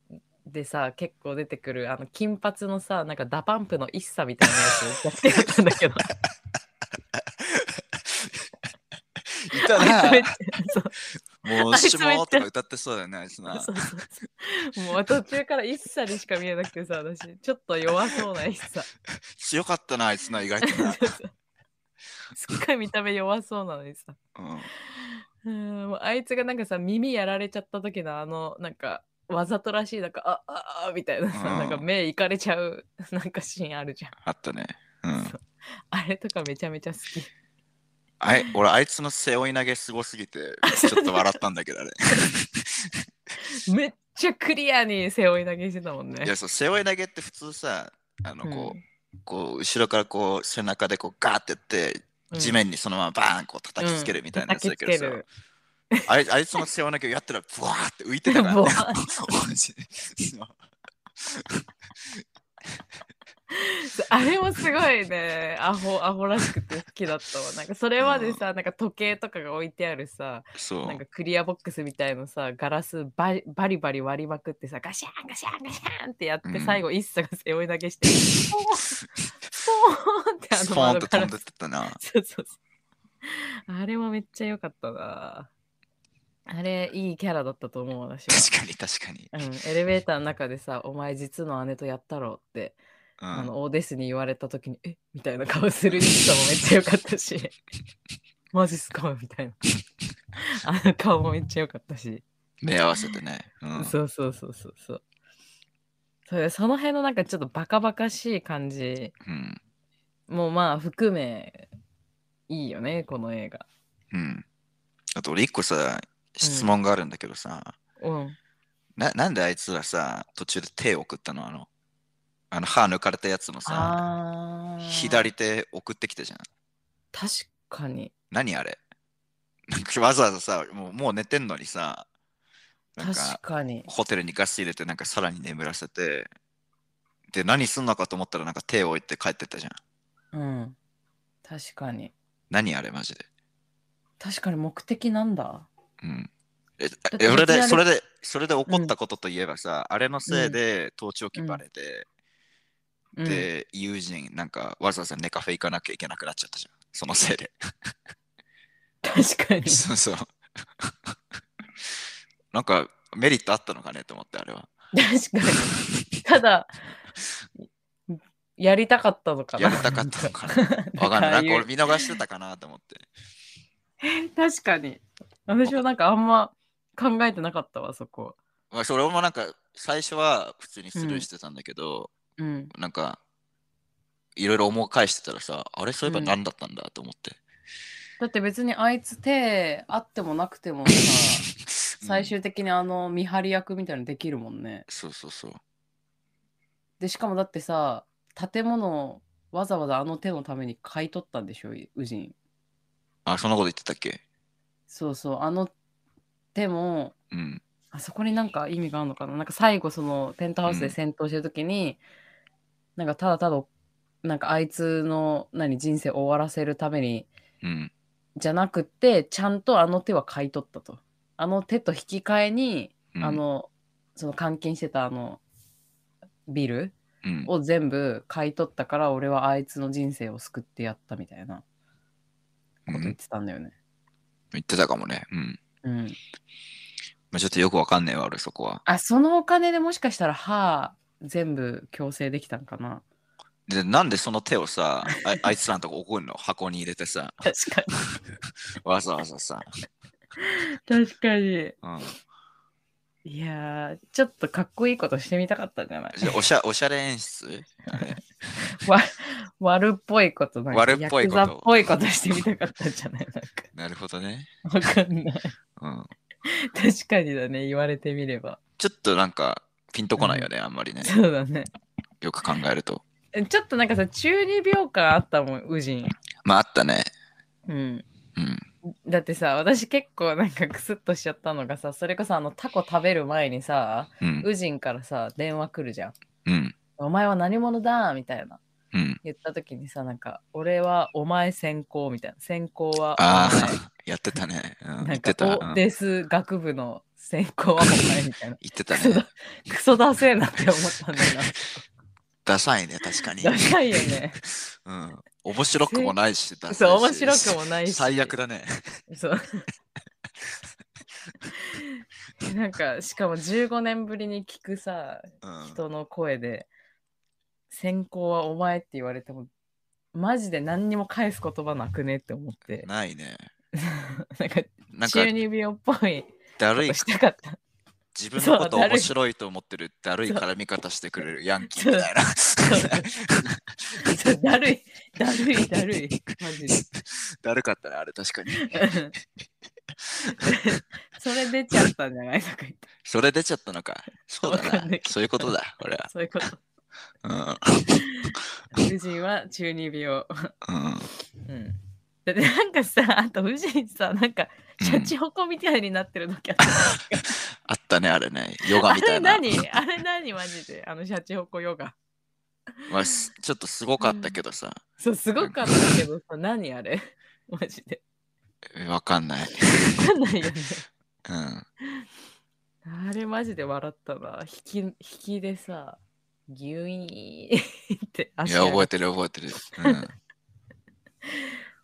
Speaker 1: でさ、結構出てくるあの金髪のさなんかダパンプの一茶みたいなやつが好きだったんだけ ど
Speaker 2: いた
Speaker 1: あいつめっ
Speaker 2: な
Speaker 1: ちゃ。そう
Speaker 2: もう、
Speaker 1: あいつめっちゃ
Speaker 2: しもーとか歌ってそうだよね、あいつ な。
Speaker 1: そうそうそうもう途中から一茶にしか見えなくてさ私ちょっと弱そうな一茶
Speaker 2: 強かったな、あいつな、意外とな。
Speaker 1: すっごい見た目弱そうなのにさ
Speaker 2: うん。
Speaker 1: うんもうあいつがなんかさ耳やられちゃった時のあのなんかわざとらしいなんかあああみたいなさ、
Speaker 2: うん
Speaker 1: なんか目いかれちゃうなんかシーンあるじゃん
Speaker 2: あったね。うん
Speaker 1: そ。うあれとかめちゃめちゃ好き
Speaker 2: あい俺、あいつの背負い投げすごすぎて、ちょっと笑ったんだけど、あれ。
Speaker 1: めっちゃクリアに背負い投げしてたもんね
Speaker 2: いや、そう、背負い投げって普通さ、あの、こ
Speaker 1: う、
Speaker 2: う
Speaker 1: ん
Speaker 2: こう後ろからこう背中でこうガーってやって
Speaker 1: うん
Speaker 2: 地面にそのままバーンこう叩きつけるみたいなやつだけどさ、
Speaker 1: うん叩
Speaker 2: あれあいつの背負い投げをやったらブワーって浮いてたから、
Speaker 1: ブ
Speaker 2: ね
Speaker 1: ワー、
Speaker 2: マジでそう
Speaker 1: あれもすごいねアホ アホらしくて好きだったわなんかそれまでさ、なんか時計とかが置いてあるさ
Speaker 2: そう
Speaker 1: なんかクリアボックスみたいのさガラスバリバリバリ割りまくってさガシャンガシャンガシャンってやって、
Speaker 2: うん
Speaker 1: 最後一茶が背負い投げしてポーンポーンってあ
Speaker 2: ス
Speaker 1: の
Speaker 2: ポーン
Speaker 1: 窓
Speaker 2: と
Speaker 1: か
Speaker 2: 飛
Speaker 1: ら
Speaker 2: んでってったな
Speaker 1: そうそうそうあれはめっちゃ良かったなあれいいキャラだったと思う私は
Speaker 2: 確かに確かに、
Speaker 1: うん、エレベーターの中でさ「お前実の姉とやったろ」って、
Speaker 2: うん
Speaker 1: あのオーデスに言われた時に「えみたいな顔する人もめっちゃ良かった し「マジっすか?」みたいなあの顔もめっちゃ良かったし、
Speaker 2: 目合わせてね、うん、
Speaker 1: そうそうそうそうそうそれその辺のなんかちょっとバカバカしい感じ
Speaker 2: うん
Speaker 1: もまあ含めいいよねこの映画
Speaker 2: うんあと俺一個さ質問があるんだけどさ、
Speaker 1: うん
Speaker 2: ななんであいつらさ途中で手を送ったのあのあの歯抜かれたやつのさ
Speaker 1: あー
Speaker 2: 左手送ってきたじゃん
Speaker 1: 確かに
Speaker 2: 何あれなんかわざわざさもうもう寝てんのにさなんか
Speaker 1: 確かに。
Speaker 2: ホテルにガス入れてなんかさらに眠らせてで何すんのかと思ったらなんか手を置いて帰ってったじゃん
Speaker 1: うん。確かに。
Speaker 2: 何あれマジで
Speaker 1: 確かに目的なんだ。
Speaker 2: うんえ
Speaker 1: って
Speaker 2: え
Speaker 1: い
Speaker 2: 俺
Speaker 1: き
Speaker 2: で
Speaker 1: なり
Speaker 2: それでそれで怒ったことといえばさ、あれのせいで盗聴器バレて、
Speaker 1: うん、
Speaker 2: で友人なんかわざわざネカフェ行かなきゃいけなくなっちゃったじゃんそのせいで
Speaker 1: 確かに。
Speaker 2: そうそうなんかメリットあったのかねと思ってあれは
Speaker 1: 確かに。ただ、やりたかったのかな。
Speaker 2: やりたかったのかな わかんない。なんか俺見逃してたかなと思って。
Speaker 1: 確かに。私はなんかあんま考えてなかったわ、そこ。
Speaker 2: まあ、それもなんか、最初は普通にスルーしてたんだけど、
Speaker 1: うん。
Speaker 2: なんか、いろいろ思い返してたらさ、あれそういえば何だったんだと思って。
Speaker 1: だって別にあいつ手あってもなくても さ、最
Speaker 2: うん
Speaker 1: 終的にあの見張り役みたいなのできるもんね。
Speaker 2: そうそうそう。
Speaker 1: で、しかもだってさ、建物をわざわざあの手のために買い取ったんでしょ、ウジン。
Speaker 2: あ、そんなこと言ってたっけ
Speaker 1: そうそう、あの手も、
Speaker 2: うん。
Speaker 1: あそこになんか意味があるのかななんか最後そのペントハウスで戦闘してる時に、なんかただただなんかあいつの何人生終わらせるために
Speaker 2: うん。
Speaker 1: じゃなくてちゃんとあの手は買い取ったとあの手と引き換えに、
Speaker 2: うん
Speaker 1: あ、のその監禁してたあのビル
Speaker 2: うん、
Speaker 1: を全部買い取ったから俺はあいつの人生を救ってやったみたいなこ
Speaker 2: う
Speaker 1: と言っ
Speaker 2: ん
Speaker 1: てたんだよね
Speaker 2: 言ってたかもね。うん。
Speaker 1: うん、
Speaker 2: まあ、ちょっとよくわかんねえわ、俺そこは。
Speaker 1: あそのお金でもしかしたら歯全部強制できたんかな
Speaker 2: で、なんでその手をさ、あ あいつらのとこ怒るの箱に入れてさ、
Speaker 1: 確かに
Speaker 2: わざわざさ。
Speaker 1: 確かに。
Speaker 2: うん、
Speaker 1: いやー、ちょっとかっこいいことしてみたかったんじゃない
Speaker 2: じゃあ おしゃおしゃれ演出あれ
Speaker 1: わ悪っぽいことなんか
Speaker 2: 悪っぽいこと
Speaker 1: ヤクザっぽいことしてみたかったんじゃない
Speaker 2: なるほどね。
Speaker 1: なんか、わかんない。
Speaker 2: うん。
Speaker 1: 確かにだね、言われてみれば。
Speaker 2: ちょっとなんか、ピンとこないよね、あんまりね。
Speaker 1: そうだね。
Speaker 2: よく考えると。
Speaker 1: ちょっとなんかさ、中二病感あったもん、ウジン。
Speaker 2: まあ、あったね。
Speaker 1: うん。
Speaker 2: うん。
Speaker 1: だってさ、私結構なんかクスッとしちゃったのがさ、それこそあのタコ食べる前にさ、
Speaker 2: うん。
Speaker 1: ウジンからさ、電話来るじゃん。
Speaker 2: うん。
Speaker 1: お前は何者だみたいな。
Speaker 2: うん。
Speaker 1: 言った時にさなんか俺はお前先行みたいな先行は
Speaker 2: あ
Speaker 1: お前
Speaker 2: あ、 やってたね。うん、
Speaker 1: なん
Speaker 2: 言っ
Speaker 1: か
Speaker 2: てた。うん
Speaker 1: おです学部の先行はお前み たいな
Speaker 2: 言ってた
Speaker 1: クソ
Speaker 2: ね
Speaker 1: だ。クソだせえなって思ったんだよ
Speaker 2: ダサいね、確かに。
Speaker 1: なダサいよね
Speaker 2: うん。面白くもないし、ダサいし
Speaker 1: そう面白くもないし
Speaker 2: 最悪だね。
Speaker 1: そう なんかしかも15年ぶりに聞くさ
Speaker 2: うん。
Speaker 1: 人の声で「先行はお前」って言われてもマジで何にも返す言葉なくねって思って
Speaker 2: ないね。
Speaker 1: なんか
Speaker 2: なんか
Speaker 1: 中、二病っぽい
Speaker 2: だ
Speaker 1: こ
Speaker 2: るい
Speaker 1: と、したかった
Speaker 2: 自分のこと
Speaker 1: そうだる
Speaker 2: 面
Speaker 1: い
Speaker 2: 白いと思ってる、だるい絡み方してくれるヤンキー
Speaker 1: そう
Speaker 2: みたいな。
Speaker 1: そうだるい、だるい、だるい。マジで。
Speaker 2: だるかったね、あれ、確かに。
Speaker 1: うん それ出ちゃったんじゃないとか言って。
Speaker 2: それ出ちゃったのか。そうだ
Speaker 1: わかんな。
Speaker 2: ない
Speaker 1: けど
Speaker 2: そういうことだ、俺は。
Speaker 1: そういうこと。
Speaker 2: うん。
Speaker 1: 夫人は中二病。
Speaker 2: うん
Speaker 1: うん。だってなんかさ、あと夫人さ、なんか、
Speaker 2: うん
Speaker 1: シャチホコみたいになってる時あった。
Speaker 2: あったね、あれね。ヨガ
Speaker 1: あ
Speaker 2: みた
Speaker 1: れ
Speaker 2: いな。
Speaker 1: 何あれ何マジで。あのシャチホコヨガ。
Speaker 2: まあ、すちょっとすごかったけどさ。
Speaker 1: そう、すごかったけどさ、何あれ マジで。
Speaker 2: えわかんない。
Speaker 1: わかんないよね。
Speaker 2: うん。
Speaker 1: あれマジで笑ったな。引き、引きでさ、ギュイーンって
Speaker 2: い
Speaker 1: 足
Speaker 2: や、
Speaker 1: 上
Speaker 2: 覚
Speaker 1: が
Speaker 2: えてる覚えてる。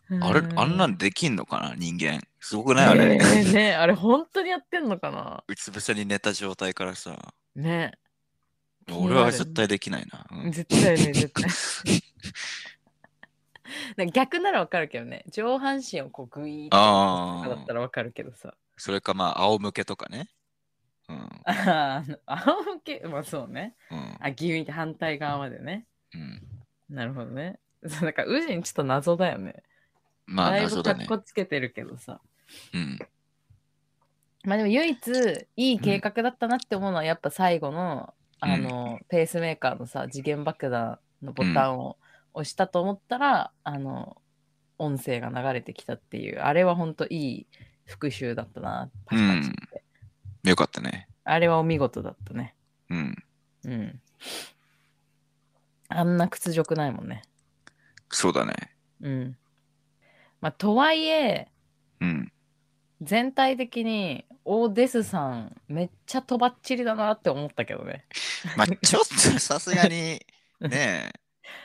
Speaker 2: うん、あれ、あんなんできんのかな、人間。すごくないあ
Speaker 1: ね。
Speaker 2: れ
Speaker 1: えねえあれ本当にやってんのかな
Speaker 2: うつ伏せに寝た状態からさ。
Speaker 1: ね
Speaker 2: 俺は絶対できないな。うん
Speaker 1: 絶対ね絶対なんか逆ならわかるけどね上半身をこうグイーッと
Speaker 2: あー
Speaker 1: だったらわかるけどさ
Speaker 2: それか、まあ、仰向けとかね。うん。
Speaker 1: あーあの仰向けまあそうね
Speaker 2: うん。
Speaker 1: あギュイーンって反対側までね
Speaker 2: うん、
Speaker 1: なるほどねそうなんかウジンちょっと謎だよね
Speaker 2: まあ、
Speaker 1: だい
Speaker 2: 謎
Speaker 1: ぶ
Speaker 2: だ
Speaker 1: か
Speaker 2: ね
Speaker 1: っ。こつけてるけどさ、
Speaker 2: うん。
Speaker 1: まあでも唯一いい計画だったなって思うのはやっぱ最後の、
Speaker 2: うん
Speaker 1: あのペースメーカーのさ次元爆弾のボタンを押したと思ったら、あの音声が流れてきたっていうあれは本当いい復習だったなパチパチって、
Speaker 2: よかったね。
Speaker 1: あれはお見事だったね。
Speaker 2: うん。
Speaker 1: うん。あんな屈辱ないもんね。
Speaker 2: そうだね。
Speaker 1: うん。まあ、とはいえ、
Speaker 2: うん。
Speaker 1: 全体的に、オーデスさん、めっちゃとばっちりだなって思ったけどね。
Speaker 2: まあ、ちょっとさすがに、ねえ、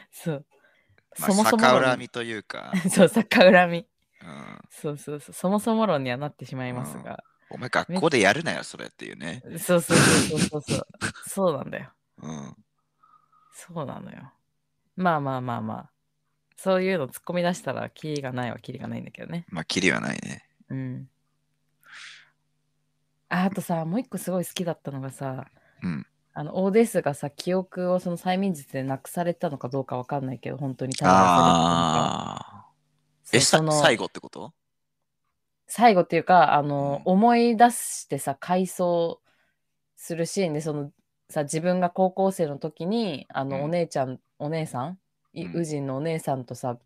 Speaker 1: そう。
Speaker 2: ま
Speaker 1: そ
Speaker 2: あ、
Speaker 1: もそも
Speaker 2: 逆
Speaker 1: 論
Speaker 2: 恨みというか、
Speaker 1: にそう、逆恨み。
Speaker 2: うん、
Speaker 1: そうそうそう。そもそも論にはなってしまいますが。
Speaker 2: お前学校でやるなよ、それっていうね。
Speaker 1: そうそうそうそうそう。そうなんだよ。
Speaker 2: うん。
Speaker 1: そうなのよ。まあまあまあまあ。そういうの突っ込み出したら、キリがないはキリがないんだけどね。
Speaker 2: まあ、キリはないね。
Speaker 1: うん。ああとさ、もう一個すごい好きだったのがさ、
Speaker 2: うん
Speaker 1: あのオーデスがさ、記憶をその催眠術でなくされたのかどうかわかんないけど、本当に逮捕さ
Speaker 2: ああ。
Speaker 1: れ
Speaker 2: え、
Speaker 1: てた
Speaker 2: さ
Speaker 1: のかそうその
Speaker 2: 最後ってこと
Speaker 1: 最後っていうか、あの、
Speaker 2: うん
Speaker 1: 思い出してさ、回想するシーンで、そのさ、自分が高校生の時に、あの、
Speaker 2: うん
Speaker 1: お姉ちゃん、お姉さん、い
Speaker 2: うん
Speaker 1: 宇人のお姉さんとさ、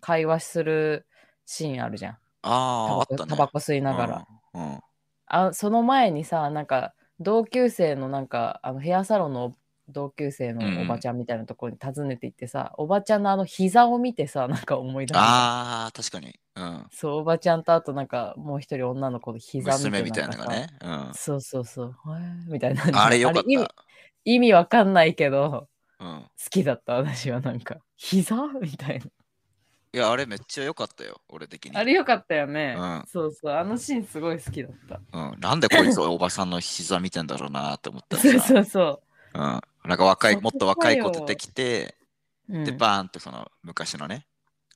Speaker 1: 会話するシーンあるじゃん。タ
Speaker 2: ああ、あ
Speaker 1: バ
Speaker 2: っ
Speaker 1: コ
Speaker 2: たね。
Speaker 1: タバコ吸いながら。
Speaker 2: うん。うん。
Speaker 1: あその前にさなんか同級生のなんかあのヘアサロンの同級生
Speaker 2: うん
Speaker 1: の
Speaker 2: うん
Speaker 1: おばちゃんみたいなところに訪ねて行ってさ、おばちゃんのあの膝を見てさなんか思い出した
Speaker 2: ああ、確かに。うん。
Speaker 1: そうおばちゃんとあとなんかもう一人女の子の膝見て
Speaker 2: 娘みたいなの
Speaker 1: ん
Speaker 2: が
Speaker 1: かさ
Speaker 2: ね。 うん。
Speaker 1: そうそうそうへーみたいな
Speaker 2: あれよかっ
Speaker 1: 意味意味わかんないけど
Speaker 2: た。うん。
Speaker 1: 好きだった私はなんか膝みたい
Speaker 2: いや、あれめっちゃ良かったよ、俺的に。
Speaker 1: なあれよかったよね、
Speaker 2: うん
Speaker 1: そうそうあのシーンすごい好きだった
Speaker 2: うん。なんでこいつおばさんの膝見てんだろうなって思 った
Speaker 1: そう
Speaker 2: ら
Speaker 1: そ
Speaker 2: さ。
Speaker 1: うそ
Speaker 2: うん。なんか若い、
Speaker 1: そこ
Speaker 2: もっと若い
Speaker 1: よ
Speaker 2: 子出てきて、
Speaker 1: う、うん、
Speaker 2: で、バーンとその昔のね、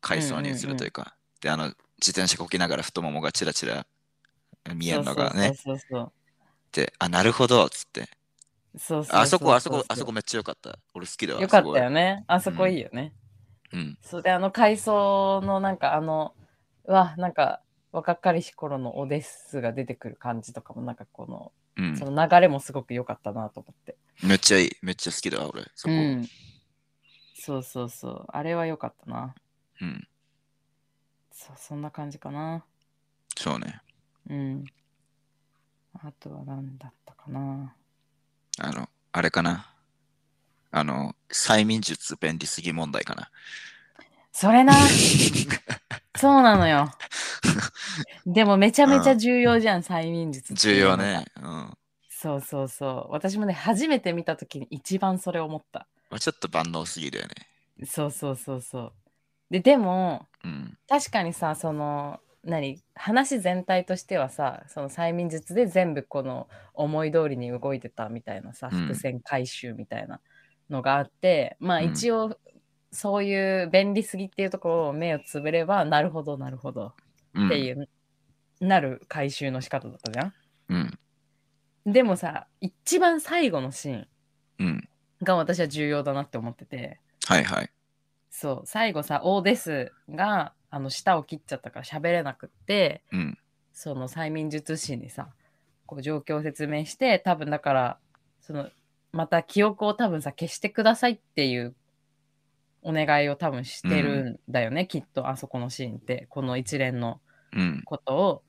Speaker 2: 階層に移るというか、で、あの、自転車こきながら太ももがチラチラ見えるのがね、
Speaker 1: そうそうそうそう
Speaker 2: で、あ、なるほど、つって。
Speaker 1: そうそううう
Speaker 2: あそこ、あそこ、あそこめっちゃ良かった。俺好きだわ。
Speaker 1: よかったよ
Speaker 2: ね。
Speaker 1: ね。あそこいいよね。
Speaker 2: うん。
Speaker 1: そうで、あの階層のなんかあの、うわ、なんか若かりし頃のオデスが出てくる感じとかも、なんかこの、
Speaker 2: うん
Speaker 1: そ。の流れもすごく良かったなと思って。
Speaker 2: めっちゃいい。めっちゃ好きだわ、俺。そこ。うん。。
Speaker 1: そうそうそう。あれは良かったな。そう、そんな感じかな。
Speaker 2: そうね。
Speaker 1: うん。あとは何だったかな。
Speaker 2: あの、あれかな。あの、催眠術便利すぎ問題かな。
Speaker 1: それな、そうなのよ。でもめちゃめちゃ重要じゃん、催眠術って
Speaker 2: 重
Speaker 1: いうの
Speaker 2: 要
Speaker 1: が。
Speaker 2: ね。うん。ま
Speaker 1: そうそうそう。私もね、初めて見たときに一番それ思った。
Speaker 2: あ、ちょっと万能すぎるよね。
Speaker 1: そうそうそうそう。で、でも、
Speaker 2: うん。
Speaker 1: 確かにさ、その、何話全体としてはさ、その催眠術で全部この思い通りに動いてたみたいなさ、
Speaker 2: うん
Speaker 1: 伏線回収みたいなのがあって、まあ
Speaker 2: うん
Speaker 1: 一応、そういう便利すぎっていうところを目をつぶれば、なるほど、なるほど
Speaker 2: うん。
Speaker 1: っていう、なる回収の仕方だったじゃ
Speaker 2: うん。
Speaker 1: ん。でもさ、一番最後のシーン、
Speaker 2: うん。
Speaker 1: が私は重要だなって思ってて
Speaker 2: はいはい。
Speaker 1: そう最後さオーデスがあの舌を切っちゃったから喋れなくって
Speaker 2: うん。
Speaker 1: その催眠術師にさこう状況を説明して多分だからそのまた記憶を多分さ消してくださいっていうお願いを多分してるんだよね、きっとあそこのシーンってこの一連の
Speaker 2: うん。
Speaker 1: ことを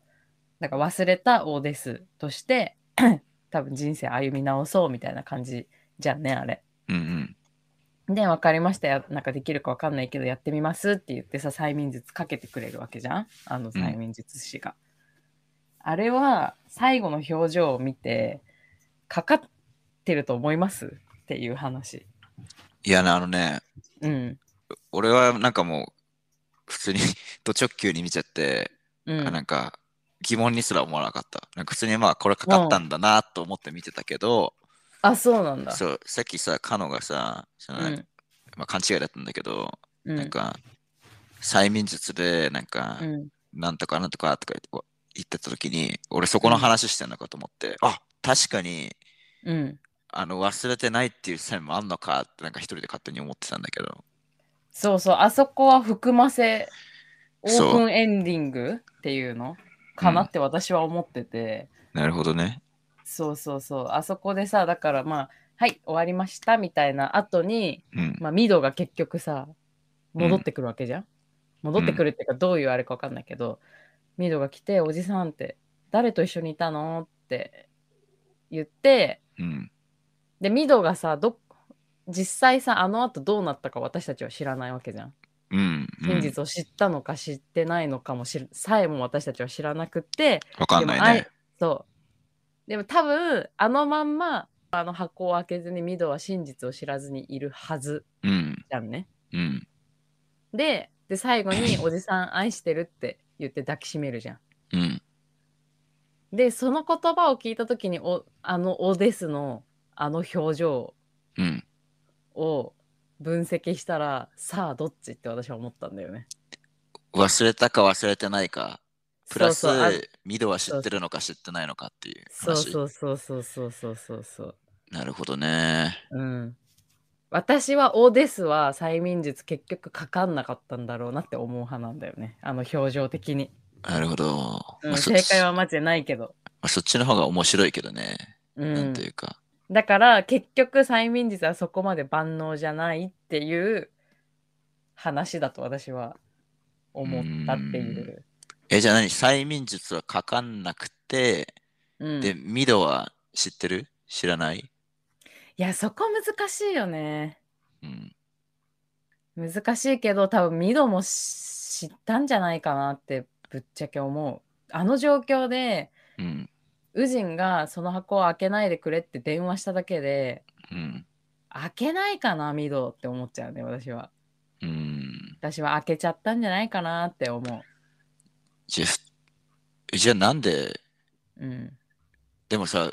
Speaker 1: だから忘れたオーデスとして 多分人生歩み直そうみたいな感じじゃんねあれ。
Speaker 2: うんうん。
Speaker 1: で、わかりましたよ。なんかできるかわかんないけど、やってみますって言ってさ、催眠術かけてくれるわけじゃんあの催眠術師が。あれは、最後の表情を見て、かかってると思いますっていう話。
Speaker 2: いやね、あのね、
Speaker 1: うん。
Speaker 2: 俺はなんかもう、普通に、 ド直球に見ちゃって、
Speaker 1: うん。
Speaker 2: なんか、疑問にすら思わなかった。なんか普通にまあ、これかかったんだなと思って見てたけど、
Speaker 1: あ、そうなんだ。
Speaker 2: そう、さっきさ、カノがさ、その
Speaker 1: う
Speaker 2: なん
Speaker 1: ん。
Speaker 2: まあ、勘違いだったんだけど、
Speaker 1: うん。
Speaker 2: なんか、催眠術で、なんか
Speaker 1: う、ん。
Speaker 2: なんとかなんとかとか言ってた時に、俺そこの話してんのかと思って、あ、確かに、
Speaker 1: うん。
Speaker 2: あの、忘れてないっていう線もあんのかって、なんか一人で勝手に思ってたんだけど、
Speaker 1: そうそう。あそこは含ませ、オ
Speaker 2: そう
Speaker 1: ープンエンディングっていうのかなって私は思ってて。
Speaker 2: なるほどね。
Speaker 1: そうそうそうあそこでさだからまあはい終わりましたみたいな後に
Speaker 2: うん。
Speaker 1: まあミドが結局さ
Speaker 2: うん
Speaker 1: 戻ってくるわけじゃん、戻ってくるっていうかどういうあれか分かんないけど、ミドが来て「おじさん」って「誰と一緒にいたの?」って言って、
Speaker 2: うん。
Speaker 1: で、ミドがさ、ど、実際さ、あの後どうなったか私たちは知らないわけじゃん。
Speaker 2: うん。うん
Speaker 1: 真実を知ったのか知ってないのかもしれ、さえも私たちは知らなくって、
Speaker 2: わかんな
Speaker 1: でもあ
Speaker 2: いね
Speaker 1: い。そう。でも多分、あのまんま、あの箱を開けずにミドは真実を知らずにいるはず
Speaker 2: うん。
Speaker 1: じゃんね。
Speaker 2: うん。
Speaker 1: で、で最後 におじさん愛してるって言って抱きしめるじゃん。
Speaker 2: うん。
Speaker 1: で、その言葉を聞いた時にお、あのオデスのあの表情
Speaker 2: うん。
Speaker 1: を分析したら、さあどっちって私は思ったんだよね。
Speaker 2: 忘れたか忘れてないか。プラス
Speaker 1: そうそうあ、
Speaker 2: ミドは知ってるのか知ってないのかっていう
Speaker 1: そう
Speaker 2: 話。
Speaker 1: そうそうそうそうそうそうそう。
Speaker 2: なるほどね。
Speaker 1: うん。私はオーデスは催眠術結局かかんなかったんだろうなって思う派なんだよね。あの表情的に。
Speaker 2: なるほど。
Speaker 1: うん
Speaker 2: まあそっ
Speaker 1: 正
Speaker 2: ち
Speaker 1: 解はマジでないけど。
Speaker 2: まあそっちの方が面白いけどね。
Speaker 1: う
Speaker 2: なん
Speaker 1: ん
Speaker 2: て、いうか。
Speaker 1: だから結局催眠術はそこまで万能じゃないっていう話だと私は思ったっていう。
Speaker 2: え、じゃあ何催眠術はかかんなくて、
Speaker 1: うん、
Speaker 2: で、
Speaker 1: い
Speaker 2: ミドは知ってる知らない
Speaker 1: やそこ難しいよね。
Speaker 2: うん。
Speaker 1: 難しいけど多分ミドも知ったんじゃないかなってぶっちゃけ思う。あの状況で
Speaker 2: うん。
Speaker 1: ウジンがその箱を開けないでくれって電話しただけで
Speaker 2: うん。
Speaker 1: 開けないかなミドって思っちゃうね私は
Speaker 2: うん。
Speaker 1: 私は開けちゃったんじゃないかなって思
Speaker 2: じゃあ、じゃあなんで、
Speaker 1: ううん
Speaker 2: でもさ、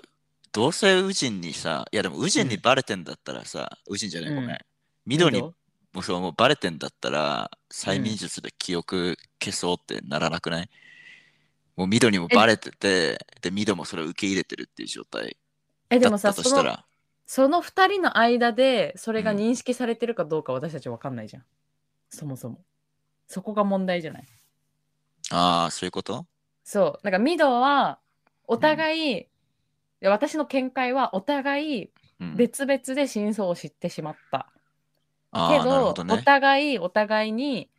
Speaker 2: どうせウジンにさ、いやでもウジンにバレてんだったらさ、ウジンじゃない、ごめ
Speaker 1: うん
Speaker 2: ん。ミド
Speaker 1: ミ
Speaker 2: に
Speaker 1: ド
Speaker 2: もうそうもうバレてんだったら、催眠術で記憶消そうってならなくないもうミドにもバレてて、で、ミドもそれを受け入れてるっていう状態
Speaker 1: えで
Speaker 2: だ
Speaker 1: も
Speaker 2: っ
Speaker 1: さ
Speaker 2: たとし
Speaker 1: そ
Speaker 2: た
Speaker 1: の
Speaker 2: ら、
Speaker 1: その2人の間でそれが
Speaker 2: うん
Speaker 1: 認識されてるかどうか私たち分かんないじゃん、そもそもそこが問題じゃない
Speaker 2: ああ、そういうこと
Speaker 1: そうなんかミドはお互い、いや私の見解はお互い
Speaker 2: うん。
Speaker 1: 別々で真相を知ってしまった、
Speaker 2: あ
Speaker 1: け
Speaker 2: あ、なる
Speaker 1: ど
Speaker 2: ほど
Speaker 1: お
Speaker 2: ね。
Speaker 1: 互いお互いに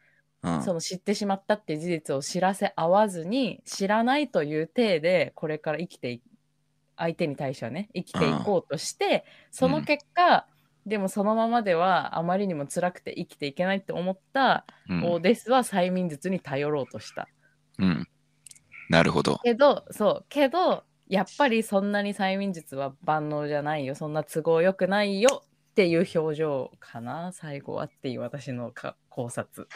Speaker 2: うん
Speaker 1: その知ってしまったっていう事実を知らせ合わずに知らないという体でこれから生きてい相手に対してはね生きていこうとしてその結果、でもそのままではあまりにも辛くて生きていけないって思った
Speaker 2: うん
Speaker 1: オーデスは催眠術に頼ろうとした、
Speaker 2: うん。なるほど。
Speaker 1: けどそうけどやっぱりそんなに催眠術は万能じゃないよそんな都合よくないよっていう表情かな最後はっていう私のか考察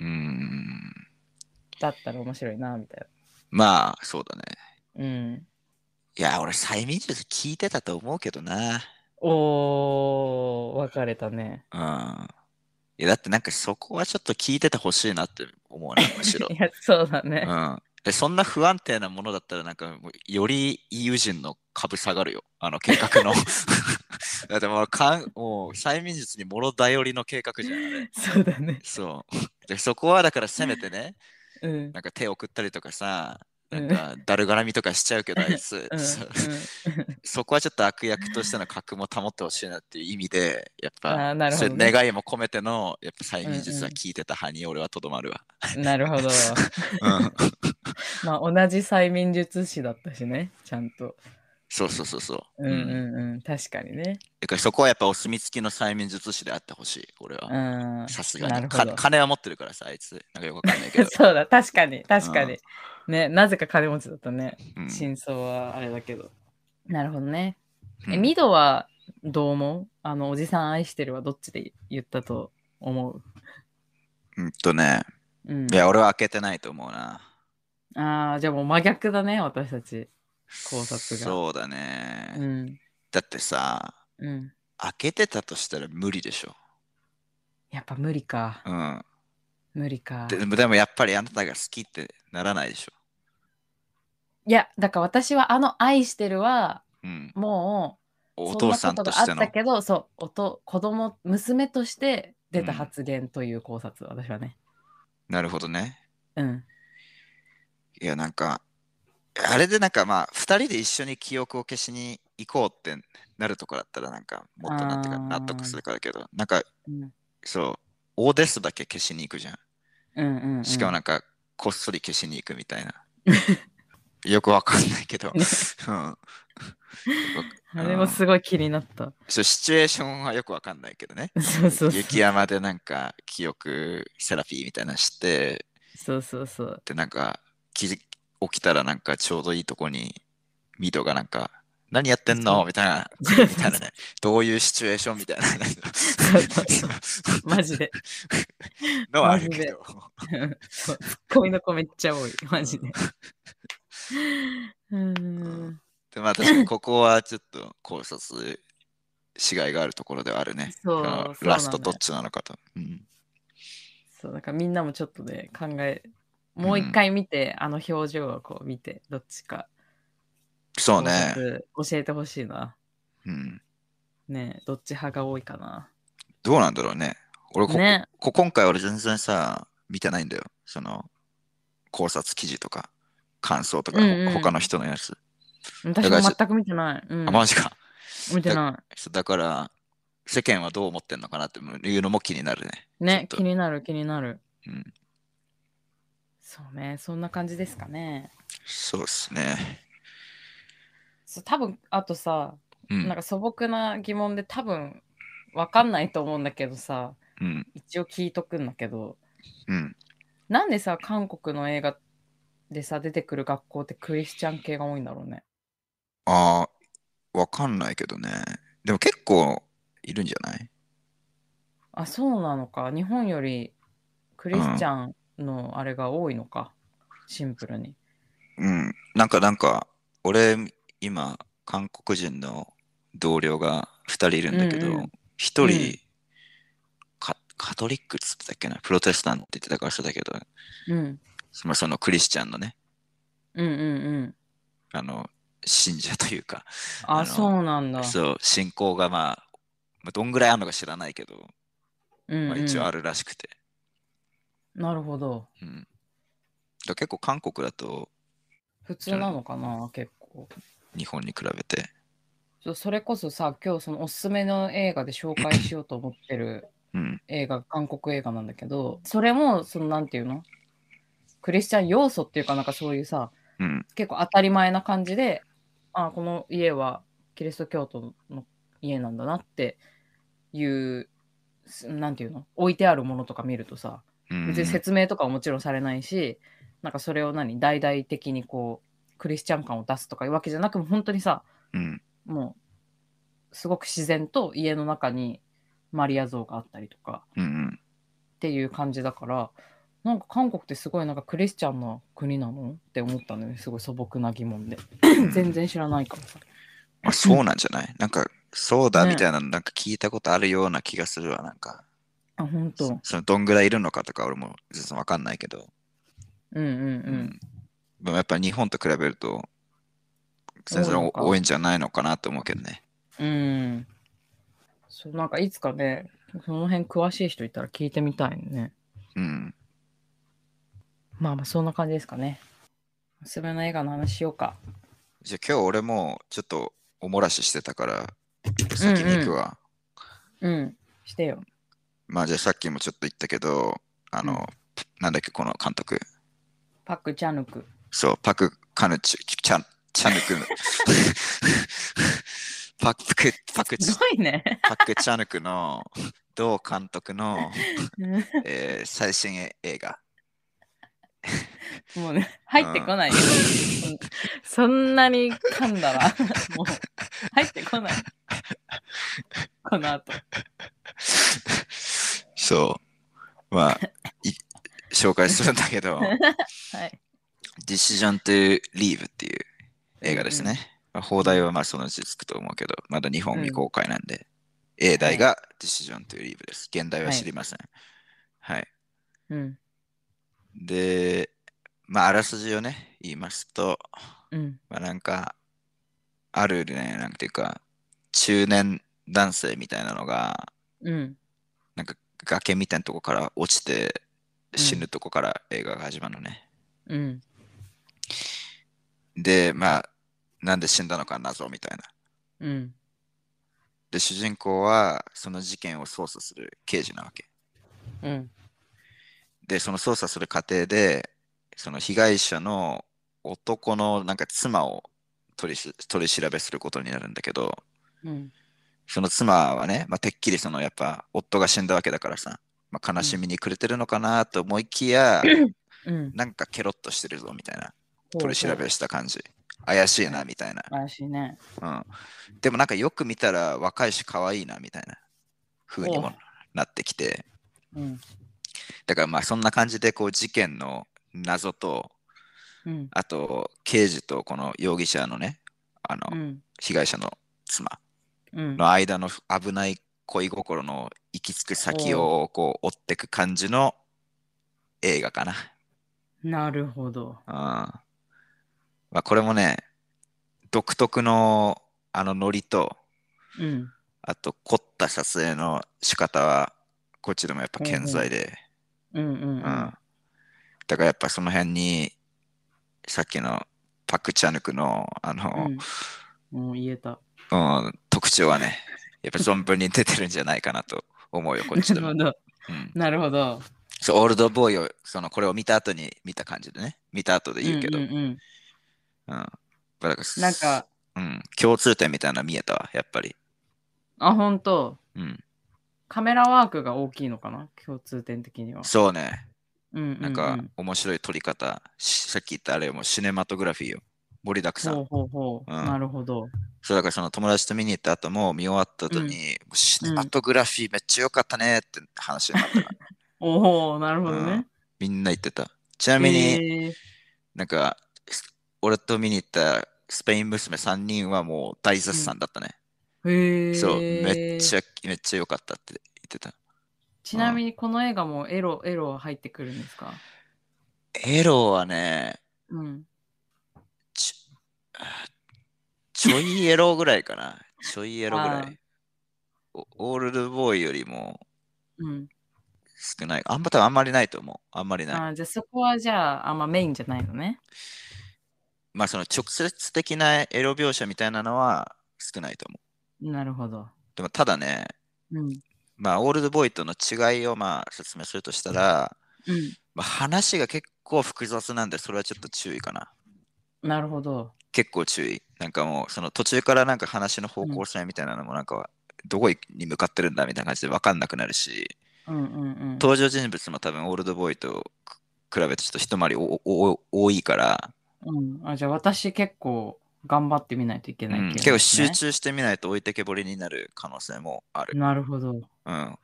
Speaker 2: うーん。
Speaker 1: だったら面白いなみたい
Speaker 2: まあ、そうだね。
Speaker 1: なうん
Speaker 2: いや、俺、催眠術聞いてたと思うけどな。
Speaker 1: おー、分かれたね。
Speaker 2: うん。いや、だってなんかそこはちょっと聞いててほしいなって思うな、むしろ。
Speaker 1: いや、そうだね。
Speaker 2: うん。で、そんな不安定なものだったら、なんか、より友人の株下がるよ。あの、計画 の。だってもうかん、もう、催眠術にもろ頼りの計画じゃん、あれ。
Speaker 1: そうだね。
Speaker 2: そう。で、そこはだからせめてね、
Speaker 1: うん。うん
Speaker 2: なんか手送ったりとかさ、
Speaker 1: う
Speaker 2: なん
Speaker 1: ん
Speaker 2: か、だるがらみとかしちゃうけ ど、あいつ、そう そこはちょっと悪役としての格も保ってほしいなっていう意味で、やっ
Speaker 1: あ
Speaker 2: ぱ、
Speaker 1: ーなるほ
Speaker 2: そう
Speaker 1: ど
Speaker 2: いう
Speaker 1: ね、
Speaker 2: 願いも込めての、やっぱ催眠術は
Speaker 1: うんうん
Speaker 2: 聞いてた派に俺はとどまるわ。
Speaker 1: なるほど。
Speaker 2: うん。
Speaker 1: まあ、同じ催眠術師だったしね、ちゃんと。
Speaker 2: そうそうそうそう。
Speaker 1: うんうんうん、確かにね。
Speaker 2: だからそこはやっぱお墨付きの催眠術師であってほしい、俺
Speaker 1: う
Speaker 2: は。
Speaker 1: ん。
Speaker 2: さすが
Speaker 1: な
Speaker 2: に
Speaker 1: るほ
Speaker 2: か
Speaker 1: ど。
Speaker 2: 金は持ってるからさ、あいつ。なんかよくわかんないけど。
Speaker 1: そうだ、確かに、確かに。ね、なぜか金持ちだったね。
Speaker 2: う ん
Speaker 1: 真相はあれだけど。なるほどね。
Speaker 2: う
Speaker 1: え、
Speaker 2: ん
Speaker 1: ミドはどう思うあの、おじさん愛してるはどっちで言ったと思う
Speaker 2: うんとね、
Speaker 1: うん。
Speaker 2: いや、俺は開けてないと思うな。
Speaker 1: ああ、じゃあもう真逆だね、私たち。考察が
Speaker 2: そうだ
Speaker 1: う
Speaker 2: ね。
Speaker 1: ん。
Speaker 2: だってさ、
Speaker 1: うん。
Speaker 2: 開けてたとしたら無理でしょ。
Speaker 1: やっぱ無理か。
Speaker 2: うん。
Speaker 1: 無理か。
Speaker 2: ででもやっぱりあなたが好きってならないでしょ。
Speaker 1: いや、だから私はあの愛してるは、
Speaker 2: うん。
Speaker 1: もう、
Speaker 2: お父さんとし
Speaker 1: そ
Speaker 2: て
Speaker 1: んなことがあっ
Speaker 2: の
Speaker 1: た。けど、そう、おと子供、娘として出た発言という考察、私はね。
Speaker 2: なるほどね。
Speaker 1: うん。
Speaker 2: いや、なんか、あれでなんかまあ、二人で一緒に記憶を消しに行こうってなるとこだったら、なんか、もっとなんていうか、
Speaker 1: あー
Speaker 2: 納得するからだけど、なんか、
Speaker 1: うん。
Speaker 2: そう、オーデスだけ消しに行くじゃ
Speaker 1: うんうん、うん
Speaker 2: ん。しかもなんか、こっ そり消しに行くみたいな。よくわかんないけど、うん。
Speaker 1: あれもすごい気になった。
Speaker 2: そうシチュエーションはよくわかんないけど ね。
Speaker 1: そうそうそう。
Speaker 2: 雪山でなんか記憶セラピーみたいなのして、
Speaker 1: そうそうそう。
Speaker 2: でなんか気づ起きたらなんかちょうどいいとこにミドがなんか何やってん
Speaker 1: そ
Speaker 2: の
Speaker 1: う
Speaker 2: みたいな、
Speaker 1: そう
Speaker 2: みたいなね。どういうシチュエーションみた いな
Speaker 1: うそう マジで。
Speaker 2: のはあるけど。
Speaker 1: そうツッコミの子めっちゃ多い。マジ で。うーん。
Speaker 2: でまあ確かにここはちょっと考察しがいがあるところではあるね。
Speaker 1: そうそ
Speaker 2: あ
Speaker 1: うな
Speaker 2: の
Speaker 1: んだよ
Speaker 2: ラストどっちなのかと。うん
Speaker 1: そう、だからみんなもちょっとで考え、もう一回見て、あの表情をこう見て、どっちか。
Speaker 2: そうね。
Speaker 1: 考察教えてほしいな。
Speaker 2: うん。
Speaker 1: ねどっち派が多いかな。
Speaker 2: どうなんだろうね。俺こ、
Speaker 1: ね
Speaker 2: こ今回俺全然さ、見てないんだよ。その考察記事とか感想とか、
Speaker 1: うんうん
Speaker 2: 他の人のやつ。
Speaker 1: 私も全く見てない。うん
Speaker 2: あ、、マジか。
Speaker 1: 見てな
Speaker 2: そうだから世間はどう思ってんのかなっていうのも気になるね。
Speaker 1: い。ね、
Speaker 2: ちょっと
Speaker 1: 気になる、気になる。
Speaker 2: うん、
Speaker 1: そうね、そんな感じですかね。
Speaker 2: そうですね。
Speaker 1: そう多分あとさ、
Speaker 2: うん
Speaker 1: なんか素朴な疑問で多分分かんないと思うんだけどさ、
Speaker 2: うん
Speaker 1: 一応聞いとくんだけど、
Speaker 2: うん、
Speaker 1: なんでさ、韓国の映画でさ、出てくる学校ってクリスチャン系が多いんだろうね。
Speaker 2: ああ、わかんないけどね。でも結構いるんじゃない
Speaker 1: あ、そうなのか。日本よりクリスチャンのあれが多いのか。シンプルに。
Speaker 2: うん。なんかなんか、俺今、韓国人の同僚が2人いるんだけ
Speaker 1: うんうん、
Speaker 2: ど1
Speaker 1: う
Speaker 2: 人
Speaker 1: ん
Speaker 2: カ、カトリックっつってたっけな、プロテスタントって言ってたからそうだけど、
Speaker 1: うん。
Speaker 2: そのそのクリスチャンのね、
Speaker 1: うんうんうん。
Speaker 2: あの、信者というか、あ
Speaker 1: あ、
Speaker 2: の
Speaker 1: そうなんだ。
Speaker 2: そう、信仰がまあ、まあどんぐらいあるのか知らないけど、
Speaker 1: うん
Speaker 2: まあ、
Speaker 1: うん
Speaker 2: 一応あるらしくて。
Speaker 1: なるほど。
Speaker 2: うん。だから結構韓国だと
Speaker 1: 普通なのかな、結構。
Speaker 2: 日本に比べて。
Speaker 1: そうそれこそさ、今日そのおすすめの映画で紹介しようと思ってる
Speaker 2: うん。
Speaker 1: 映画、韓国映画なんだけど、それも、そのなんていうのクリスチャン要素っていうかなんかそういうさ、
Speaker 2: うん。
Speaker 1: 結構当たり前な感じで、あこの家はキリスト教徒の家なんだなっていう、すなんていうの置いてあるものとか見るとさ、
Speaker 2: うん
Speaker 1: 別に説明とかはもちろんされないし、なんかそれを何、大々的にこう、クリスチャン感を出すとかいうわけじゃなく、もう本当にさ、
Speaker 2: うん。
Speaker 1: もう、すごく自然と家の中にマリア像があったりとか
Speaker 2: うんうん。
Speaker 1: っていう感じだから、なんか韓国ってすごいなんかクリスチャンな国なのって思ったのよね、すごい素朴な疑問で。 全然知らないからさ。
Speaker 2: まあ、そうなんじゃないなんか、そうだ
Speaker 1: ね
Speaker 2: みたいなの、なんか聞いたことあるような気がするわ、なんか。
Speaker 1: あ、本当。
Speaker 2: そのどんぐらいいるのかとか俺も全然わかんないけど。
Speaker 1: うんうん
Speaker 2: う
Speaker 1: うん。。
Speaker 2: でもやっぱ日本と比べると、全
Speaker 1: 多い
Speaker 2: 然
Speaker 1: のか
Speaker 2: 多いんじゃないのかなと思うけどね。
Speaker 1: うん。そう、なんかいつかね、その辺詳しい人いたら聞いてみたいね。
Speaker 2: うん。
Speaker 1: まあまあ、そんな感じですかね。おすすめの映画の話しようか。
Speaker 2: じゃあ今日俺もうちょっとお漏らししてたから、先に行くわ。
Speaker 1: うん。してよ。
Speaker 2: まあじゃあさっきもちょっと言ったけど、あの、
Speaker 1: うん
Speaker 2: なんだっけ、この監督。
Speaker 1: パク・チャヌク。
Speaker 2: そう、パク・カヌチュ、チャン、チャヌク。 パク、パクチ
Speaker 1: す、ごいね。
Speaker 2: パク・チャヌクの同監督の、えー最新映画。
Speaker 1: もうね、入ってこないよ。うんそんなに噛んだら、 もう、入ってこない。この後。
Speaker 2: そう。まあ、い紹介するんだ けど、
Speaker 1: はい。
Speaker 2: Decision to Leave っていう映画ですね。まあ、放題はまあそのうちつくと思うけど、まだ日本未公開なんで、英題が Decision to Leave です。現代は知りません。はい。
Speaker 1: うん。
Speaker 2: で、まあ、あらすじをね、言いますと、
Speaker 1: うん。
Speaker 2: まあ、なんか、あるね、なんていうか、中年男性みたいなのが、
Speaker 1: うん。
Speaker 2: なんか崖みたいなとこから落ちて
Speaker 1: ん
Speaker 2: 死ぬとこから映画が始まるのね。
Speaker 1: うん。
Speaker 2: で、まあ、なんで死んだのか謎みたいな。
Speaker 1: うん。
Speaker 2: で、主人公はその事件を捜査する刑事なわけ。
Speaker 1: うん。
Speaker 2: で、その捜査する過程で、その被害者の男のなんか妻を取りし取り調べすることになるんだけど、
Speaker 1: うん。
Speaker 2: その妻はね、まあ、てっきりそのやっぱ夫が死んだわけだからさ、まあ、悲しみに暮れてるのかなと思いきや、
Speaker 1: うん。
Speaker 2: なんかケロッとしてるぞみたいな、取り調べした感じ。怪しいなみたいな。
Speaker 1: らしいね。
Speaker 2: うん、でもなんかよく見たら若いし可愛いなみたいな風にもなってきて、
Speaker 1: うん。
Speaker 2: だからまあそんな感じでこう事件の謎と、
Speaker 1: うん。
Speaker 2: あと刑事とこの容疑者のね、あの、
Speaker 1: うん。
Speaker 2: 被害者の妻
Speaker 1: うん。
Speaker 2: の間の危ない恋心の行き着く先をこう追ってく感じの映画かな。
Speaker 1: なるほど。
Speaker 2: うんまあ、これもね、独特のあのノリと、
Speaker 1: うん。
Speaker 2: あと凝った撮影の仕方は、こっちでもやっぱ健在で、
Speaker 1: うんうん
Speaker 2: うん。だからやっぱその辺に、さっきのパクチャヌクの、あ
Speaker 1: う
Speaker 2: の
Speaker 1: ん、。もう言えた。
Speaker 2: うん特徴はね、やっぱ存分に出てるんじゃないかなと思う よ、こっ
Speaker 1: な
Speaker 2: ちで
Speaker 1: る
Speaker 2: も
Speaker 1: ほ。ど。
Speaker 2: うん
Speaker 1: なるほど。
Speaker 2: そうオールドボーイを、そのこれを見た後に見た感じでね、見た後で言うけど、
Speaker 1: ん
Speaker 2: うん
Speaker 1: うん
Speaker 2: まあだか
Speaker 1: な
Speaker 2: ら
Speaker 1: んか、
Speaker 2: うん、共通点みたいなの見えたわ、やっぱり。
Speaker 1: あ、ほんと。
Speaker 2: うん、
Speaker 1: カメラワークが大きいのかな共通点的には。
Speaker 2: そうね、
Speaker 1: うんうんうん。
Speaker 2: なんか面白い撮り方、しさっき言ったあれもシネマトグラフィーよ、盛りだくさ。
Speaker 1: ほうんほうほう。
Speaker 2: うん
Speaker 1: なるほど。
Speaker 2: そうだからその友達と見に行った後も見終わった後に、シネ
Speaker 1: うん
Speaker 2: マトグラフィーめっちゃ良かったねって話になったから、
Speaker 1: おおなるほどね。
Speaker 2: みんな言ってた。ちなみに、
Speaker 1: へー
Speaker 2: なんか、す俺と見に行ったスペイン娘3人はもう大絶賛だったね。
Speaker 1: へー
Speaker 2: そう、めっちゃ、めっちゃ良かったって言ってた。
Speaker 1: ちなみにこの映画もエロ、エロ入ってくるんですか
Speaker 2: エロはね、
Speaker 1: うん。
Speaker 2: ちちょいエロぐらいかな。ちょいエロぐら
Speaker 1: あー
Speaker 2: い。おオールドボーイよりも
Speaker 1: うん。
Speaker 2: 少ない。あんま多分あんまりないと思う。あんまりない。
Speaker 1: あーじゃあそこはじゃあ、あんまメインじゃないのね。
Speaker 2: まあその直接的なエロ描写みたいなのは少ないと思
Speaker 1: なるほど。
Speaker 2: う。でもただね、
Speaker 1: うん。
Speaker 2: まあオールドボーイとの違いをまあ説明するとしたら、
Speaker 1: うん。
Speaker 2: まあ、話が結構複雑なんで、それはちょっと注意かな。
Speaker 1: なるほど。
Speaker 2: 結構注意。なんかもう、その途中からなんか話の方向性みたいなのも、なんか、どこに向かってるんだみたいな感じで分かんなくなるし、
Speaker 1: うんうんうん。
Speaker 2: 登場人物も多分オールドボーイと比べてちょっと一回りおおお多いから、
Speaker 1: うん、あじゃあ私結構頑張ってみないといけない、
Speaker 2: うん結構集。中してみないと置いてけぼりになる可能性もある。
Speaker 1: なるほど。
Speaker 2: うん。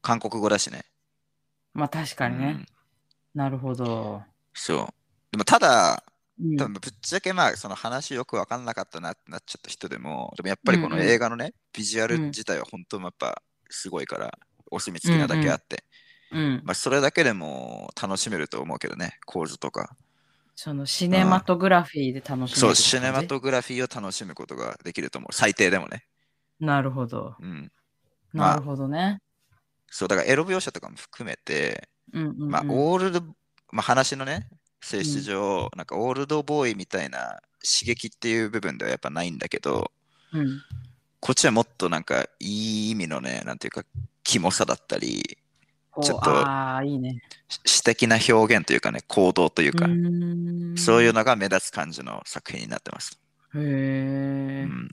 Speaker 2: 韓国語だしね。
Speaker 1: まあ確かに
Speaker 2: う
Speaker 1: ね。
Speaker 2: ん
Speaker 1: なるほど。
Speaker 2: そう。でもただ、
Speaker 1: うん
Speaker 2: 多分ぶっちゃけまあその話よく分かんなかったなってなっちゃった人でもでもやっぱりこの
Speaker 1: うんうん
Speaker 2: 映画のね、ビジュアル
Speaker 1: うん
Speaker 2: 自体は本当やっぱすごいからお墨付きなだけあって、
Speaker 1: うん
Speaker 2: まあ、それだけでも楽しめると思うけどね構図とか
Speaker 1: そのシネマトグラフィーで楽しめる
Speaker 2: そう
Speaker 1: って
Speaker 2: シネマ
Speaker 1: 感じ
Speaker 2: トグラフィーを楽しむことができると思う最低でもね
Speaker 1: なるほど。
Speaker 2: うんまあ
Speaker 1: なるほどね。
Speaker 2: そうだからエロ描写とかも含めて、
Speaker 1: うんうんうん
Speaker 2: まあオールド、まあ、話のね性質上、なんかオールドボーイみたいな刺激っていう部分ではやっぱないんだけど、
Speaker 1: うん
Speaker 2: こっちはもっとなんかいい意味のね、なんていうか、キモさだったり、
Speaker 1: こう
Speaker 2: ちょっと
Speaker 1: ああ、いいね。
Speaker 2: し詩的な表現というかね、行動というか、
Speaker 1: うーん
Speaker 2: そういうのが目立つ感じの作品になってます。う
Speaker 1: へえ、
Speaker 2: ん、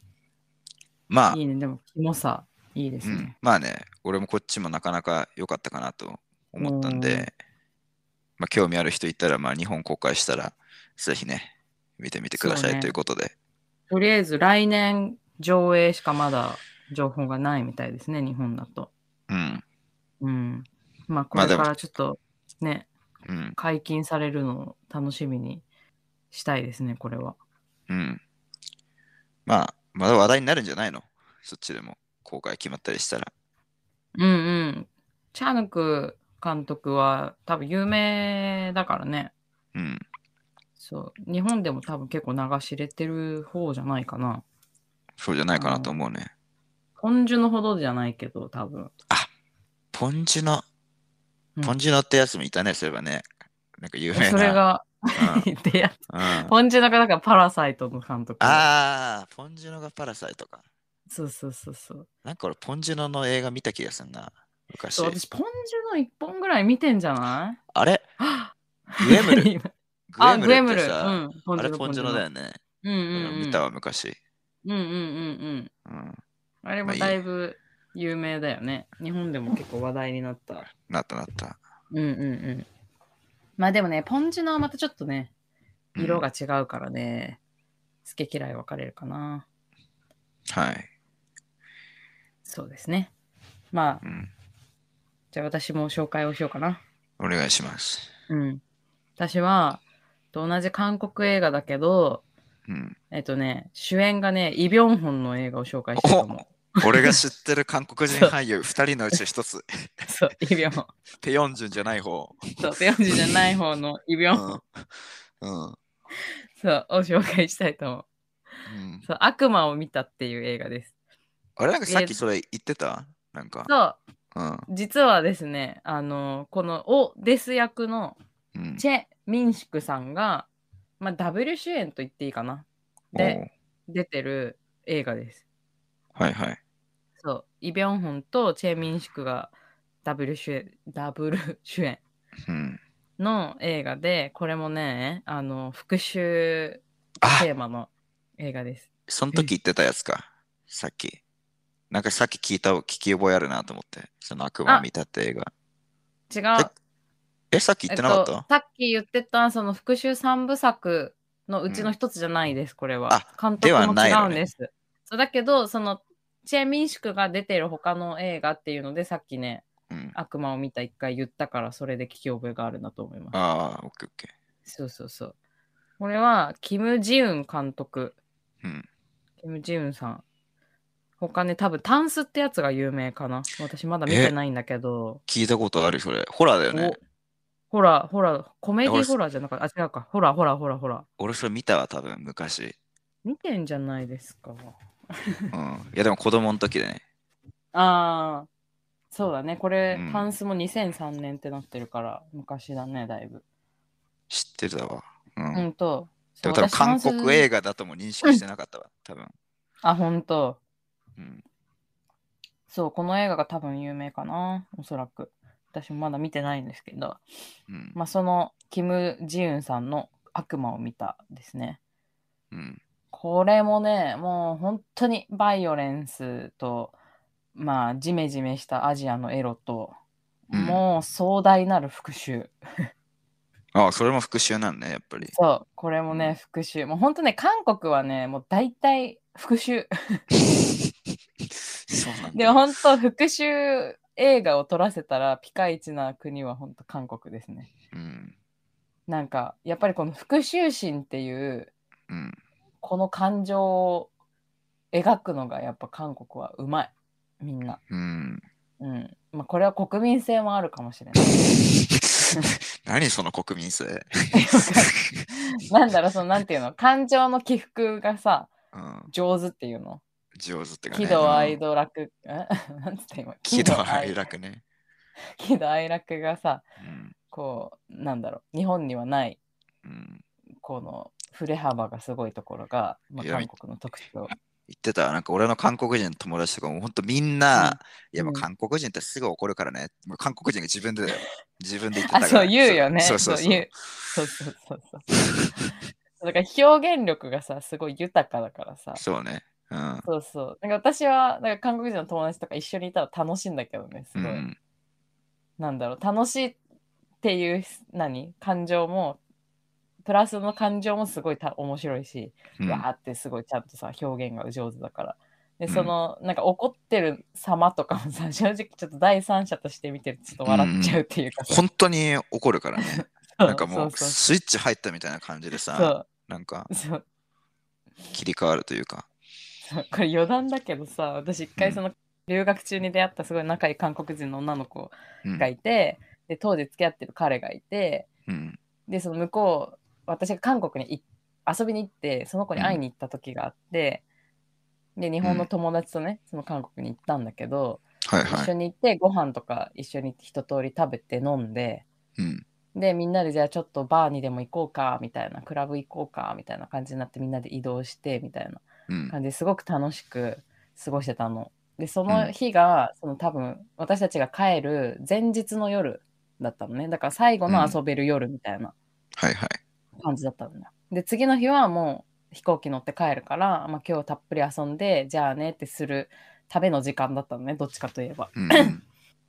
Speaker 2: まあ
Speaker 1: いいね。でも、キモさ、いいです
Speaker 2: う
Speaker 1: ね。
Speaker 2: ん、まあね、俺もこっちもなかなか良かったかなと思ったん
Speaker 1: うん
Speaker 2: で、まあ、興味ある人いたら、まあ、日本公開したら、ぜひね、見てみてくださ
Speaker 1: そう
Speaker 2: い
Speaker 1: ね
Speaker 2: ということで、
Speaker 1: とりあえず、来年上映しかまだ情報がないみたいですね、日本だと。
Speaker 2: うん、
Speaker 1: うん。まあ、こ
Speaker 2: まあ
Speaker 1: れ
Speaker 2: で
Speaker 1: か
Speaker 2: も
Speaker 1: らちょっとね、
Speaker 2: うん、
Speaker 1: 解禁されるのを楽しみにしたいですね、これは。
Speaker 2: うん。まあ、まだ話題になるんじゃないのそっちでも公開決まったりしたら。
Speaker 1: うんうん。チャーヌク監督は多分有名だからね。
Speaker 2: うん
Speaker 1: そう。日本でも多分結構名が知れてる方じゃないかな。
Speaker 2: そうじゃないかなと思うね。
Speaker 1: ポンジュのほどじゃないけど、多分。
Speaker 2: ポンジュノ
Speaker 1: うん。
Speaker 2: ポンジュノってやつもいたね、そういえば ね。なんか有名な。
Speaker 1: それ が、
Speaker 2: うん。
Speaker 1: でや
Speaker 2: うん、あ
Speaker 1: ポンジュのだからパラサイトの監督。
Speaker 2: あー、ポンジュノがパラサイトか。
Speaker 1: そうそうそうそう。
Speaker 2: なんか俺、ポンジュノの映画見た気がするな。昔
Speaker 1: そう。私、ポンジュの一本ぐらい見てんじゃない
Speaker 2: あれ
Speaker 1: あ
Speaker 2: グエムル。
Speaker 1: あ、
Speaker 2: グ
Speaker 1: グ
Speaker 2: エ
Speaker 1: エ
Speaker 2: ム
Speaker 1: ム
Speaker 2: ルっ
Speaker 1: ル。
Speaker 2: て
Speaker 1: う
Speaker 2: さ、
Speaker 1: ん。ポ
Speaker 2: あれ、ポンジュノだ
Speaker 1: よ。
Speaker 2: よね。
Speaker 1: うんうんうん。
Speaker 2: 見たわ、昔。
Speaker 1: うんうんうんうん。
Speaker 2: うん。
Speaker 1: あれもだいぶ有名だよね。日本でも結構話題になった。
Speaker 2: なったなった。
Speaker 1: うんうんうん。まあでもね、ポンジュのはまたちょっとね、
Speaker 2: うん
Speaker 1: 色が違うからね、好き嫌い分かれるかな。
Speaker 2: はい。
Speaker 1: そうですね。まあ、
Speaker 2: うん。
Speaker 1: じゃあ私も紹介をしようかな。
Speaker 2: お願いします。
Speaker 1: うん。私は、と同じ韓国映画だけど、
Speaker 2: うん。
Speaker 1: えっとね、主演がね、イ・ビョンホンの映画を紹介したいと思う。
Speaker 2: 俺が知ってる 韓国人俳優2人のうち1つ、
Speaker 1: そう、イ・ビョンホン。
Speaker 2: ペヨンジュンじゃない方。
Speaker 1: そう、ペヨンジュじゃない方のイ・ビ
Speaker 2: う
Speaker 1: ョンホン
Speaker 2: ん。うん。
Speaker 1: そうを紹介したいと思う。
Speaker 2: うん
Speaker 1: そう、悪魔を見たっていう映画です。
Speaker 2: あれなんかさっきそれ言ってたなんか。
Speaker 1: そう、
Speaker 2: うん。
Speaker 1: 実はですね、あの、このオ・デス役の
Speaker 2: うん。
Speaker 1: チェ・ミンシクさんが、まあ、ダブル主演と言っていいかな。で、出てる映画です。
Speaker 2: おうはいはい。
Speaker 1: そう、イ・ビョンホンとチェ・ミンシクがダブル主演、ダブル主演
Speaker 2: うん。
Speaker 1: の映画で、これもね、あの、復讐
Speaker 2: あ
Speaker 1: テーマの映画です。
Speaker 2: その時言ってたやつか。さっき。なんかさっき聞いた、聞き覚えあるなと思って。その悪魔を見たって映画。
Speaker 1: 違う。
Speaker 2: え、さっき言ってなかった、
Speaker 1: えっと、さっき言ってたその復讐三部作のうちの一つじゃないです、これは。
Speaker 2: あ
Speaker 1: 監督
Speaker 2: では
Speaker 1: も
Speaker 2: ない
Speaker 1: 違うん
Speaker 2: のね
Speaker 1: です。そうだけど、そのチェ・ミンシクが出てる他の映画っていうので、さっきね、
Speaker 2: うん。
Speaker 1: 悪魔を見た一回言ったから、それで聞き覚えがあるなと思いま
Speaker 2: ああ、オッケーオッケ
Speaker 1: す。そうそうそう。これは、キム・ジウン監督。
Speaker 2: ー。うん。
Speaker 1: キム・ジウンさん。他ね、多分、タンスってやつが有名かな。私まだ見てないんだけど。
Speaker 2: 聞いたことある、それ。ホラーだよね。
Speaker 1: おほら、ほら、コメデ
Speaker 2: いや
Speaker 1: ィ
Speaker 2: 俺
Speaker 1: ホラーじゃなかった。あ、違うか。ほら、ほら、ほら、ほら。
Speaker 2: 俺それ見たわ、多分、 昔。
Speaker 1: 見てんじゃないですか。
Speaker 2: うん。いや、でも子供の時でね。
Speaker 1: ああ、そうだね。これ、
Speaker 2: うん
Speaker 1: タンスも2003年ってなってるから、昔だね、だいぶ。
Speaker 2: 知ってるだわ。うん。
Speaker 1: うんと。
Speaker 2: でも多分、韓国映
Speaker 1: 画。
Speaker 2: 画だとも認識してなかっ たわ、多分。
Speaker 1: あ、ほんと。
Speaker 2: うん。
Speaker 1: そう、この映画が多分有名かな、おそらく。私もまだ見てないんですけど、
Speaker 2: うん。
Speaker 1: まあ、その、キム・ジユンさんの悪魔を見たですね。
Speaker 2: うん。
Speaker 1: これもね、もう本当にバイオレンスと、まあ、ジメジメしたアジアのエロと、
Speaker 2: うん
Speaker 1: もう壮大なる復讐。
Speaker 2: ああ、それも復讐なんね、やっ ぱり。
Speaker 1: そう、これも
Speaker 2: う
Speaker 1: ね
Speaker 2: ん、
Speaker 1: 復讐。もう本当ね、韓国はね、もう大体復讐。
Speaker 2: そうなんだ。
Speaker 1: でも本当、復讐映画を撮らせたら、ピカイチな国は本当韓国ですね。
Speaker 2: うん。
Speaker 1: なんか、やっぱりこの復讐心っていう、
Speaker 2: うん。
Speaker 1: この感情を描くのが、やっぱ韓国はうまい。みんな。
Speaker 2: うん。
Speaker 1: うん。まあ、これは国民性もあるかもしれない。
Speaker 2: 何その国民性。
Speaker 1: なんだろう、その、なんていうの、感情の起伏がさ、
Speaker 2: うん。
Speaker 1: 上手っていうの。
Speaker 2: 上手ってか、ね。
Speaker 1: 喜怒
Speaker 2: う
Speaker 1: 哀
Speaker 2: ん。
Speaker 1: 楽、楽ん なんつった今。
Speaker 2: 喜怒哀。楽ね。
Speaker 1: 喜怒哀楽がさ、
Speaker 2: うん。
Speaker 1: こうなんだろう日本にはない
Speaker 2: うん。
Speaker 1: この振れ幅がすごいところが、まあ、
Speaker 2: いや
Speaker 1: 韓国の特徴。
Speaker 2: 言ってた、なんか俺の韓国人の友達とかも本当みんな、
Speaker 1: うん
Speaker 2: いやもううん韓国人ってすぐ怒るからね。もう韓国人が自分でだよ。自分で言ってた
Speaker 1: あ
Speaker 2: から。
Speaker 1: そう言うよね。
Speaker 2: そうそうそう。
Speaker 1: 言うそうそうそうそう。そうだ から表現力がさすごい豊かだからさ。
Speaker 2: そうね。うん。
Speaker 1: そうそう。なんか私はなんか韓国人の友達とか一緒にいたら楽しいんだけどねす
Speaker 2: う
Speaker 1: ごい。
Speaker 2: ん。
Speaker 1: なんだろう楽しいっていう何感情もプラスの感情もすごいた面白いし。
Speaker 2: うん
Speaker 1: わーってすごいちゃんとさ表現が上手だから。で
Speaker 2: うん
Speaker 1: その、なんか怒ってる様とかもさ 正直ちょっと第三者として見てるとちょっと笑っちゃうっていうかさ、
Speaker 2: 本当に怒るからね。
Speaker 1: そう
Speaker 2: なんかもう
Speaker 1: そうそ
Speaker 2: スイッチ入ったみたいな感じで
Speaker 1: う
Speaker 2: さ、
Speaker 1: そう
Speaker 2: なんか
Speaker 1: そう
Speaker 2: 切り替わるというか。
Speaker 1: そうこれ余談だけどさ私一
Speaker 2: う
Speaker 1: 回
Speaker 2: ん
Speaker 1: その留学中に出会ったすごい仲いい韓国人の女の子
Speaker 2: うん
Speaker 1: がいて、で当時付き合ってる彼がいて
Speaker 2: うん。
Speaker 1: でその向こう私が韓国にい遊びに行ってその子に会いに行った時があって、で日本の友達とねその韓国に行ったんだけど、
Speaker 2: はいは
Speaker 1: 一緒
Speaker 2: い。
Speaker 1: に行ってご飯とか一緒に一通り食べて飲んで
Speaker 2: うん。
Speaker 1: でみんなでじゃあちょっとバーにでも行こうかみたいなクラブ行こうかみたいな感じになってみんなで移動してみたい
Speaker 2: うん
Speaker 1: な。感じですごく楽しく過ごしてたの。でそうの
Speaker 2: ん
Speaker 1: 日が、その多分私たちが帰る前日の夜だったのねだから最後の遊べる夜みたいな
Speaker 2: はいはい。
Speaker 1: 感じだったのね。で次の日はもう飛行機乗って帰るから、まあ、今日たっぷり遊んでじゃあねってするための時間だったのねどっちかといえば。
Speaker 2: うんうん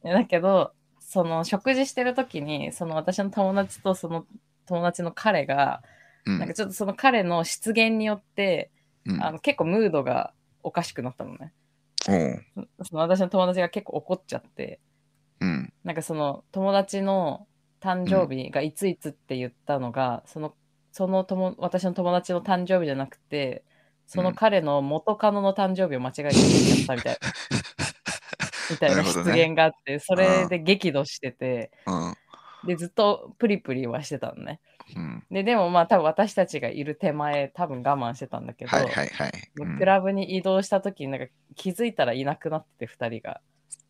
Speaker 1: だけどその食事してる時にその私の友達とその友達の彼が
Speaker 2: うん
Speaker 1: なんかちょっとその彼の出現によって、
Speaker 2: うん
Speaker 1: あの結構ムードがおかしくなったのね。
Speaker 2: うん
Speaker 1: その私の友達が結構怒っちゃって
Speaker 2: うん
Speaker 1: なんかその友達の誕生日がいついつって言ったのが、そのその友私の友達の誕生日じゃなくてその彼の元カノの誕生日を間違えて言っちゃったみたい なみたい
Speaker 2: な
Speaker 1: な
Speaker 2: るほ
Speaker 1: 出
Speaker 2: どね
Speaker 1: 現があって、それで激怒してて
Speaker 2: うん
Speaker 1: でずっとプリプリはしてたのね
Speaker 2: うん
Speaker 1: ででもまあ多分私たちがいる手前多分我慢してたんだけど、
Speaker 2: はいはいはい。う
Speaker 1: ク
Speaker 2: ん
Speaker 1: ラブに移動した時になんか気づいたらいなくなってて2人が。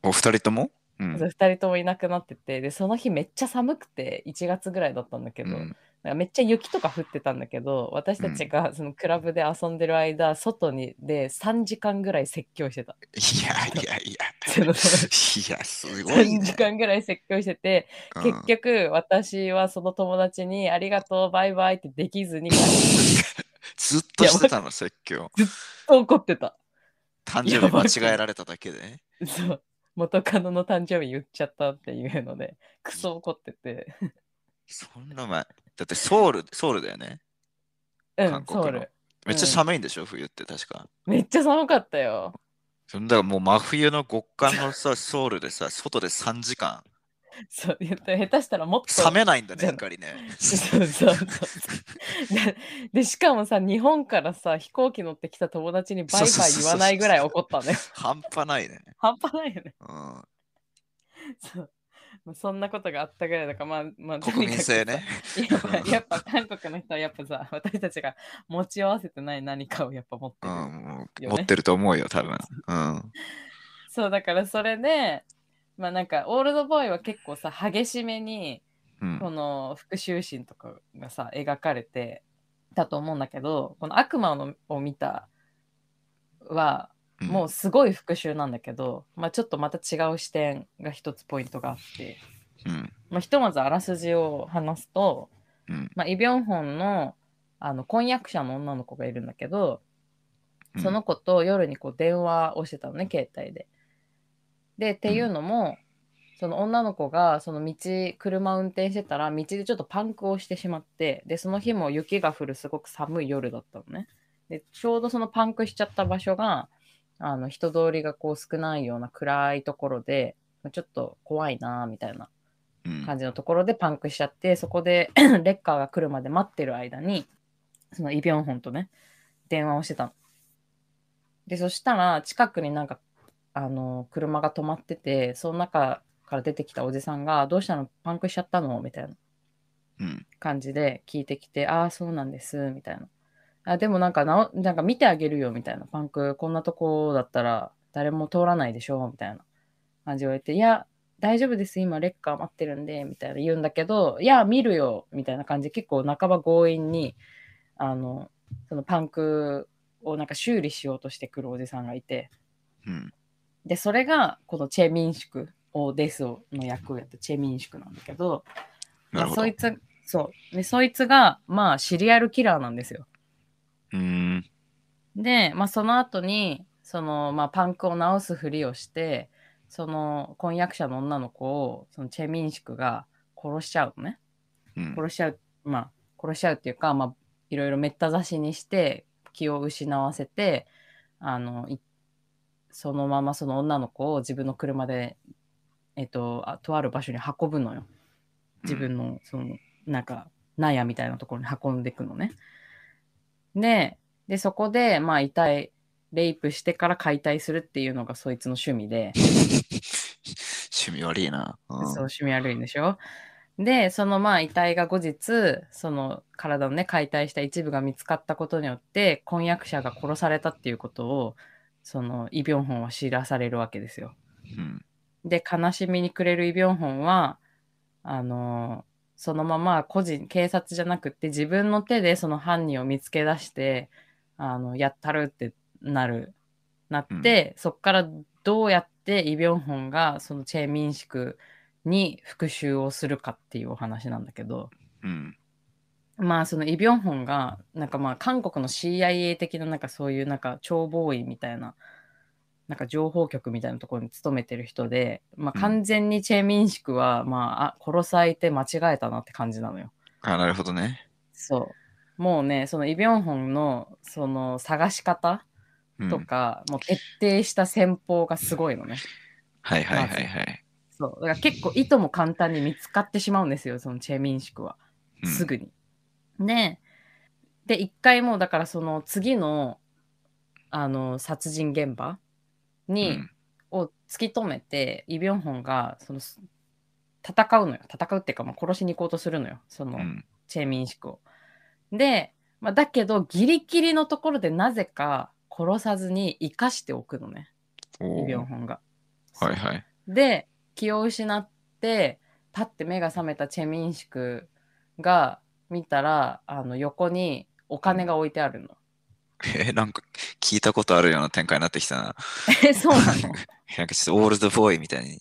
Speaker 2: お二人ともうん
Speaker 1: そう2人ともいなくなっててでその日めっちゃ寒くて1月ぐらいだったんだけど、
Speaker 2: う
Speaker 1: なん
Speaker 2: ん
Speaker 1: かめっちゃ雪とか降ってたんだけど私たちがそのクラブで遊んでる間、外にで3時間ぐらい説教してた
Speaker 2: いやいやいや。
Speaker 1: その
Speaker 2: いや、すごい
Speaker 1: 3
Speaker 2: ね
Speaker 1: 時。間ぐらい説教してて、
Speaker 2: うん
Speaker 1: 結局私はその友達に「ありがとうバイバイ」ってできずに帰って
Speaker 2: ずっとしてたの、説教。
Speaker 1: 怒ってた
Speaker 2: 誕生日間違えられただけで。
Speaker 1: そう元カノの誕生日言っちゃったっていうのでクソ怒ってて
Speaker 2: そんな前。だってソウル、ソウルだよね。
Speaker 1: う
Speaker 2: 韓
Speaker 1: ん
Speaker 2: 国
Speaker 1: ソ
Speaker 2: の
Speaker 1: ウル
Speaker 2: めっちゃ寒いんでしょ、冬って確か。
Speaker 1: めっちゃ寒かったよ
Speaker 2: そんだからもう真冬の極寒の さ、ソウルでさ、外で3時間。
Speaker 1: そう言ったら下手したらもっと
Speaker 2: 冷めないんだね、
Speaker 1: じゃ
Speaker 2: や
Speaker 1: あ
Speaker 2: っぱりね。
Speaker 1: そうそうそうそうででしかもさ日本からさ飛行機乗ってきた友達にバイバイ
Speaker 2: そうそうそうそう
Speaker 1: 言わないぐらい怒ったね
Speaker 2: 半端ないね。
Speaker 1: 半端ないよね
Speaker 2: うん。
Speaker 1: そう、まあ、そんなことがあったぐらいだからまあまあ
Speaker 2: 国民性ね。
Speaker 1: とにかくさやっ ぱやっぱ韓国の人はやっぱさ私たちが持ち合わせてない何かをやっぱ持って
Speaker 2: うん、
Speaker 1: る、
Speaker 2: もう
Speaker 1: よ
Speaker 2: 持
Speaker 1: ね
Speaker 2: ってると思うよ、多分。うん。
Speaker 1: そうだからそれでまあなんかオールドボーイは結構さ激しめに
Speaker 2: うん
Speaker 1: この復讐心とかがさ描かれてたと思うんだけどこの「悪魔のを見た」は
Speaker 2: ん
Speaker 1: もうすごい復讐なんだけど、まあ、ちょっとまた違う視点が一つポイントがあって、
Speaker 2: うん。
Speaker 1: まあ、ひとまずあらすじを話すと、
Speaker 2: うん
Speaker 1: まあ、イ・ビョンホンのあの婚約者の女の子がいるんだけど
Speaker 2: うん
Speaker 1: その子と夜にこう電話をしてたのね携帯で。でっていうのも、その女の子がその道車運転してたら道でちょっとパンクをしてしまってでその日も雪が降るすごく寒い夜だったのね。でちょうどそのパンクしちゃった場所があの人通りがこう少ないような暗いところでちょっと怖いなみたいな
Speaker 2: うん
Speaker 1: 感じのところでパンクしちゃってそこで レッカーが来るまで待ってる間にそのイ・ビョンホンとね電話をしてたの。でそしたら近くになんかあの車が止まっててその中から出てきたおじさんが「どうしたのパンクしちゃったの?」みたいな
Speaker 2: うん。
Speaker 1: 感じで聞いてきて「ああそうなんです」みたいな「あでもなんかなおなんか見てあげるよ」みたいな「パンクこんなとこだったら誰も通らないでしょ」みたいな感じを言って「いや大丈夫です今レッカー待ってるんで」みたいな言うんだけど「いや見るよ」みたいな感じで結構半ば強引にあのそのパンクをなんか修理しようとしてくるおじさんがいて
Speaker 2: うん。
Speaker 1: でそれがこのチェ・ミンシクをデスの役をやったチェ・ミンシクなんだけど
Speaker 2: なる
Speaker 1: まあ
Speaker 2: ほど。
Speaker 1: そういつそうでそいつがまあシリアルキラーなんですよ
Speaker 2: ーん。
Speaker 1: で、まあ、その後にその、まあ、パンクを直すふりをしてその婚約者の女の子をそのチェ・ミンシクが殺しちゃうのね
Speaker 2: うん。
Speaker 1: 殺しちゃうまあ殺しちゃうっていうか、まあ、いろいろめった刺しにして気を失わせてあのいそのままその女の子を自分の車で、えっと、あとある場所に運ぶのよ。自分のそのなんか納屋みたいなところに運んでいくのね。ででそこでまあ遺体レイプしてから解体するっていうのがそいつの趣味で、
Speaker 2: 趣味悪いな。うん
Speaker 1: そう趣味悪いんでしょでそのまあ遺体が後日その体のね解体した一部が見つかったことによって婚約者が殺されたっていうことをそのイ・ビョンホンは知らされるわけですよ。
Speaker 2: うん。
Speaker 1: で悲しみに暮れるイ・ビョンホンはあのそのまま個人警察じゃなくて自分の手でその犯人を見つけ出してあのやったるってなるなって、そっからどうやってイ・ビョンホンがそのチェ・ミンシクに復讐をするかっていうお話なんだけど
Speaker 2: うん。
Speaker 1: まあそのイ・ビョンホンがなんかまあ韓国の CIA 的ななんかそういうなんか諜報員みたいななんか情報局みたいなところに勤めてる人で、ま
Speaker 2: う
Speaker 1: あ、
Speaker 2: ん
Speaker 1: 完全にチェ・ミンシクは、まあ、あ殺す相手間違えたなって感じなのよ。
Speaker 2: あ、なるほどね。
Speaker 1: そうもうねそのイ・ビョンホンのその探し方
Speaker 2: うん
Speaker 1: とか、もう徹底した戦法がすごいのね。
Speaker 2: はいはいはいはい。
Speaker 1: そうだから結構いとも簡単に見つかってしまうんですよそのチェ・ミンシクは。
Speaker 2: うん
Speaker 1: すぐに。ねで一回もうだからその次のあの殺人現場に、
Speaker 2: うん
Speaker 1: を突き止めてイ・ビョンホンがそのす戦うのよ戦うっていうか、まあ、殺しに行こうとするのよその
Speaker 2: うん
Speaker 1: チェ・ミンシクを。で、まあ、だけどギリギリのところでなぜか殺さずに生かしておくのねイ・
Speaker 2: お
Speaker 1: ビョン
Speaker 2: ー
Speaker 1: ホンが。
Speaker 2: はいはい。
Speaker 1: で気を失ってパッて目が覚めたチェ・ミンシクが見たらあの横にお金が置いてあるの。
Speaker 2: えなんか聞いたことあるような展開になってきたな。
Speaker 1: えそうなの
Speaker 2: なんかちょっとオールドボーイみたいに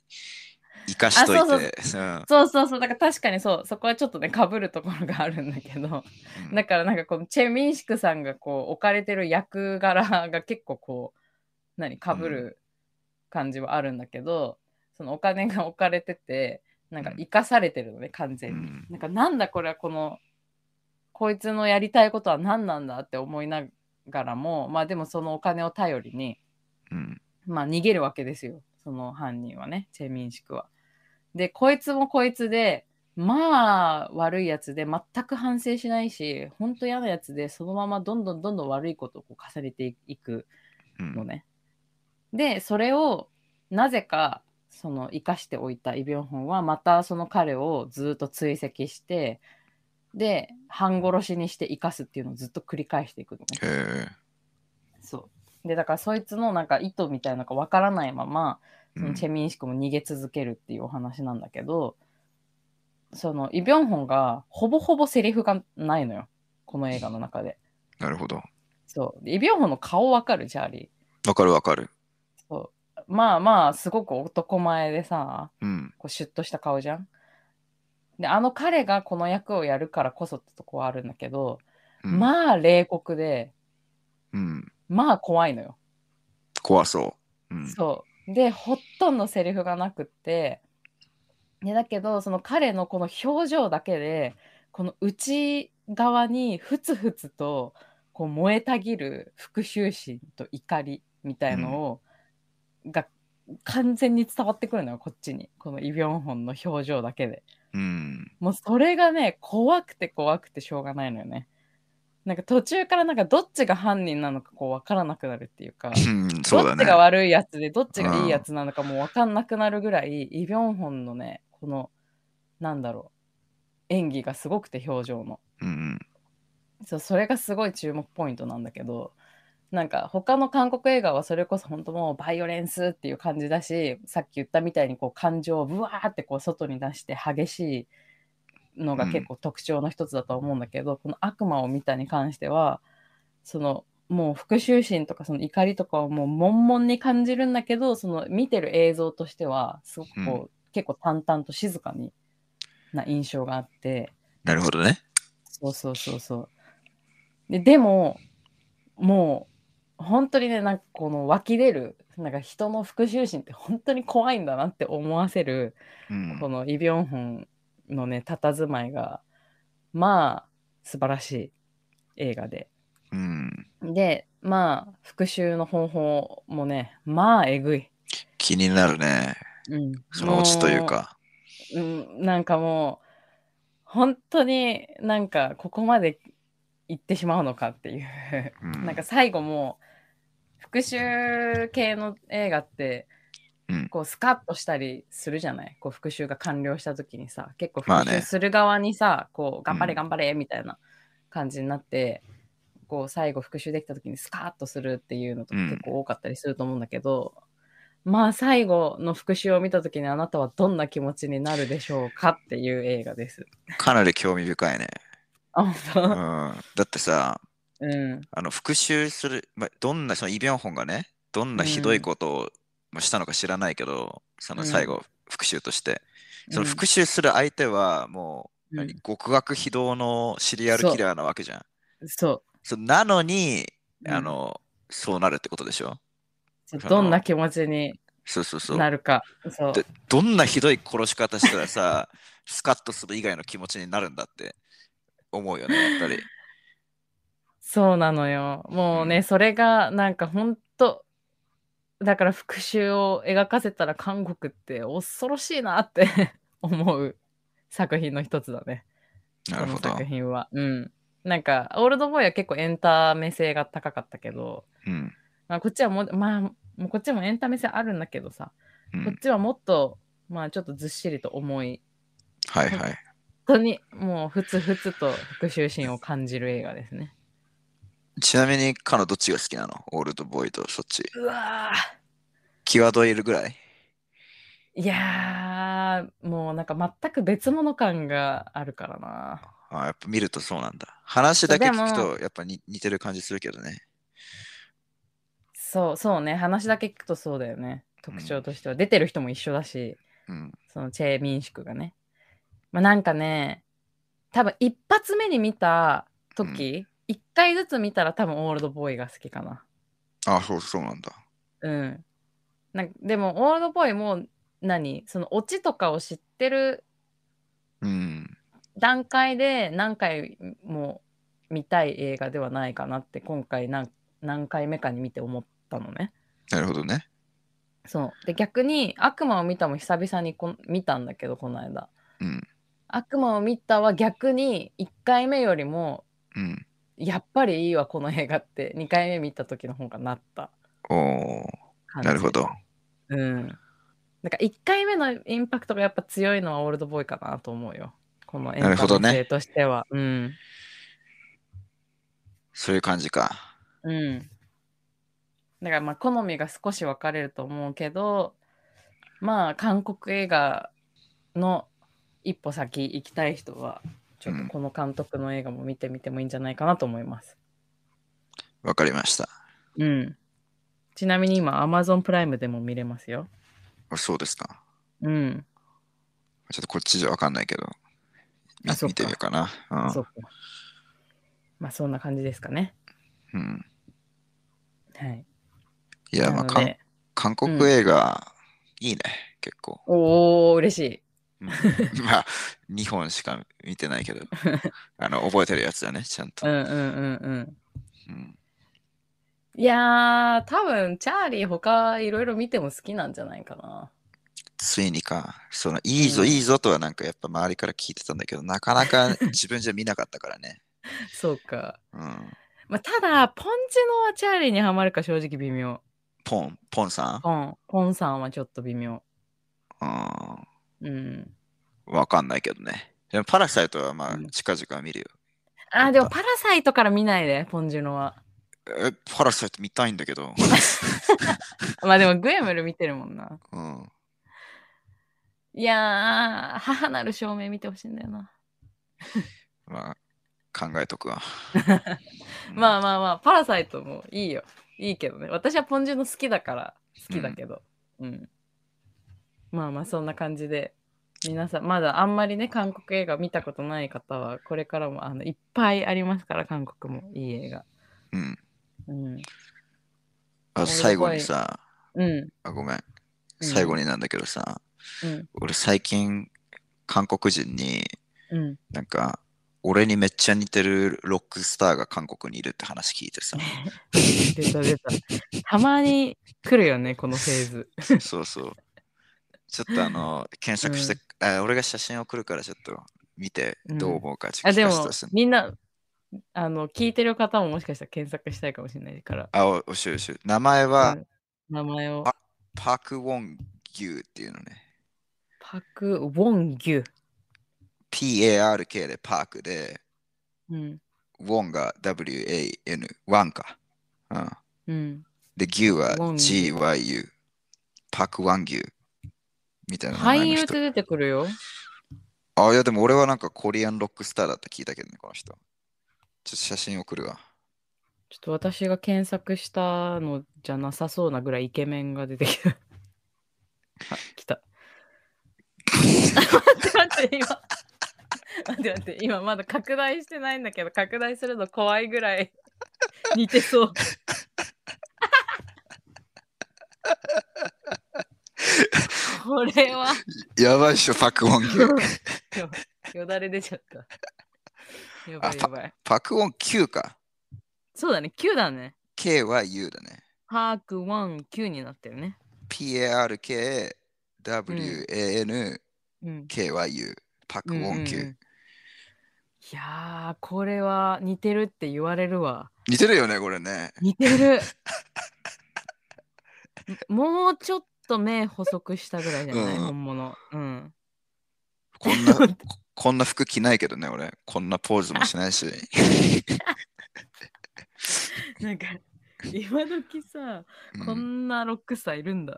Speaker 2: 生かしとい
Speaker 1: あそう
Speaker 2: て。うん
Speaker 1: そうそうそうだから確かにそうそこはちょっとねかぶるところがあるんだけど
Speaker 2: うん
Speaker 1: だからなんかこのチェ・ミンシクさんがこう置かれてる役柄が結構こう何かぶる感じはあるんだけど、そのお金が置かれててなんか生かされてるのね完全に。
Speaker 2: うん
Speaker 1: なんかなんだこれはこのこいつのやりたいことは何なんだって思いながらもまあでもそのお金を頼りに
Speaker 2: うん
Speaker 1: まあ逃げるわけですよその犯人はねチェ・ミンシクは。でこいつもこいつでまあ悪いやつで全く反省しないしほんと嫌なやつでそのままどんどんどんどん悪いことをこう重ねていく
Speaker 2: う
Speaker 1: の
Speaker 2: ん
Speaker 1: ね。でそれをなぜかその生かしておいたイ・ビョンホンはまたその彼をずっと追跡してで半殺しにして生かすっていうのをずっと繰り返していくのね。
Speaker 2: へえ
Speaker 1: そうでだからそいつのなんか意図みたいなのがわからないまま
Speaker 2: う
Speaker 1: その
Speaker 2: ん
Speaker 1: チェ・ミンシクも逃げ続けるっていうお話なんだけど、そのイ・ビョンホンがほぼほぼセリフがないのよこの映画の中で。
Speaker 2: なるほど。
Speaker 1: そうでイ・ビョンホンの顔わかるチャーリー。
Speaker 2: わかるわかる。
Speaker 1: そうまあまあすごく男前でさ
Speaker 2: うん。
Speaker 1: こうシュッとした顔じゃん。であの彼がこの役をやるからこそってとこはあるんだけど、
Speaker 2: うん
Speaker 1: まあ冷酷で
Speaker 2: うん。
Speaker 1: まあ怖いのよ。
Speaker 2: 怖そう。うん。
Speaker 1: そうでほとんどセリフがなくってでだけどその彼のこの表情だけでこの内側にふつふつとこう燃えたぎる復讐心と怒りみたいのを、が完全に伝わってくるのよこっちにこのイ・ビョンホンの表情だけで
Speaker 2: うん。
Speaker 1: もうそれがね怖くて怖くてしょうがないのよねなんか途中からなんかどっちが犯人なのかこう分からなくなるっていうか
Speaker 2: うんそう
Speaker 1: ど
Speaker 2: だ
Speaker 1: っち
Speaker 2: ね。
Speaker 1: が悪いやつでどっちがいいやつなのかもう分かんなくなるぐらい、イ・ビョンホンのねこのなんだろう演技がすごくて表情の
Speaker 2: うん
Speaker 1: そうそれがすごい注目ポイントなんだけどなんか他の韓国映画はそれこそ本当もうバイオレンスっていう感じだしさっき言ったみたいにこう感情をブワーってこう外に出して激しいのが結構特徴の一つだと思うんだけど、この「悪魔を見た」に関してはそのもう復讐心とかその怒りとかをもう悶々に感じるんだけどその見てる映像としてはすごくこう、結構淡々と静かにな印象があって。
Speaker 2: なるほどね。
Speaker 1: そうそうそうそう。ででももう本当にねなんかこの湧き出るなんか人の復讐心って本当に怖いんだなって思わせる、
Speaker 2: うん
Speaker 1: このイ・ビョンホンのね佇まいがまあ素晴らしい映画で。
Speaker 2: うん。
Speaker 1: でまあ復讐の方法もねまあえぐい。
Speaker 2: 気になるね。
Speaker 1: うん、
Speaker 2: そのオチというか。
Speaker 1: うん、なんかもう本当になんかここまで行ってしまうのかっていう
Speaker 2: う
Speaker 1: なんか最後も復讐系の映画って
Speaker 2: うん
Speaker 1: こうスカッとしたりするじゃないこう復讐が完了した時にさ結構復
Speaker 2: まあね
Speaker 1: 讐する側にさ、こう頑張
Speaker 2: う
Speaker 1: れ
Speaker 2: ん
Speaker 1: 頑張れみたいな感じになって、こう最後復讐できた時にスカッとするっていうのとか
Speaker 2: うん
Speaker 1: 結構多かったりすると思うんだけど、まあ最後の復讐を見た時にあなたはどんな気持ちになるでしょうかっていう映画です。
Speaker 2: かなり興味深いね。
Speaker 1: あ
Speaker 2: うん。
Speaker 1: 本
Speaker 2: だってさ、
Speaker 1: 当うん
Speaker 2: あの復讐する、まあ、どんなそのイ・ビョンホンがね、どんなひどいことを、まあしたのか知らないけど、その最後、復讐として。その復讐する相手はもう
Speaker 1: うん
Speaker 2: 極悪非道のシリアルキラーなわけじゃん。
Speaker 1: そう
Speaker 2: そうなのに、
Speaker 1: うん
Speaker 2: あの、そうなるってことでしょ
Speaker 1: そう
Speaker 2: その
Speaker 1: どんな気持ちに
Speaker 2: そうそうそう。
Speaker 1: なるか。そう
Speaker 2: でどんなひどい殺し方したらさ、 スカッとする以外の気持ちになるんだって思うよね、やっぱり。
Speaker 1: そうなのよ。もうね、
Speaker 2: う
Speaker 1: それがなんか本当だから復讐を描かせたら韓国って恐ろしいなって 思う作品の一つだね。
Speaker 2: なるほ
Speaker 1: この
Speaker 2: ど
Speaker 1: 作。品は。うん。なんか、オールドボーイは結構エンタメ性が高かったけど、
Speaker 2: うん。
Speaker 1: まあ、こっちはもう、まあ、もうこっちもエンタメ性あるんだけどさ、
Speaker 2: う
Speaker 1: こっ
Speaker 2: ん、
Speaker 1: ちはもっと、まあちょっとずっしりと重い、
Speaker 2: はいはい。
Speaker 1: 本当にもうふつふつと復讐心を感じる映画ですね。
Speaker 2: ちなみに、彼のどっちが好きなのオールドボーイとそっち。
Speaker 1: うわー
Speaker 2: 際どいるぐらい
Speaker 1: いやー、もうなんか全く別物感があるからな。
Speaker 2: あやっぱ見るとそうなんだ。話だけ聞
Speaker 1: そう
Speaker 2: くと、やっぱに似てる感じするけどね。
Speaker 1: そう、そうね。話だけ聞くとそうだよね。特徴としては。出てる人も一緒だし、
Speaker 2: うん。
Speaker 1: そのチェ・ミンシクがね。まあなんかね、多分一発目に見た時、一、回ずつ見たら多分オールドボーイが好きかな。
Speaker 2: あそうそうなんだ。
Speaker 1: うん。なんかでもオールドボーイも何そのオチとかを知ってる
Speaker 2: うん。
Speaker 1: 段階で何回も見たい映画ではないかなって今回何何回目かに見て思ったのね。
Speaker 2: なるほどね。
Speaker 1: そうで逆に「悪魔を見た」も久々にこん見たんだけどこの間。
Speaker 2: うん。
Speaker 1: 悪魔を見たは逆に1回目よりも
Speaker 2: うん。
Speaker 1: やっぱりいいわこの映画って2回目見た時の方がなった
Speaker 2: おー
Speaker 1: 感じ。
Speaker 2: なるほ。ど。
Speaker 1: うん。なんか1回目のインパクトがやっぱ強いのはオールドボーイかなと思うよ。このエン
Speaker 2: なるほど
Speaker 1: タ
Speaker 2: ね
Speaker 1: メ性としては。うん。
Speaker 2: そういう感じか。
Speaker 1: うん。だからまあ好みが少し分かれると思うけどまあ韓国映画の一歩先行きたい人はちょっとこの監督の映画も見てみてもいいんじゃないかなと思います。
Speaker 2: わかりました。
Speaker 1: うん。ちなみに今 Amazon プライムでも見れますよ。
Speaker 2: あそうですか。
Speaker 1: うん。
Speaker 2: ちょっとこっちじゃわかんないけど。み
Speaker 1: あそっか
Speaker 2: 見てみようかな。うん
Speaker 1: そうか。まあそんな感じですかね。
Speaker 2: うん、
Speaker 1: はい。
Speaker 2: いや、まあ、
Speaker 1: なの
Speaker 2: かん
Speaker 1: で
Speaker 2: 韓
Speaker 1: う
Speaker 2: 国
Speaker 1: ん
Speaker 2: 映画、いいね、結構。
Speaker 1: おー嬉しい。
Speaker 2: うんまあ、2本しか見てないけど、あの、覚えてるやつだね、ちゃんと
Speaker 1: うん。うんうんうん。
Speaker 2: うん
Speaker 1: いやー、多分、チャーリー他いろいろ見ても好きなんじゃないかな。
Speaker 2: ついにか、その、いいぞ、
Speaker 1: うん
Speaker 2: いいぞとはなんかやっぱ周りから聞いてたんだけど、なかなか自分じゃ見なかったからね。
Speaker 1: そうか。
Speaker 2: うん。
Speaker 1: まあ、ただ、ポンチノはチャーリーにはまるか正直微妙。
Speaker 2: ポン、ポンさん
Speaker 1: ポン、ポンさんはちょっと微妙。
Speaker 2: う
Speaker 1: うん。
Speaker 2: ん。わかんないけどね。でも、パラサイトはま
Speaker 1: う
Speaker 2: あ、
Speaker 1: ん
Speaker 2: 近々見るよ。
Speaker 1: あー、でも、パラサイトから見ないで、ポンジュノは。
Speaker 2: え、パラサイト見たいんだけど。
Speaker 1: まあでも、グエムル見てるもんな。
Speaker 2: うん。
Speaker 1: いやー、母なる証明見てほしいんだよな。
Speaker 2: まあ、考えとくわ。
Speaker 1: まあまあまあ、パラサイトもいいよ。いいけどね。私はポンジュノ好きだから、好きだけど。うん。まあまあ、そんな感じで、皆さん、まだあんまりね、韓国映画見たことない方は、これからもあのいっぱいありますから、韓国もいい映画。
Speaker 2: うん。
Speaker 1: うん。
Speaker 2: あ、最後にさ、
Speaker 1: うん。
Speaker 2: あ、ごめん。
Speaker 1: うん
Speaker 2: 最後になんだけどさ、
Speaker 1: うん。
Speaker 2: 俺最近、韓国人に、
Speaker 1: うん。
Speaker 2: なんか、俺にめっちゃ似てるロックスターが韓国にいるって話聞いてさ、
Speaker 1: 出た出た。たまに来るよね、このフェーズ。
Speaker 2: そうそう。ちょっとあの、検索して、あ俺が写真送るからちょっと見てどう思うかちょ
Speaker 1: あ、
Speaker 2: っと
Speaker 1: で
Speaker 2: 聞かせて
Speaker 1: も
Speaker 2: ほしい、
Speaker 1: みんな、あの、聞いてる方ももしかしたら検索したいかもしれないから。
Speaker 2: あ、おおしおしお。名前は
Speaker 1: うん名前を。
Speaker 2: パク・ウォン・ギューっていうのね。
Speaker 1: パク・ウォン・ギュ。
Speaker 2: PARK でパークで、
Speaker 1: うん。
Speaker 2: ウォンが WAN、ワンか。うん。
Speaker 1: うん。
Speaker 2: で、牛は
Speaker 1: ウォン
Speaker 2: GYU。パクワン牛。みたいな名前
Speaker 1: 俳
Speaker 2: の
Speaker 1: 優っ
Speaker 2: 人
Speaker 1: て。出てくるよ。
Speaker 2: あ、いや、でも俺はなんかコリアンロックスターだって聞いたけどね、この人。ちょっと写真送るわ。
Speaker 1: ちょっと私が検索したのじゃなさそうなぐらいイケメンが出てきた。 あ、 来た。待って待って、今。待って待って、今まだ拡大してないんだけど、拡大するの怖いぐらい似てそう。これは
Speaker 2: やばいっしょ、パクウォン級。
Speaker 1: やばいよだれ出ちゃった。やばいやばい。
Speaker 2: パクウォン Q か。
Speaker 1: そうだね、9だね。
Speaker 2: K は U だね。
Speaker 1: パーク1、9になってるね。
Speaker 2: PARK、WAN、
Speaker 1: うん。
Speaker 2: K は U。パクウォン
Speaker 1: うんうんうん
Speaker 2: Q
Speaker 1: い。やー、これは似てるって言われるわ。
Speaker 2: 似てるよね、これね。
Speaker 1: 似てる。 もうちょっと目細くしたぐらいじゃない、
Speaker 2: うん
Speaker 1: 本物。うん。
Speaker 2: こんな、こんな服着ないけどね、俺。こんなポーズもしな いし。
Speaker 1: なんか、今時さ、
Speaker 2: うん
Speaker 1: こんなロックさいるんだ。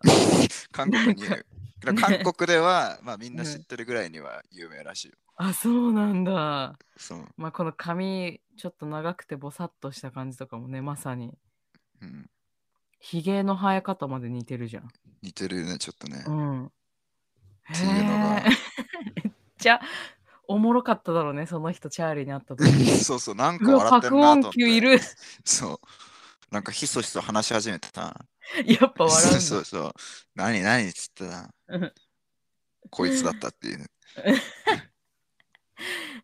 Speaker 2: 韓国にいる。だから
Speaker 1: ね
Speaker 2: 韓国 では、まあみんな知ってるぐらいには有名らしいよ。
Speaker 1: あ、そうなんだ。
Speaker 2: そう。
Speaker 1: まあ、この髪、ちょっと長くてぼさっとした感じとかもね、まさに。
Speaker 2: うん、
Speaker 1: ひげの生え方まで似てるじゃん。
Speaker 2: 似てるね、ちょっとね
Speaker 1: う。ん。
Speaker 2: ていうのが
Speaker 1: へー めっちゃおもろかっただろうね、その人、チャーリーに会った時。
Speaker 2: そうそう、なんか
Speaker 1: うわ、
Speaker 2: 笑っ
Speaker 1: パ
Speaker 2: て
Speaker 1: ク
Speaker 2: る
Speaker 1: ウォ
Speaker 2: なと思っ
Speaker 1: ン
Speaker 2: て。
Speaker 1: 級いる。
Speaker 2: そう。なんかひそひそ話し始めてた。
Speaker 1: やっぱ笑うん
Speaker 2: そ
Speaker 1: だ
Speaker 2: うそうそう。何何っつってた
Speaker 1: うん。
Speaker 2: こいつだったっていう。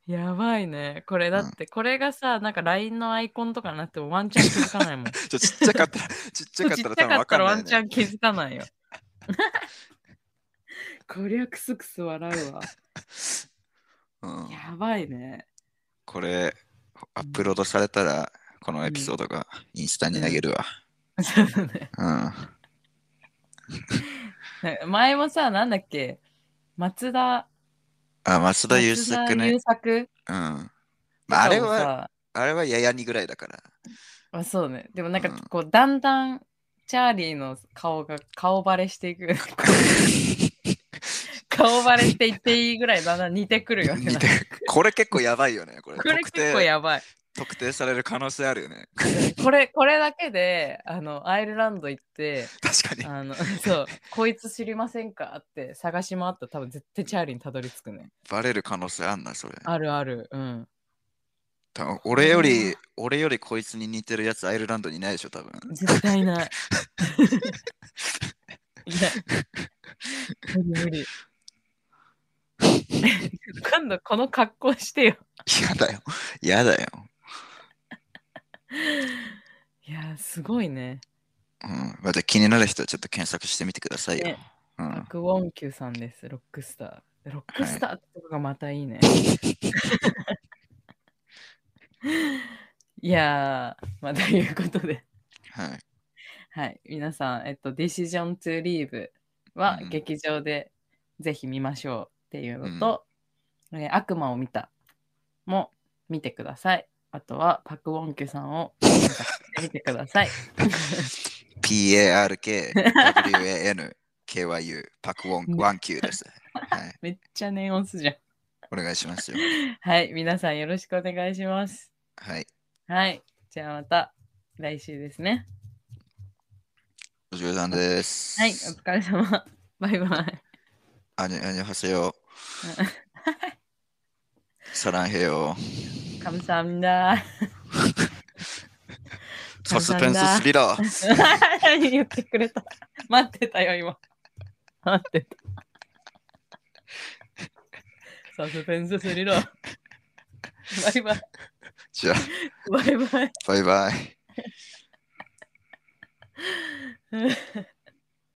Speaker 1: やばいね。これだって、これがさ、なんか LINE のアイコンとかになってもワンチャン気づかないもん。
Speaker 2: ちょちっちゃかっ たら、ちっちゃかっ
Speaker 1: ち
Speaker 2: た
Speaker 1: っ
Speaker 2: ら
Speaker 1: ち
Speaker 2: 多
Speaker 1: ゃ
Speaker 2: 分
Speaker 1: か
Speaker 2: わ
Speaker 1: ったら
Speaker 2: か
Speaker 1: ワ
Speaker 2: ん
Speaker 1: ン
Speaker 2: ない
Speaker 1: チャ
Speaker 2: よね。
Speaker 1: ン気づか ないよ。こりゃくすくす笑うわ。
Speaker 2: うん、
Speaker 1: やばいね。
Speaker 2: これ、アップロードされたら、このエピソードがインスタにあげるわ。
Speaker 1: そうだね。
Speaker 2: うん。
Speaker 1: なんか前もさ、なんだっけ、松田
Speaker 2: あ、松田優
Speaker 1: 松
Speaker 2: 作
Speaker 1: 田
Speaker 2: ね
Speaker 1: 優。作
Speaker 2: うん。
Speaker 1: とか
Speaker 2: まあ、あれ
Speaker 1: も
Speaker 2: は、
Speaker 1: さ
Speaker 2: あれはややにぐらいだから。
Speaker 1: まあ、そうね。でもなんか
Speaker 2: うん
Speaker 1: こう、だんだんチャーリーの顔が顔バレしていく。 顔バレしていっていいぐらいだんだ ん似てくるよね。
Speaker 2: 似てこれ結構やばいよね。これ
Speaker 1: これ
Speaker 2: 特
Speaker 1: 結構
Speaker 2: 定
Speaker 1: やばい。
Speaker 2: 特定される可能性あるよね。
Speaker 1: これ、これだけで、あの、アイルランド行って、
Speaker 2: 確かに。
Speaker 1: あの、 そう、こいつ知りませんかって探し回ったら多分絶対チャーリーにたどり着くね。
Speaker 2: バレる可能性あんな、それ。
Speaker 1: あるある。うん。
Speaker 2: 多分俺より、俺よりこいつに似てるやつアイルランドにいないでしょ、多分。
Speaker 1: 絶対 ない。いや、無理無 理。今度この格好してよ。
Speaker 2: 嫌だよ。嫌だよ。
Speaker 1: いや、すごいね。
Speaker 2: うん。まあじゃあ気になる人はちょっと検索してみてくださいよ。
Speaker 1: ね
Speaker 2: う
Speaker 1: パ
Speaker 2: ん。
Speaker 1: ク・ウォンキューさんです、ロックスター。ロックスターってとこがまた いいね。い、やー、まあ、ということで、
Speaker 2: はい。
Speaker 1: はい、皆さん、えっと、Decision to Leave は
Speaker 2: うん
Speaker 1: 劇場でぜひ見ましょうっていうのと、えー悪魔を見たも見てください。あとは、パク・ウォンキューさんを検索してみてくだ さい。
Speaker 2: PARK、WAN、KYU、パクウォン、ワンキューです。はい。
Speaker 1: めっちゃ念押すじゃん。
Speaker 2: お願いしますよ。
Speaker 1: はい、皆さんよろしくお願いします。
Speaker 2: はい。
Speaker 1: はい。じゃあまた来週ですね。
Speaker 2: おじゅうさんです。
Speaker 1: はい。お疲れ様。バイバイ。
Speaker 2: あに、あにはせよ。 さらんへよ。
Speaker 1: カムサハムダー。
Speaker 2: サスペンススリラー。
Speaker 1: 何 言ってくれた。待ってたよ、今。待ってた。サスペンスするろ。バイバイ。
Speaker 2: じゃあ、
Speaker 1: バイバイ。
Speaker 2: バイバイ。